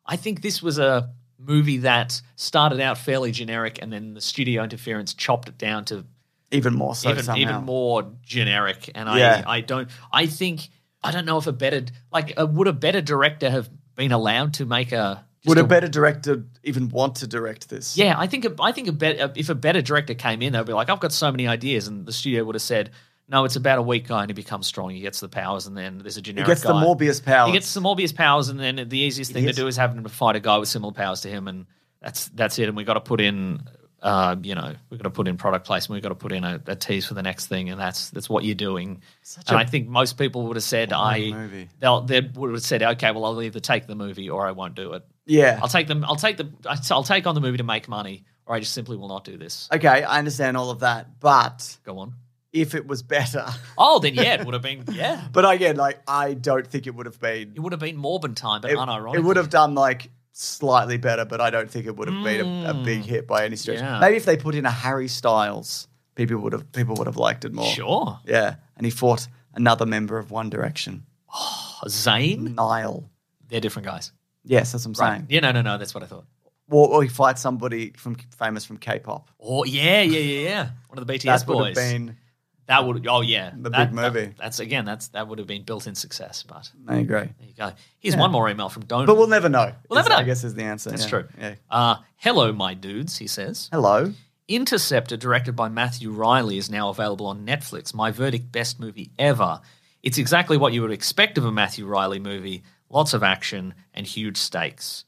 Speaker 2: I think this was a movie that started out fairly generic, and then the studio interference chopped it down to
Speaker 3: even more so
Speaker 2: even
Speaker 3: somehow.
Speaker 2: even more generic. And
Speaker 3: Yeah.
Speaker 2: I I don't I think I don't know if a better like uh, would a better director have been allowed to make a just
Speaker 3: Would a better director even want to direct this?
Speaker 2: yeah I think a, I think a bet uh, if a better director came in they'd be like I've got so many ideas and the studio would have said no it's about a weak guy and he becomes strong he gets the powers and then there's a
Speaker 3: he
Speaker 2: generic
Speaker 3: gets the
Speaker 2: guy.
Speaker 3: Morbius powers.
Speaker 2: he gets the Morbius powers and then the easiest thing
Speaker 3: Idiot.
Speaker 2: to do is have him fight a guy with similar powers to him and that's that's it and we got to put in. Uh, you know, we've got to put in product placement. We've got to put in a, a tease for the next thing, and that's that's what you're doing. and I think most people would have said, "I,"
Speaker 3: movie.
Speaker 2: they'll they would have said, "Okay, well, I'll either take the movie or I won't do it.
Speaker 3: yeah.
Speaker 2: I'll take them. I'll take the. I'll take on the movie to make money, or I just simply will not do this."
Speaker 3: okay, I understand all of that, but
Speaker 2: Go on.
Speaker 3: if it was better, *laughs*
Speaker 2: Oh, then yeah, it would have been yeah,
Speaker 3: but again, like I don't think it would have been.
Speaker 2: it would have been Morbin time, but
Speaker 3: It,
Speaker 2: unironically,
Speaker 3: it would have done like slightly better, but I don't think it would have been a, a big hit by any stretch.
Speaker 2: Hmm. Yeah.
Speaker 3: Maybe if they put in a Harry Styles people would have people would have liked it more.
Speaker 2: Sure.
Speaker 3: Yeah, and he fought another member of One Direction,
Speaker 2: Zayn?
Speaker 3: Nile.
Speaker 2: They're different guys.
Speaker 3: Yes, that's what I'm
Speaker 2: Right.
Speaker 3: saying.
Speaker 2: Yeah, no, no, no. That's what I thought.
Speaker 3: Or, or he fights somebody from famous from K-pop.
Speaker 2: Oh, yeah, yeah, yeah, yeah. One of the BTS
Speaker 3: that would
Speaker 2: boys.
Speaker 3: have been.
Speaker 2: that would, oh, yeah.
Speaker 3: the
Speaker 2: That-
Speaker 3: big
Speaker 2: that-
Speaker 3: movie.
Speaker 2: that's, again, that's that would have been built in success, but
Speaker 3: I agree,
Speaker 2: there you go. Here's one more email from Donald.
Speaker 3: but we'll never know.
Speaker 2: We'll
Speaker 3: is-
Speaker 2: never know.
Speaker 3: I guess is the answer.
Speaker 2: That's
Speaker 3: yeah.
Speaker 2: true.
Speaker 3: Yeah.
Speaker 2: Uh, hello, my dudes, he says.
Speaker 3: Hello.
Speaker 2: Interceptor, directed by Matthew Riley, is now available on Netflix. My verdict best movie ever. It's exactly what you would expect of a Matthew Riley movie lots of action and huge stakes.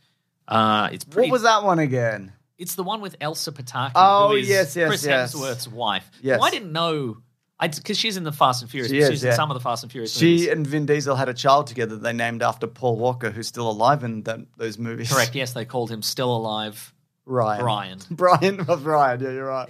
Speaker 2: Uh, it's pretty,
Speaker 3: What was that one again?
Speaker 2: It's the one with Elsa Pataki.
Speaker 3: Oh,
Speaker 2: who is
Speaker 3: yes, yes,
Speaker 2: Chris
Speaker 3: yes.
Speaker 2: Hemsworth's wife.
Speaker 3: Yes.
Speaker 2: Well, I didn't know. Because she's in the Fast and Furious.
Speaker 3: She
Speaker 2: but
Speaker 3: is,
Speaker 2: she's
Speaker 3: yeah.
Speaker 2: in some of the Fast and Furious
Speaker 3: She
Speaker 2: movies.
Speaker 3: and Vin Diesel had a child together. They named after Paul Walker, who's still alive in that, those movies.
Speaker 2: Correct. Yes, they called him Still Alive
Speaker 3: *laughs* Ryan.
Speaker 2: Brian.
Speaker 3: Brian of Ryan. Yeah, you're right.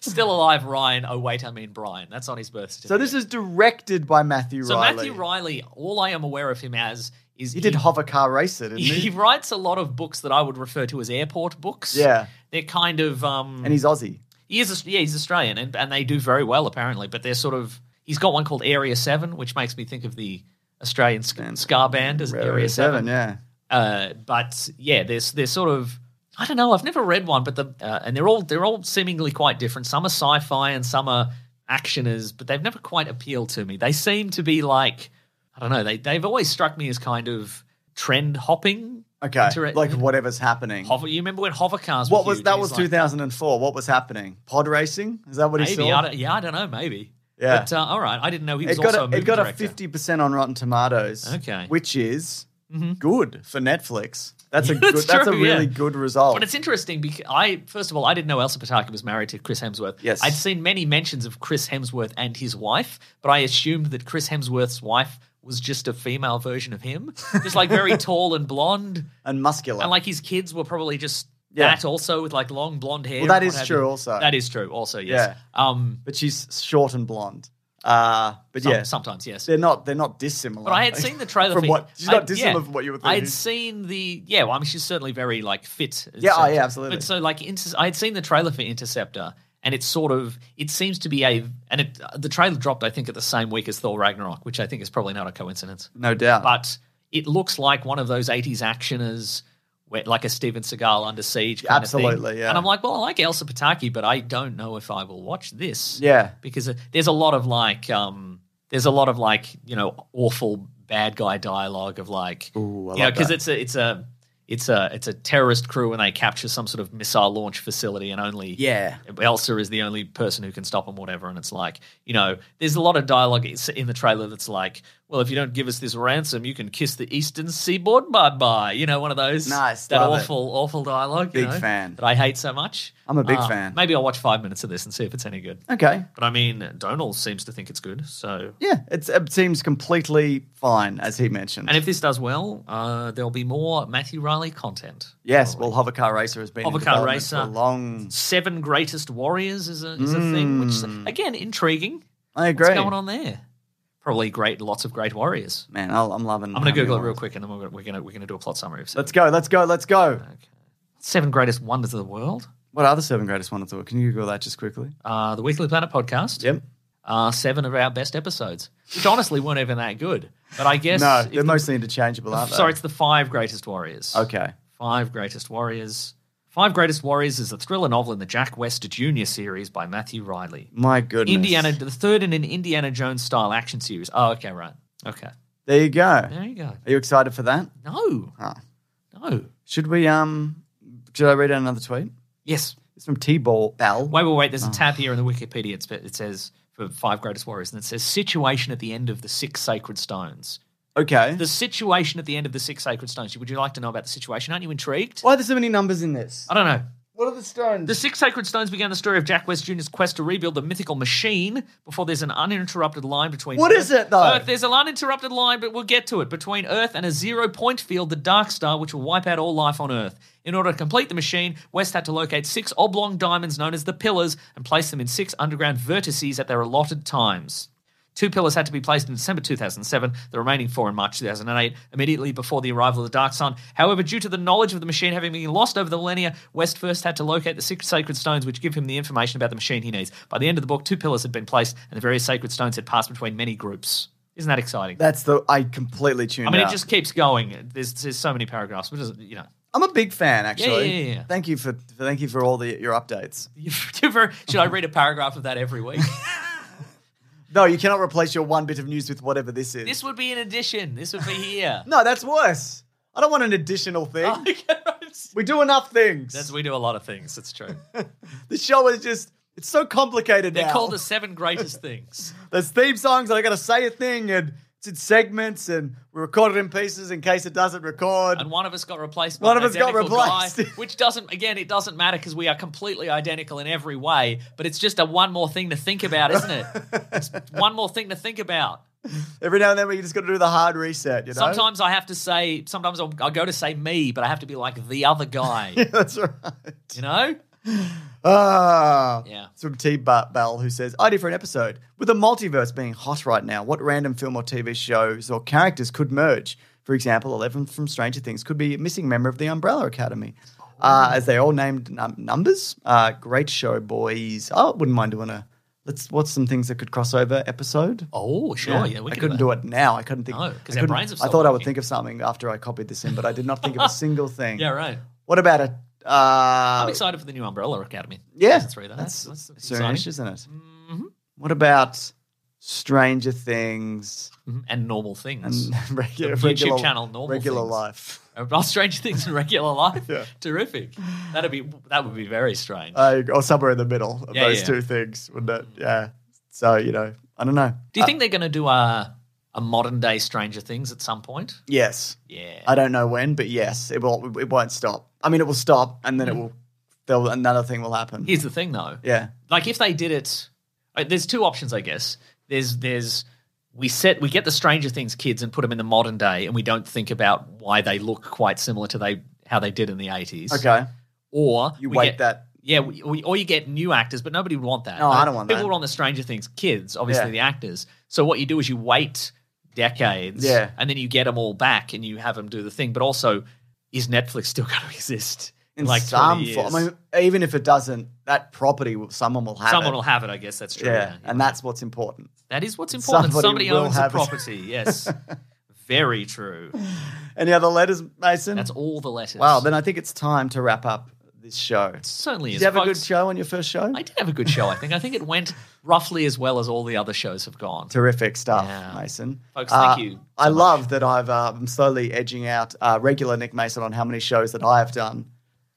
Speaker 2: Still Alive Ryan. Oh, wait, I mean Brian. That's on his birth certificate.
Speaker 3: So this is directed by Matthew
Speaker 2: So
Speaker 3: Riley.
Speaker 2: Matthew Riley, all I am aware of him as is
Speaker 3: He did hover car racer, didn't
Speaker 2: *laughs* he
Speaker 3: he?
Speaker 2: writes a lot of books that I would refer to as airport books.
Speaker 3: yeah.
Speaker 2: they're kind of um,
Speaker 3: And he's Aussie.
Speaker 2: he is Aus- yeah he's Australian and, and they do very well apparently, but they're sort of he's got one called Area Seven, which makes me think of the Australian sc-
Speaker 3: Band.
Speaker 2: ska band as Area Seven.
Speaker 3: yeah.
Speaker 2: Uh, but yeah, they're they're sort of I don't know. I've never read one, but the uh, and they're all they're all seemingly quite different. Some are sci-fi and some are actioners, but they've never quite appealed to me. They seem to be like I don't know. They they've always struck me as kind of trend hopping.
Speaker 3: Okay.
Speaker 2: Inter-
Speaker 3: like whatever's happening.
Speaker 2: Hover, you remember when hover cars? were
Speaker 3: what was
Speaker 2: huge?
Speaker 3: that
Speaker 2: It
Speaker 3: was
Speaker 2: like,
Speaker 3: 2004. What was happening? Pod racing? Is that what he
Speaker 2: Maybe I
Speaker 3: saw?
Speaker 2: don't, yeah, I don't know. Maybe.
Speaker 3: Yeah.
Speaker 2: But, uh, all right, I didn't know he was
Speaker 3: It got,
Speaker 2: also
Speaker 3: a,
Speaker 2: a movie
Speaker 3: it got a
Speaker 2: director.
Speaker 3: 50% on Rotten Tomatoes.
Speaker 2: Okay. Mm-hmm.
Speaker 3: Which is good for Netflix. That's a
Speaker 2: *laughs* That's
Speaker 3: good that's a
Speaker 2: true, yeah.
Speaker 3: really good result.
Speaker 2: But it's interesting because I, first of all, I didn't know Elsa Pataki was married to Chris Hemsworth.
Speaker 3: Yes.
Speaker 2: I'd seen many mentions of Chris Hemsworth and his wife, but I assumed that Chris Hemsworth's wife was just a female version of him, just
Speaker 3: *laughs*
Speaker 2: like very tall and blonde,
Speaker 3: and muscular.
Speaker 2: and like his kids were probably just
Speaker 3: Yeah.
Speaker 2: that also with like long blonde hair.
Speaker 3: Well, that
Speaker 2: and
Speaker 3: is
Speaker 2: what have
Speaker 3: true
Speaker 2: you.
Speaker 3: also.
Speaker 2: That is true. Also, yes. Um,
Speaker 3: but she's short and blonde. Uh, but
Speaker 2: some-
Speaker 3: yeah,
Speaker 2: sometimes yes.
Speaker 3: they're not they're not dissimilar.
Speaker 2: But I had seen the trailer
Speaker 3: from
Speaker 2: for-
Speaker 3: what she's not
Speaker 2: I-
Speaker 3: dissimilar
Speaker 2: yeah.
Speaker 3: from what you were thinking.
Speaker 2: I had seen the yeah. Well, I mean, she's certainly very like fit.
Speaker 3: Yeah,
Speaker 2: So-
Speaker 3: oh, yeah, absolutely.
Speaker 2: But so like, Inter- I had seen the trailer for Interceptor, and it's sort of it seems to be a and it the trailer dropped I think at the same week as Thor Ragnarok, which I think is probably not a coincidence.
Speaker 3: no doubt.
Speaker 2: But it looks like one of those '80s actioners. Where, like a Steven Seagal under siege, kind Of
Speaker 3: Absolutely,
Speaker 2: thing.
Speaker 3: yeah.
Speaker 2: And I'm like, well, I like Elsa Pataki, but I don't know if I will watch this
Speaker 3: yeah,
Speaker 2: because there's a lot of like um there's a lot of like you know awful bad guy dialogue of like
Speaker 3: Ooh, I
Speaker 2: you know
Speaker 3: like
Speaker 2: because
Speaker 3: that.
Speaker 2: it's a it's a it's a it's a terrorist crew and they capture some sort of missile launch facility and only
Speaker 3: yeah.
Speaker 2: Elsa is the only person who can stop them, whatever. And it's like, you know, there's a lot of dialogue is- in the trailer that's like, well, if you don't give us this ransom, you can kiss the eastern seaboard bye bye. You know, one of those.
Speaker 3: Nice,
Speaker 2: That
Speaker 3: love it.
Speaker 2: awful, awful dialogue. you
Speaker 3: Big
Speaker 2: know,
Speaker 3: fan.
Speaker 2: That I hate so much. Uh,
Speaker 3: I'm a big fan.
Speaker 2: Maybe I'll watch five minutes of this and see if it's any good.
Speaker 3: Okay,
Speaker 2: But I mean, Donald seems to think it's good. So,
Speaker 3: yeah, it's, it seems completely fine as he mentioned.
Speaker 2: and if this does well, uh, there'll be more Matthew Riley content.
Speaker 3: yes, well, hover car racer has been in
Speaker 2: Hover Car
Speaker 3: development
Speaker 2: Oh. Racer.
Speaker 3: for a long.
Speaker 2: Seven Greatest Warriors is a is a
Speaker 3: Hmm.
Speaker 2: thing, which again intriguing.
Speaker 3: I agree.
Speaker 2: What's going on there? Probably great, lots of great warriors.
Speaker 3: Man, I'll, I'm loving.
Speaker 2: I'm going to Google it real quick, and then we're going to we're going to we're going to do a plot summary of seven.
Speaker 3: Let's go, let's go, let's go.
Speaker 2: seven greatest wonders of the world.
Speaker 3: What are the seven greatest wonders? of the world? Can you Google that just quickly?
Speaker 2: Uh, the Weekly Planet podcast.
Speaker 3: Yep.
Speaker 2: Uh, seven of our best episodes, which honestly weren't even that good. But I guess
Speaker 3: no,
Speaker 2: if
Speaker 3: they're
Speaker 2: the-
Speaker 3: mostly interchangeable, aren't they?
Speaker 2: sorry, it's the five greatest warriors.
Speaker 3: okay.
Speaker 2: Five Greatest Warriors. Five Greatest Warriors is a thriller novel in the Jack West Jr. series by Matthew Riley.
Speaker 3: My goodness,
Speaker 2: Indiana, the third in an Indiana Jones style action series. Oh, okay, right. Okay.
Speaker 3: There you go. Are
Speaker 2: There you go.
Speaker 3: you excited for that?
Speaker 2: No.
Speaker 3: Ah.
Speaker 2: No.
Speaker 3: Should we um? Should I read out another tweet?
Speaker 2: Yes.
Speaker 3: It's from T Ball Bell.
Speaker 2: Wait, wait, wait. There's a tab here in the Wikipedia. It's, it says for Five Greatest Warriors, and it says situation at the end of the six sacred stones.
Speaker 3: Okay.
Speaker 2: The situation at the end of the six sacred stones. Would you like to know about the situation? Aren't you intrigued?
Speaker 3: Why are there so many numbers in this?
Speaker 2: I don't know.
Speaker 3: What are the stones?
Speaker 2: Uh, The Six Sacred Stones began the story of Jack West Jr.'s quest to rebuild the mythical machine before there's an uninterrupted line between.
Speaker 3: What
Speaker 2: Earth,
Speaker 3: is it, though?
Speaker 2: Earth, there's an uninterrupted line, but we'll get to it, between Earth and a zero point field, the Dark Star, which will wipe out all life on Earth. In order to complete the machine, West had to locate six oblong diamonds known as the Pillars and place them in six underground vertices at their allotted times. Two pillars had to be placed in December 2007, the remaining four in March 2008, immediately before the arrival of the Dark Sun. However, due to the knowledge of the machine having been lost over the millennia, West first had to locate the six sacred stones which give him the information about the machine he needs. By the end of the book, two pillars had been placed, and the various sacred stones had passed between many groups. Isn't that exciting?
Speaker 3: That's the I completely tuned
Speaker 2: I mean,
Speaker 3: out.
Speaker 2: it just keeps going. There's, there's so many paragraphs, but doesn't- you know. *laughs*
Speaker 3: I'm a big fan, actually.
Speaker 2: yeah, yeah.
Speaker 3: Thank you for thank you for all the your updates.
Speaker 2: You've- Should I read a paragraph of that every week?
Speaker 3: No, you cannot replace your one bit of news with whatever this is.
Speaker 2: this would be an addition. This would be here. *laughs*
Speaker 3: no, that's worse. I don't want an additional thing.
Speaker 2: Uh,
Speaker 3: we do enough things.
Speaker 2: That's, we do a lot of things. It's true.
Speaker 3: the show is just it's so complicated
Speaker 2: They're
Speaker 3: now.
Speaker 2: called the seven greatest things.
Speaker 3: There's theme songs and I gotta say a thing and it's in segments and we record it in pieces in case it doesn't record.
Speaker 2: And one of us got replaced. By
Speaker 3: One
Speaker 2: an
Speaker 3: of us got
Speaker 2: identical
Speaker 3: replaced. *laughs*
Speaker 2: guy, which doesn't. Again, it doesn't matter because we are completely identical in every way. But it's just a one more thing to think about,
Speaker 3: *laughs*
Speaker 2: isn't it? It's one more thing to think about.
Speaker 3: Every now and then we just gotta do the hard reset, you know?
Speaker 2: Sometimes I have to say. Sometimes I'll, I'll go to say me, but I have to be like the
Speaker 3: *laughs*
Speaker 2: other guy.
Speaker 3: *laughs* That's right.
Speaker 2: you know?
Speaker 3: Ah.
Speaker 2: Yeah.
Speaker 3: It's from T Ba- Bell, who says, Idea for an episode. With the multiverse being hot right now, what random film or TV shows or characters could merge? For example, Eleven from Stranger Things could be a missing member of the Umbrella Academy. Uh, as they all named num- numbers. Uh, great show, boys. I wouldn't mind doing a let's what's some things that could cross over episode.
Speaker 2: Oh, sure. Yeah, we
Speaker 3: I
Speaker 2: could
Speaker 3: couldn't
Speaker 2: do
Speaker 3: do it now. I couldn't think.
Speaker 2: No, 'cause
Speaker 3: I
Speaker 2: our
Speaker 3: couldn't-
Speaker 2: brains
Speaker 3: I
Speaker 2: have stopped
Speaker 3: thought I would
Speaker 2: working.
Speaker 3: think of something after I copied this in, but I did not
Speaker 2: *laughs*
Speaker 3: think of a single thing.
Speaker 2: Yeah, right.
Speaker 3: What about a?
Speaker 2: I'm
Speaker 3: Uh,
Speaker 2: excited for the new Umbrella Academy.
Speaker 3: yeah,
Speaker 2: season three. Though. That's, that's, exciting. Mm-hmm.
Speaker 3: soonish, isn't it? What about Stranger Things
Speaker 2: Mhm. And normal
Speaker 3: *laughs*
Speaker 2: things.
Speaker 3: and regular,
Speaker 2: YouTube
Speaker 3: regular
Speaker 2: channel, normal
Speaker 3: regular
Speaker 2: things.
Speaker 3: life?
Speaker 2: About *laughs* Strange Things in regular life.
Speaker 3: *laughs* Yeah.
Speaker 2: Terrific. That'd be that would be very strange.
Speaker 3: Uh, or somewhere in the middle of
Speaker 2: Yeah,
Speaker 3: those
Speaker 2: yeah. Mm.
Speaker 3: two things, wouldn't it? Yeah. So you know, I don't know. Uh,
Speaker 2: Do you think they're going to do a a modern day Stranger Things at some point? Uh,
Speaker 3: Yes,
Speaker 2: Yeah.
Speaker 3: I don't know when, but yes, it will. It won't stop. I mean, it will stop, and
Speaker 2: Mm.
Speaker 3: then it will. There'll another thing will happen.
Speaker 2: Here's the thing though.
Speaker 3: yeah.
Speaker 2: Like if they did it uh, there's two options I guess. There's there's we set we get the Stranger Things kids and put them in the modern day and we don't think about why they look quite similar to they how they did in the 80s.
Speaker 3: Okay.
Speaker 2: Or
Speaker 3: You
Speaker 2: we
Speaker 3: wait
Speaker 2: get-
Speaker 3: that.
Speaker 2: Yeah, we, we, or you get new actors, but nobody would want that.
Speaker 3: No, I don't want
Speaker 2: people
Speaker 3: that.
Speaker 2: People want the Stranger Things kids, obviously
Speaker 3: Yeah.
Speaker 2: the actors. So what you do is you wait decades,
Speaker 3: Yeah.
Speaker 2: and then you get them all back and you have them do the thing. But also, is Netflix still *laughs* going to exist
Speaker 3: In
Speaker 2: like 20
Speaker 3: some
Speaker 2: years?
Speaker 3: form. I mean, even if it doesn't, that property, will- someone will have
Speaker 2: Someone
Speaker 3: it.
Speaker 2: will have it, I guess. That's true.
Speaker 3: yeah,
Speaker 2: Yeah,
Speaker 3: and that's what's important.
Speaker 2: that is what's important.
Speaker 3: somebody
Speaker 2: Somebody,
Speaker 3: will
Speaker 2: owns a
Speaker 3: have it. *laughs*
Speaker 2: property. yes, very true.
Speaker 3: Any other letters, Mason?
Speaker 2: That's all the letters.
Speaker 3: Wow, then I think it's time to wrap up this show.
Speaker 2: certainly
Speaker 3: Did
Speaker 2: is.
Speaker 3: you have a good
Speaker 2: folks.
Speaker 3: show on your first show?
Speaker 2: I did have a good show. I think. I think it went roughly as well as all the other shows
Speaker 3: *laughs*
Speaker 2: have gone.
Speaker 3: Terrific stuff,
Speaker 2: Yeah.
Speaker 3: Mason.
Speaker 2: Folks, thank
Speaker 3: Uh,
Speaker 2: you so
Speaker 3: I
Speaker 2: much.
Speaker 3: love that I've, uh, I'm slowly edging out uh, regular Nick Mason on how many shows that I have done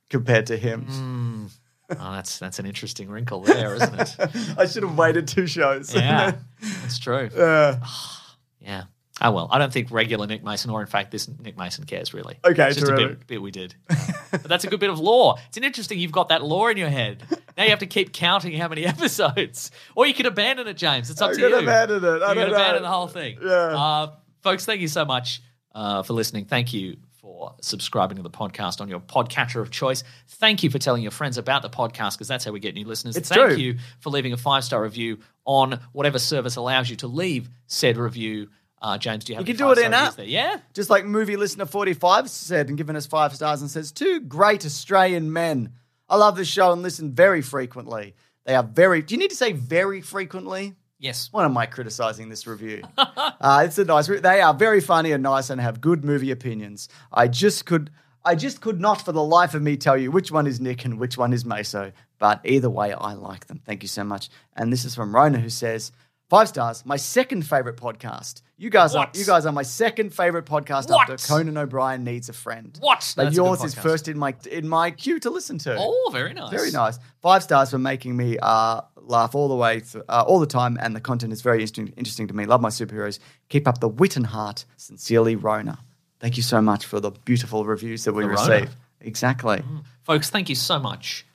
Speaker 3: compared to him.
Speaker 2: Mm. Oh, that's that's an interesting wrinkle there, isn't it?
Speaker 3: I should have waited two shows. *laughs*
Speaker 2: Yeah, that's true.
Speaker 3: Uh,
Speaker 2: Yeah. Oh well, I don't think regular Nick Mason, or in fact, this Nick Mason cares really.
Speaker 3: Okay,
Speaker 2: it's just a
Speaker 3: terrific.
Speaker 2: bit, bit we did, but that's a good bit of lore. It's an interesting. You've got that lore in your head. Now you have to keep counting how many *laughs* episodes, or you could abandon it, James. It's up
Speaker 3: I
Speaker 2: to
Speaker 3: could
Speaker 2: you.
Speaker 3: abandon it. I
Speaker 2: you
Speaker 3: don't
Speaker 2: could
Speaker 3: know.
Speaker 2: abandon the whole thing.
Speaker 3: Yeah.
Speaker 2: Uh, folks, thank you so much uh, for listening. Thank you for subscribing to the podcast on your podcatcher of choice. Thank you for telling your friends about the podcast because that's how we get new listeners.
Speaker 3: It's
Speaker 2: thank
Speaker 3: true.
Speaker 2: you for leaving a five star review on whatever service allows you to leave said review. Uh, James, do you have
Speaker 3: You
Speaker 2: any
Speaker 3: can do it
Speaker 2: five-star
Speaker 3: in
Speaker 2: reviews
Speaker 3: app.
Speaker 2: There? Yeah.
Speaker 3: Just like movie listener 45 said and given us five stars and says, two great Australian men. I love this show and listen very frequently. They are very, do you need to say very frequently?
Speaker 2: Yes.
Speaker 3: What am I criticizing this review? *laughs* uh, it's a nice. re- They are very funny and nice and have good movie opinions. I just could, I just could not for the life of me tell you which one is Nick and which one is Meso. But either way, I like them. Thank you so much. And this is from Rona who says. Five stars, my second favorite podcast. You guys
Speaker 2: What?
Speaker 3: are you guys are my second favorite podcast
Speaker 2: What?
Speaker 3: after Conan O'Brien needs a friend.
Speaker 2: What?
Speaker 3: But
Speaker 2: That's a good
Speaker 3: yours is
Speaker 2: podcast.
Speaker 3: first in my in my queue to listen to.
Speaker 2: Oh, very nice.
Speaker 3: Very nice. Five stars for making me uh, laugh all the way th- uh, all the time, and the content is very interesting, interesting to me. Love my superheroes. Keep up the wit and heart. Sincerely, Rona. Thank you so much for the beautiful reviews that we
Speaker 2: The Rona. Mm.
Speaker 3: receive. Exactly.
Speaker 2: Folks, thank you so much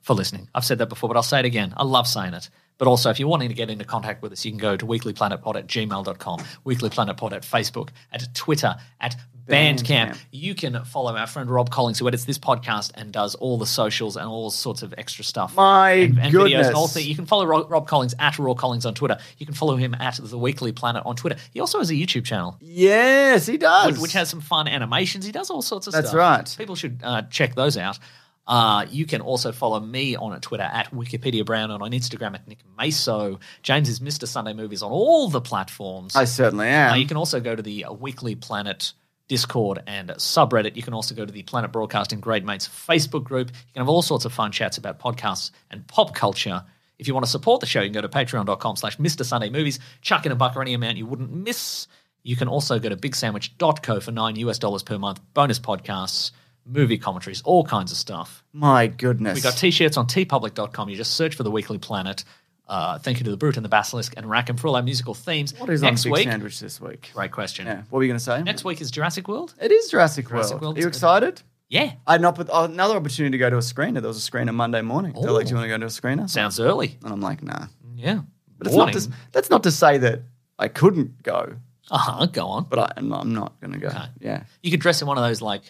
Speaker 2: for listening. I've said that before, but I'll say it again. I love saying it. But also, if you're wanting to get into contact with us, you can go to weeklyplanetpod at gmail.com, weeklyplanetpod at Facebook, at Twitter, at Bandcamp.
Speaker 3: Bandcamp.
Speaker 2: You can follow our friend Rob Collins, who edits this podcast and does all the socials and all sorts of extra stuff.
Speaker 3: My
Speaker 2: and, and
Speaker 3: goodness.
Speaker 2: videos and all things. You can follow Rob, Rob Collins at Raw Collins on Twitter. You can follow him at The Weekly Planet on Twitter. He also has a YouTube channel,
Speaker 3: Yes, he does.
Speaker 2: which, which has some fun animations. He does all sorts of
Speaker 3: That's
Speaker 2: stuff.
Speaker 3: right.
Speaker 2: People should uh, check those out. Uh, you can also follow me on Twitter at Wikipedia Brown and on Instagram at Nick Maso. James is Mr. Sunday Movies on all the platforms.
Speaker 3: I certainly am.
Speaker 2: Uh, you can also go to the uh, Weekly Planet Discord and subreddit. You can also go to the Planet Broadcasting Grade Mates Facebook group. You can have all sorts of fun chats about podcasts and pop culture. If you want to support the show, you can go to patreon.com slash Mr. Sunday Movies. Chuck in a buck or any amount you wouldn't miss. You can also go to bigsandwich.co for nine US dollars per month, bonus podcasts, movie commentaries, all kinds of stuff.
Speaker 3: My goodness.
Speaker 2: We got t-shirts on tpublic.com. You just search for the Weekly Planet. Uh, thank you to the Brute and the Basilisk and Rackham for all our musical themes.
Speaker 3: what is on
Speaker 2: next
Speaker 3: Big
Speaker 2: week?
Speaker 3: Sandwich this week?
Speaker 2: Great question.
Speaker 3: Yeah. What were you going to say?
Speaker 2: Next week is Jurassic World.
Speaker 3: It is Jurassic,
Speaker 2: Jurassic
Speaker 3: World.
Speaker 2: World.
Speaker 3: Are you excited?
Speaker 2: Yeah,
Speaker 3: I had an opp- another opportunity to go to a screener. There was a screener Monday morning. They're like, "Do you want to go to a screener?"
Speaker 2: sounds early.
Speaker 3: and I'm like, "Nah."
Speaker 2: Yeah,
Speaker 3: But it's not to, that's not to say that I couldn't go,
Speaker 2: Uh huh. Go on.
Speaker 3: but I, I'm not, I'm not going to go. Yeah.
Speaker 2: You could dress in one of those like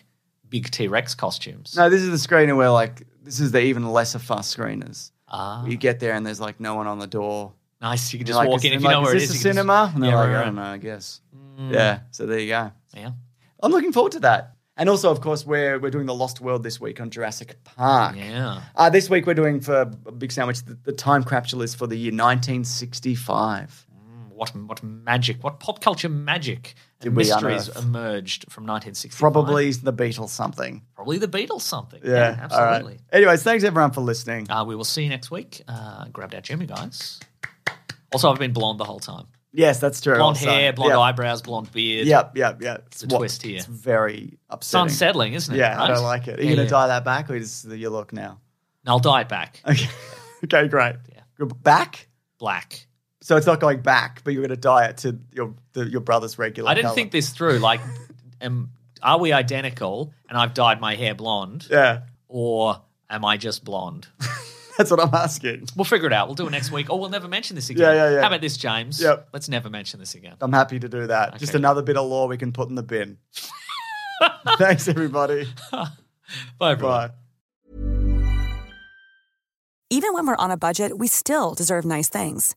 Speaker 2: big T Rex costumes.
Speaker 3: No, this is the screener where like this is the even lesser fuss screeners.
Speaker 2: Ah,
Speaker 3: You get there and there's like no one on the door.
Speaker 2: nice. You can
Speaker 3: You're
Speaker 2: just
Speaker 3: like,
Speaker 2: walk
Speaker 3: is-
Speaker 2: in if you
Speaker 3: like,
Speaker 2: know where
Speaker 3: is
Speaker 2: it is.
Speaker 3: this
Speaker 2: you
Speaker 3: a
Speaker 2: can just-
Speaker 3: cinema? And they're
Speaker 2: yeah,
Speaker 3: like,
Speaker 2: right,
Speaker 3: I don't
Speaker 2: right. Mm.
Speaker 3: know. I guess. Yeah. So there you go.
Speaker 2: Yeah.
Speaker 3: I'm looking forward to that. And also, of course, we're we're doing the Lost World this week on Jurassic Park.
Speaker 2: Yeah.
Speaker 3: Uh, this week we're doing for Big Sandwich the, the time capsule is for the year 1965.
Speaker 2: What what magic? What pop culture magic and
Speaker 3: Did we
Speaker 2: mysteries
Speaker 3: unearth?
Speaker 2: emerged from 1960?
Speaker 3: Probably the Beatles something.
Speaker 2: probably the Beatles something.
Speaker 3: Yeah, all right.
Speaker 2: absolutely.
Speaker 3: Anyways, thanks everyone for listening.
Speaker 2: Uh, we will see you next week. Uh, grabbed out Jimmy, guys. Also, I've been blonde the whole time.
Speaker 3: yes, that's true.
Speaker 2: Blonde
Speaker 3: also.
Speaker 2: hair, blonde
Speaker 3: yep.
Speaker 2: eyebrows, blonde beard.
Speaker 3: Yep, yep, yep. It's
Speaker 2: a twist here.
Speaker 3: It's very
Speaker 2: It's
Speaker 3: upsetting.
Speaker 2: unsettling, isn't it?
Speaker 3: Yeah, I
Speaker 2: right?
Speaker 3: don't like it. Are you
Speaker 2: Yeah,
Speaker 3: gonna
Speaker 2: yeah.
Speaker 3: dye that back or is your look now? *laughs*
Speaker 2: No, I'll dye it back.
Speaker 3: Okay, okay, great.
Speaker 2: Yeah.
Speaker 3: Good. Back.
Speaker 2: Black.
Speaker 3: So it's not going back, but you're gonna dye it to your the, your brother's regular.
Speaker 2: I didn't
Speaker 3: colour.
Speaker 2: think this through. Like, am, are we identical and I've dyed my hair blonde
Speaker 3: Yeah, *laughs*
Speaker 2: or am I just blonde?
Speaker 3: that's what I'm asking.
Speaker 2: We'll figure it out. We'll do it next week or we'll never mention this again.
Speaker 3: *laughs* yeah, yeah.
Speaker 2: How about this, James?
Speaker 3: Yep.
Speaker 2: Let's never mention this again.
Speaker 3: I'm happy to do that. Just
Speaker 2: Okay.
Speaker 3: another bit of law we can put in the bin. *laughs* Thanks, everybody.
Speaker 2: *laughs* Bye, everyone.
Speaker 3: Bye.
Speaker 6: Even when we're on a budget, we still deserve nice things.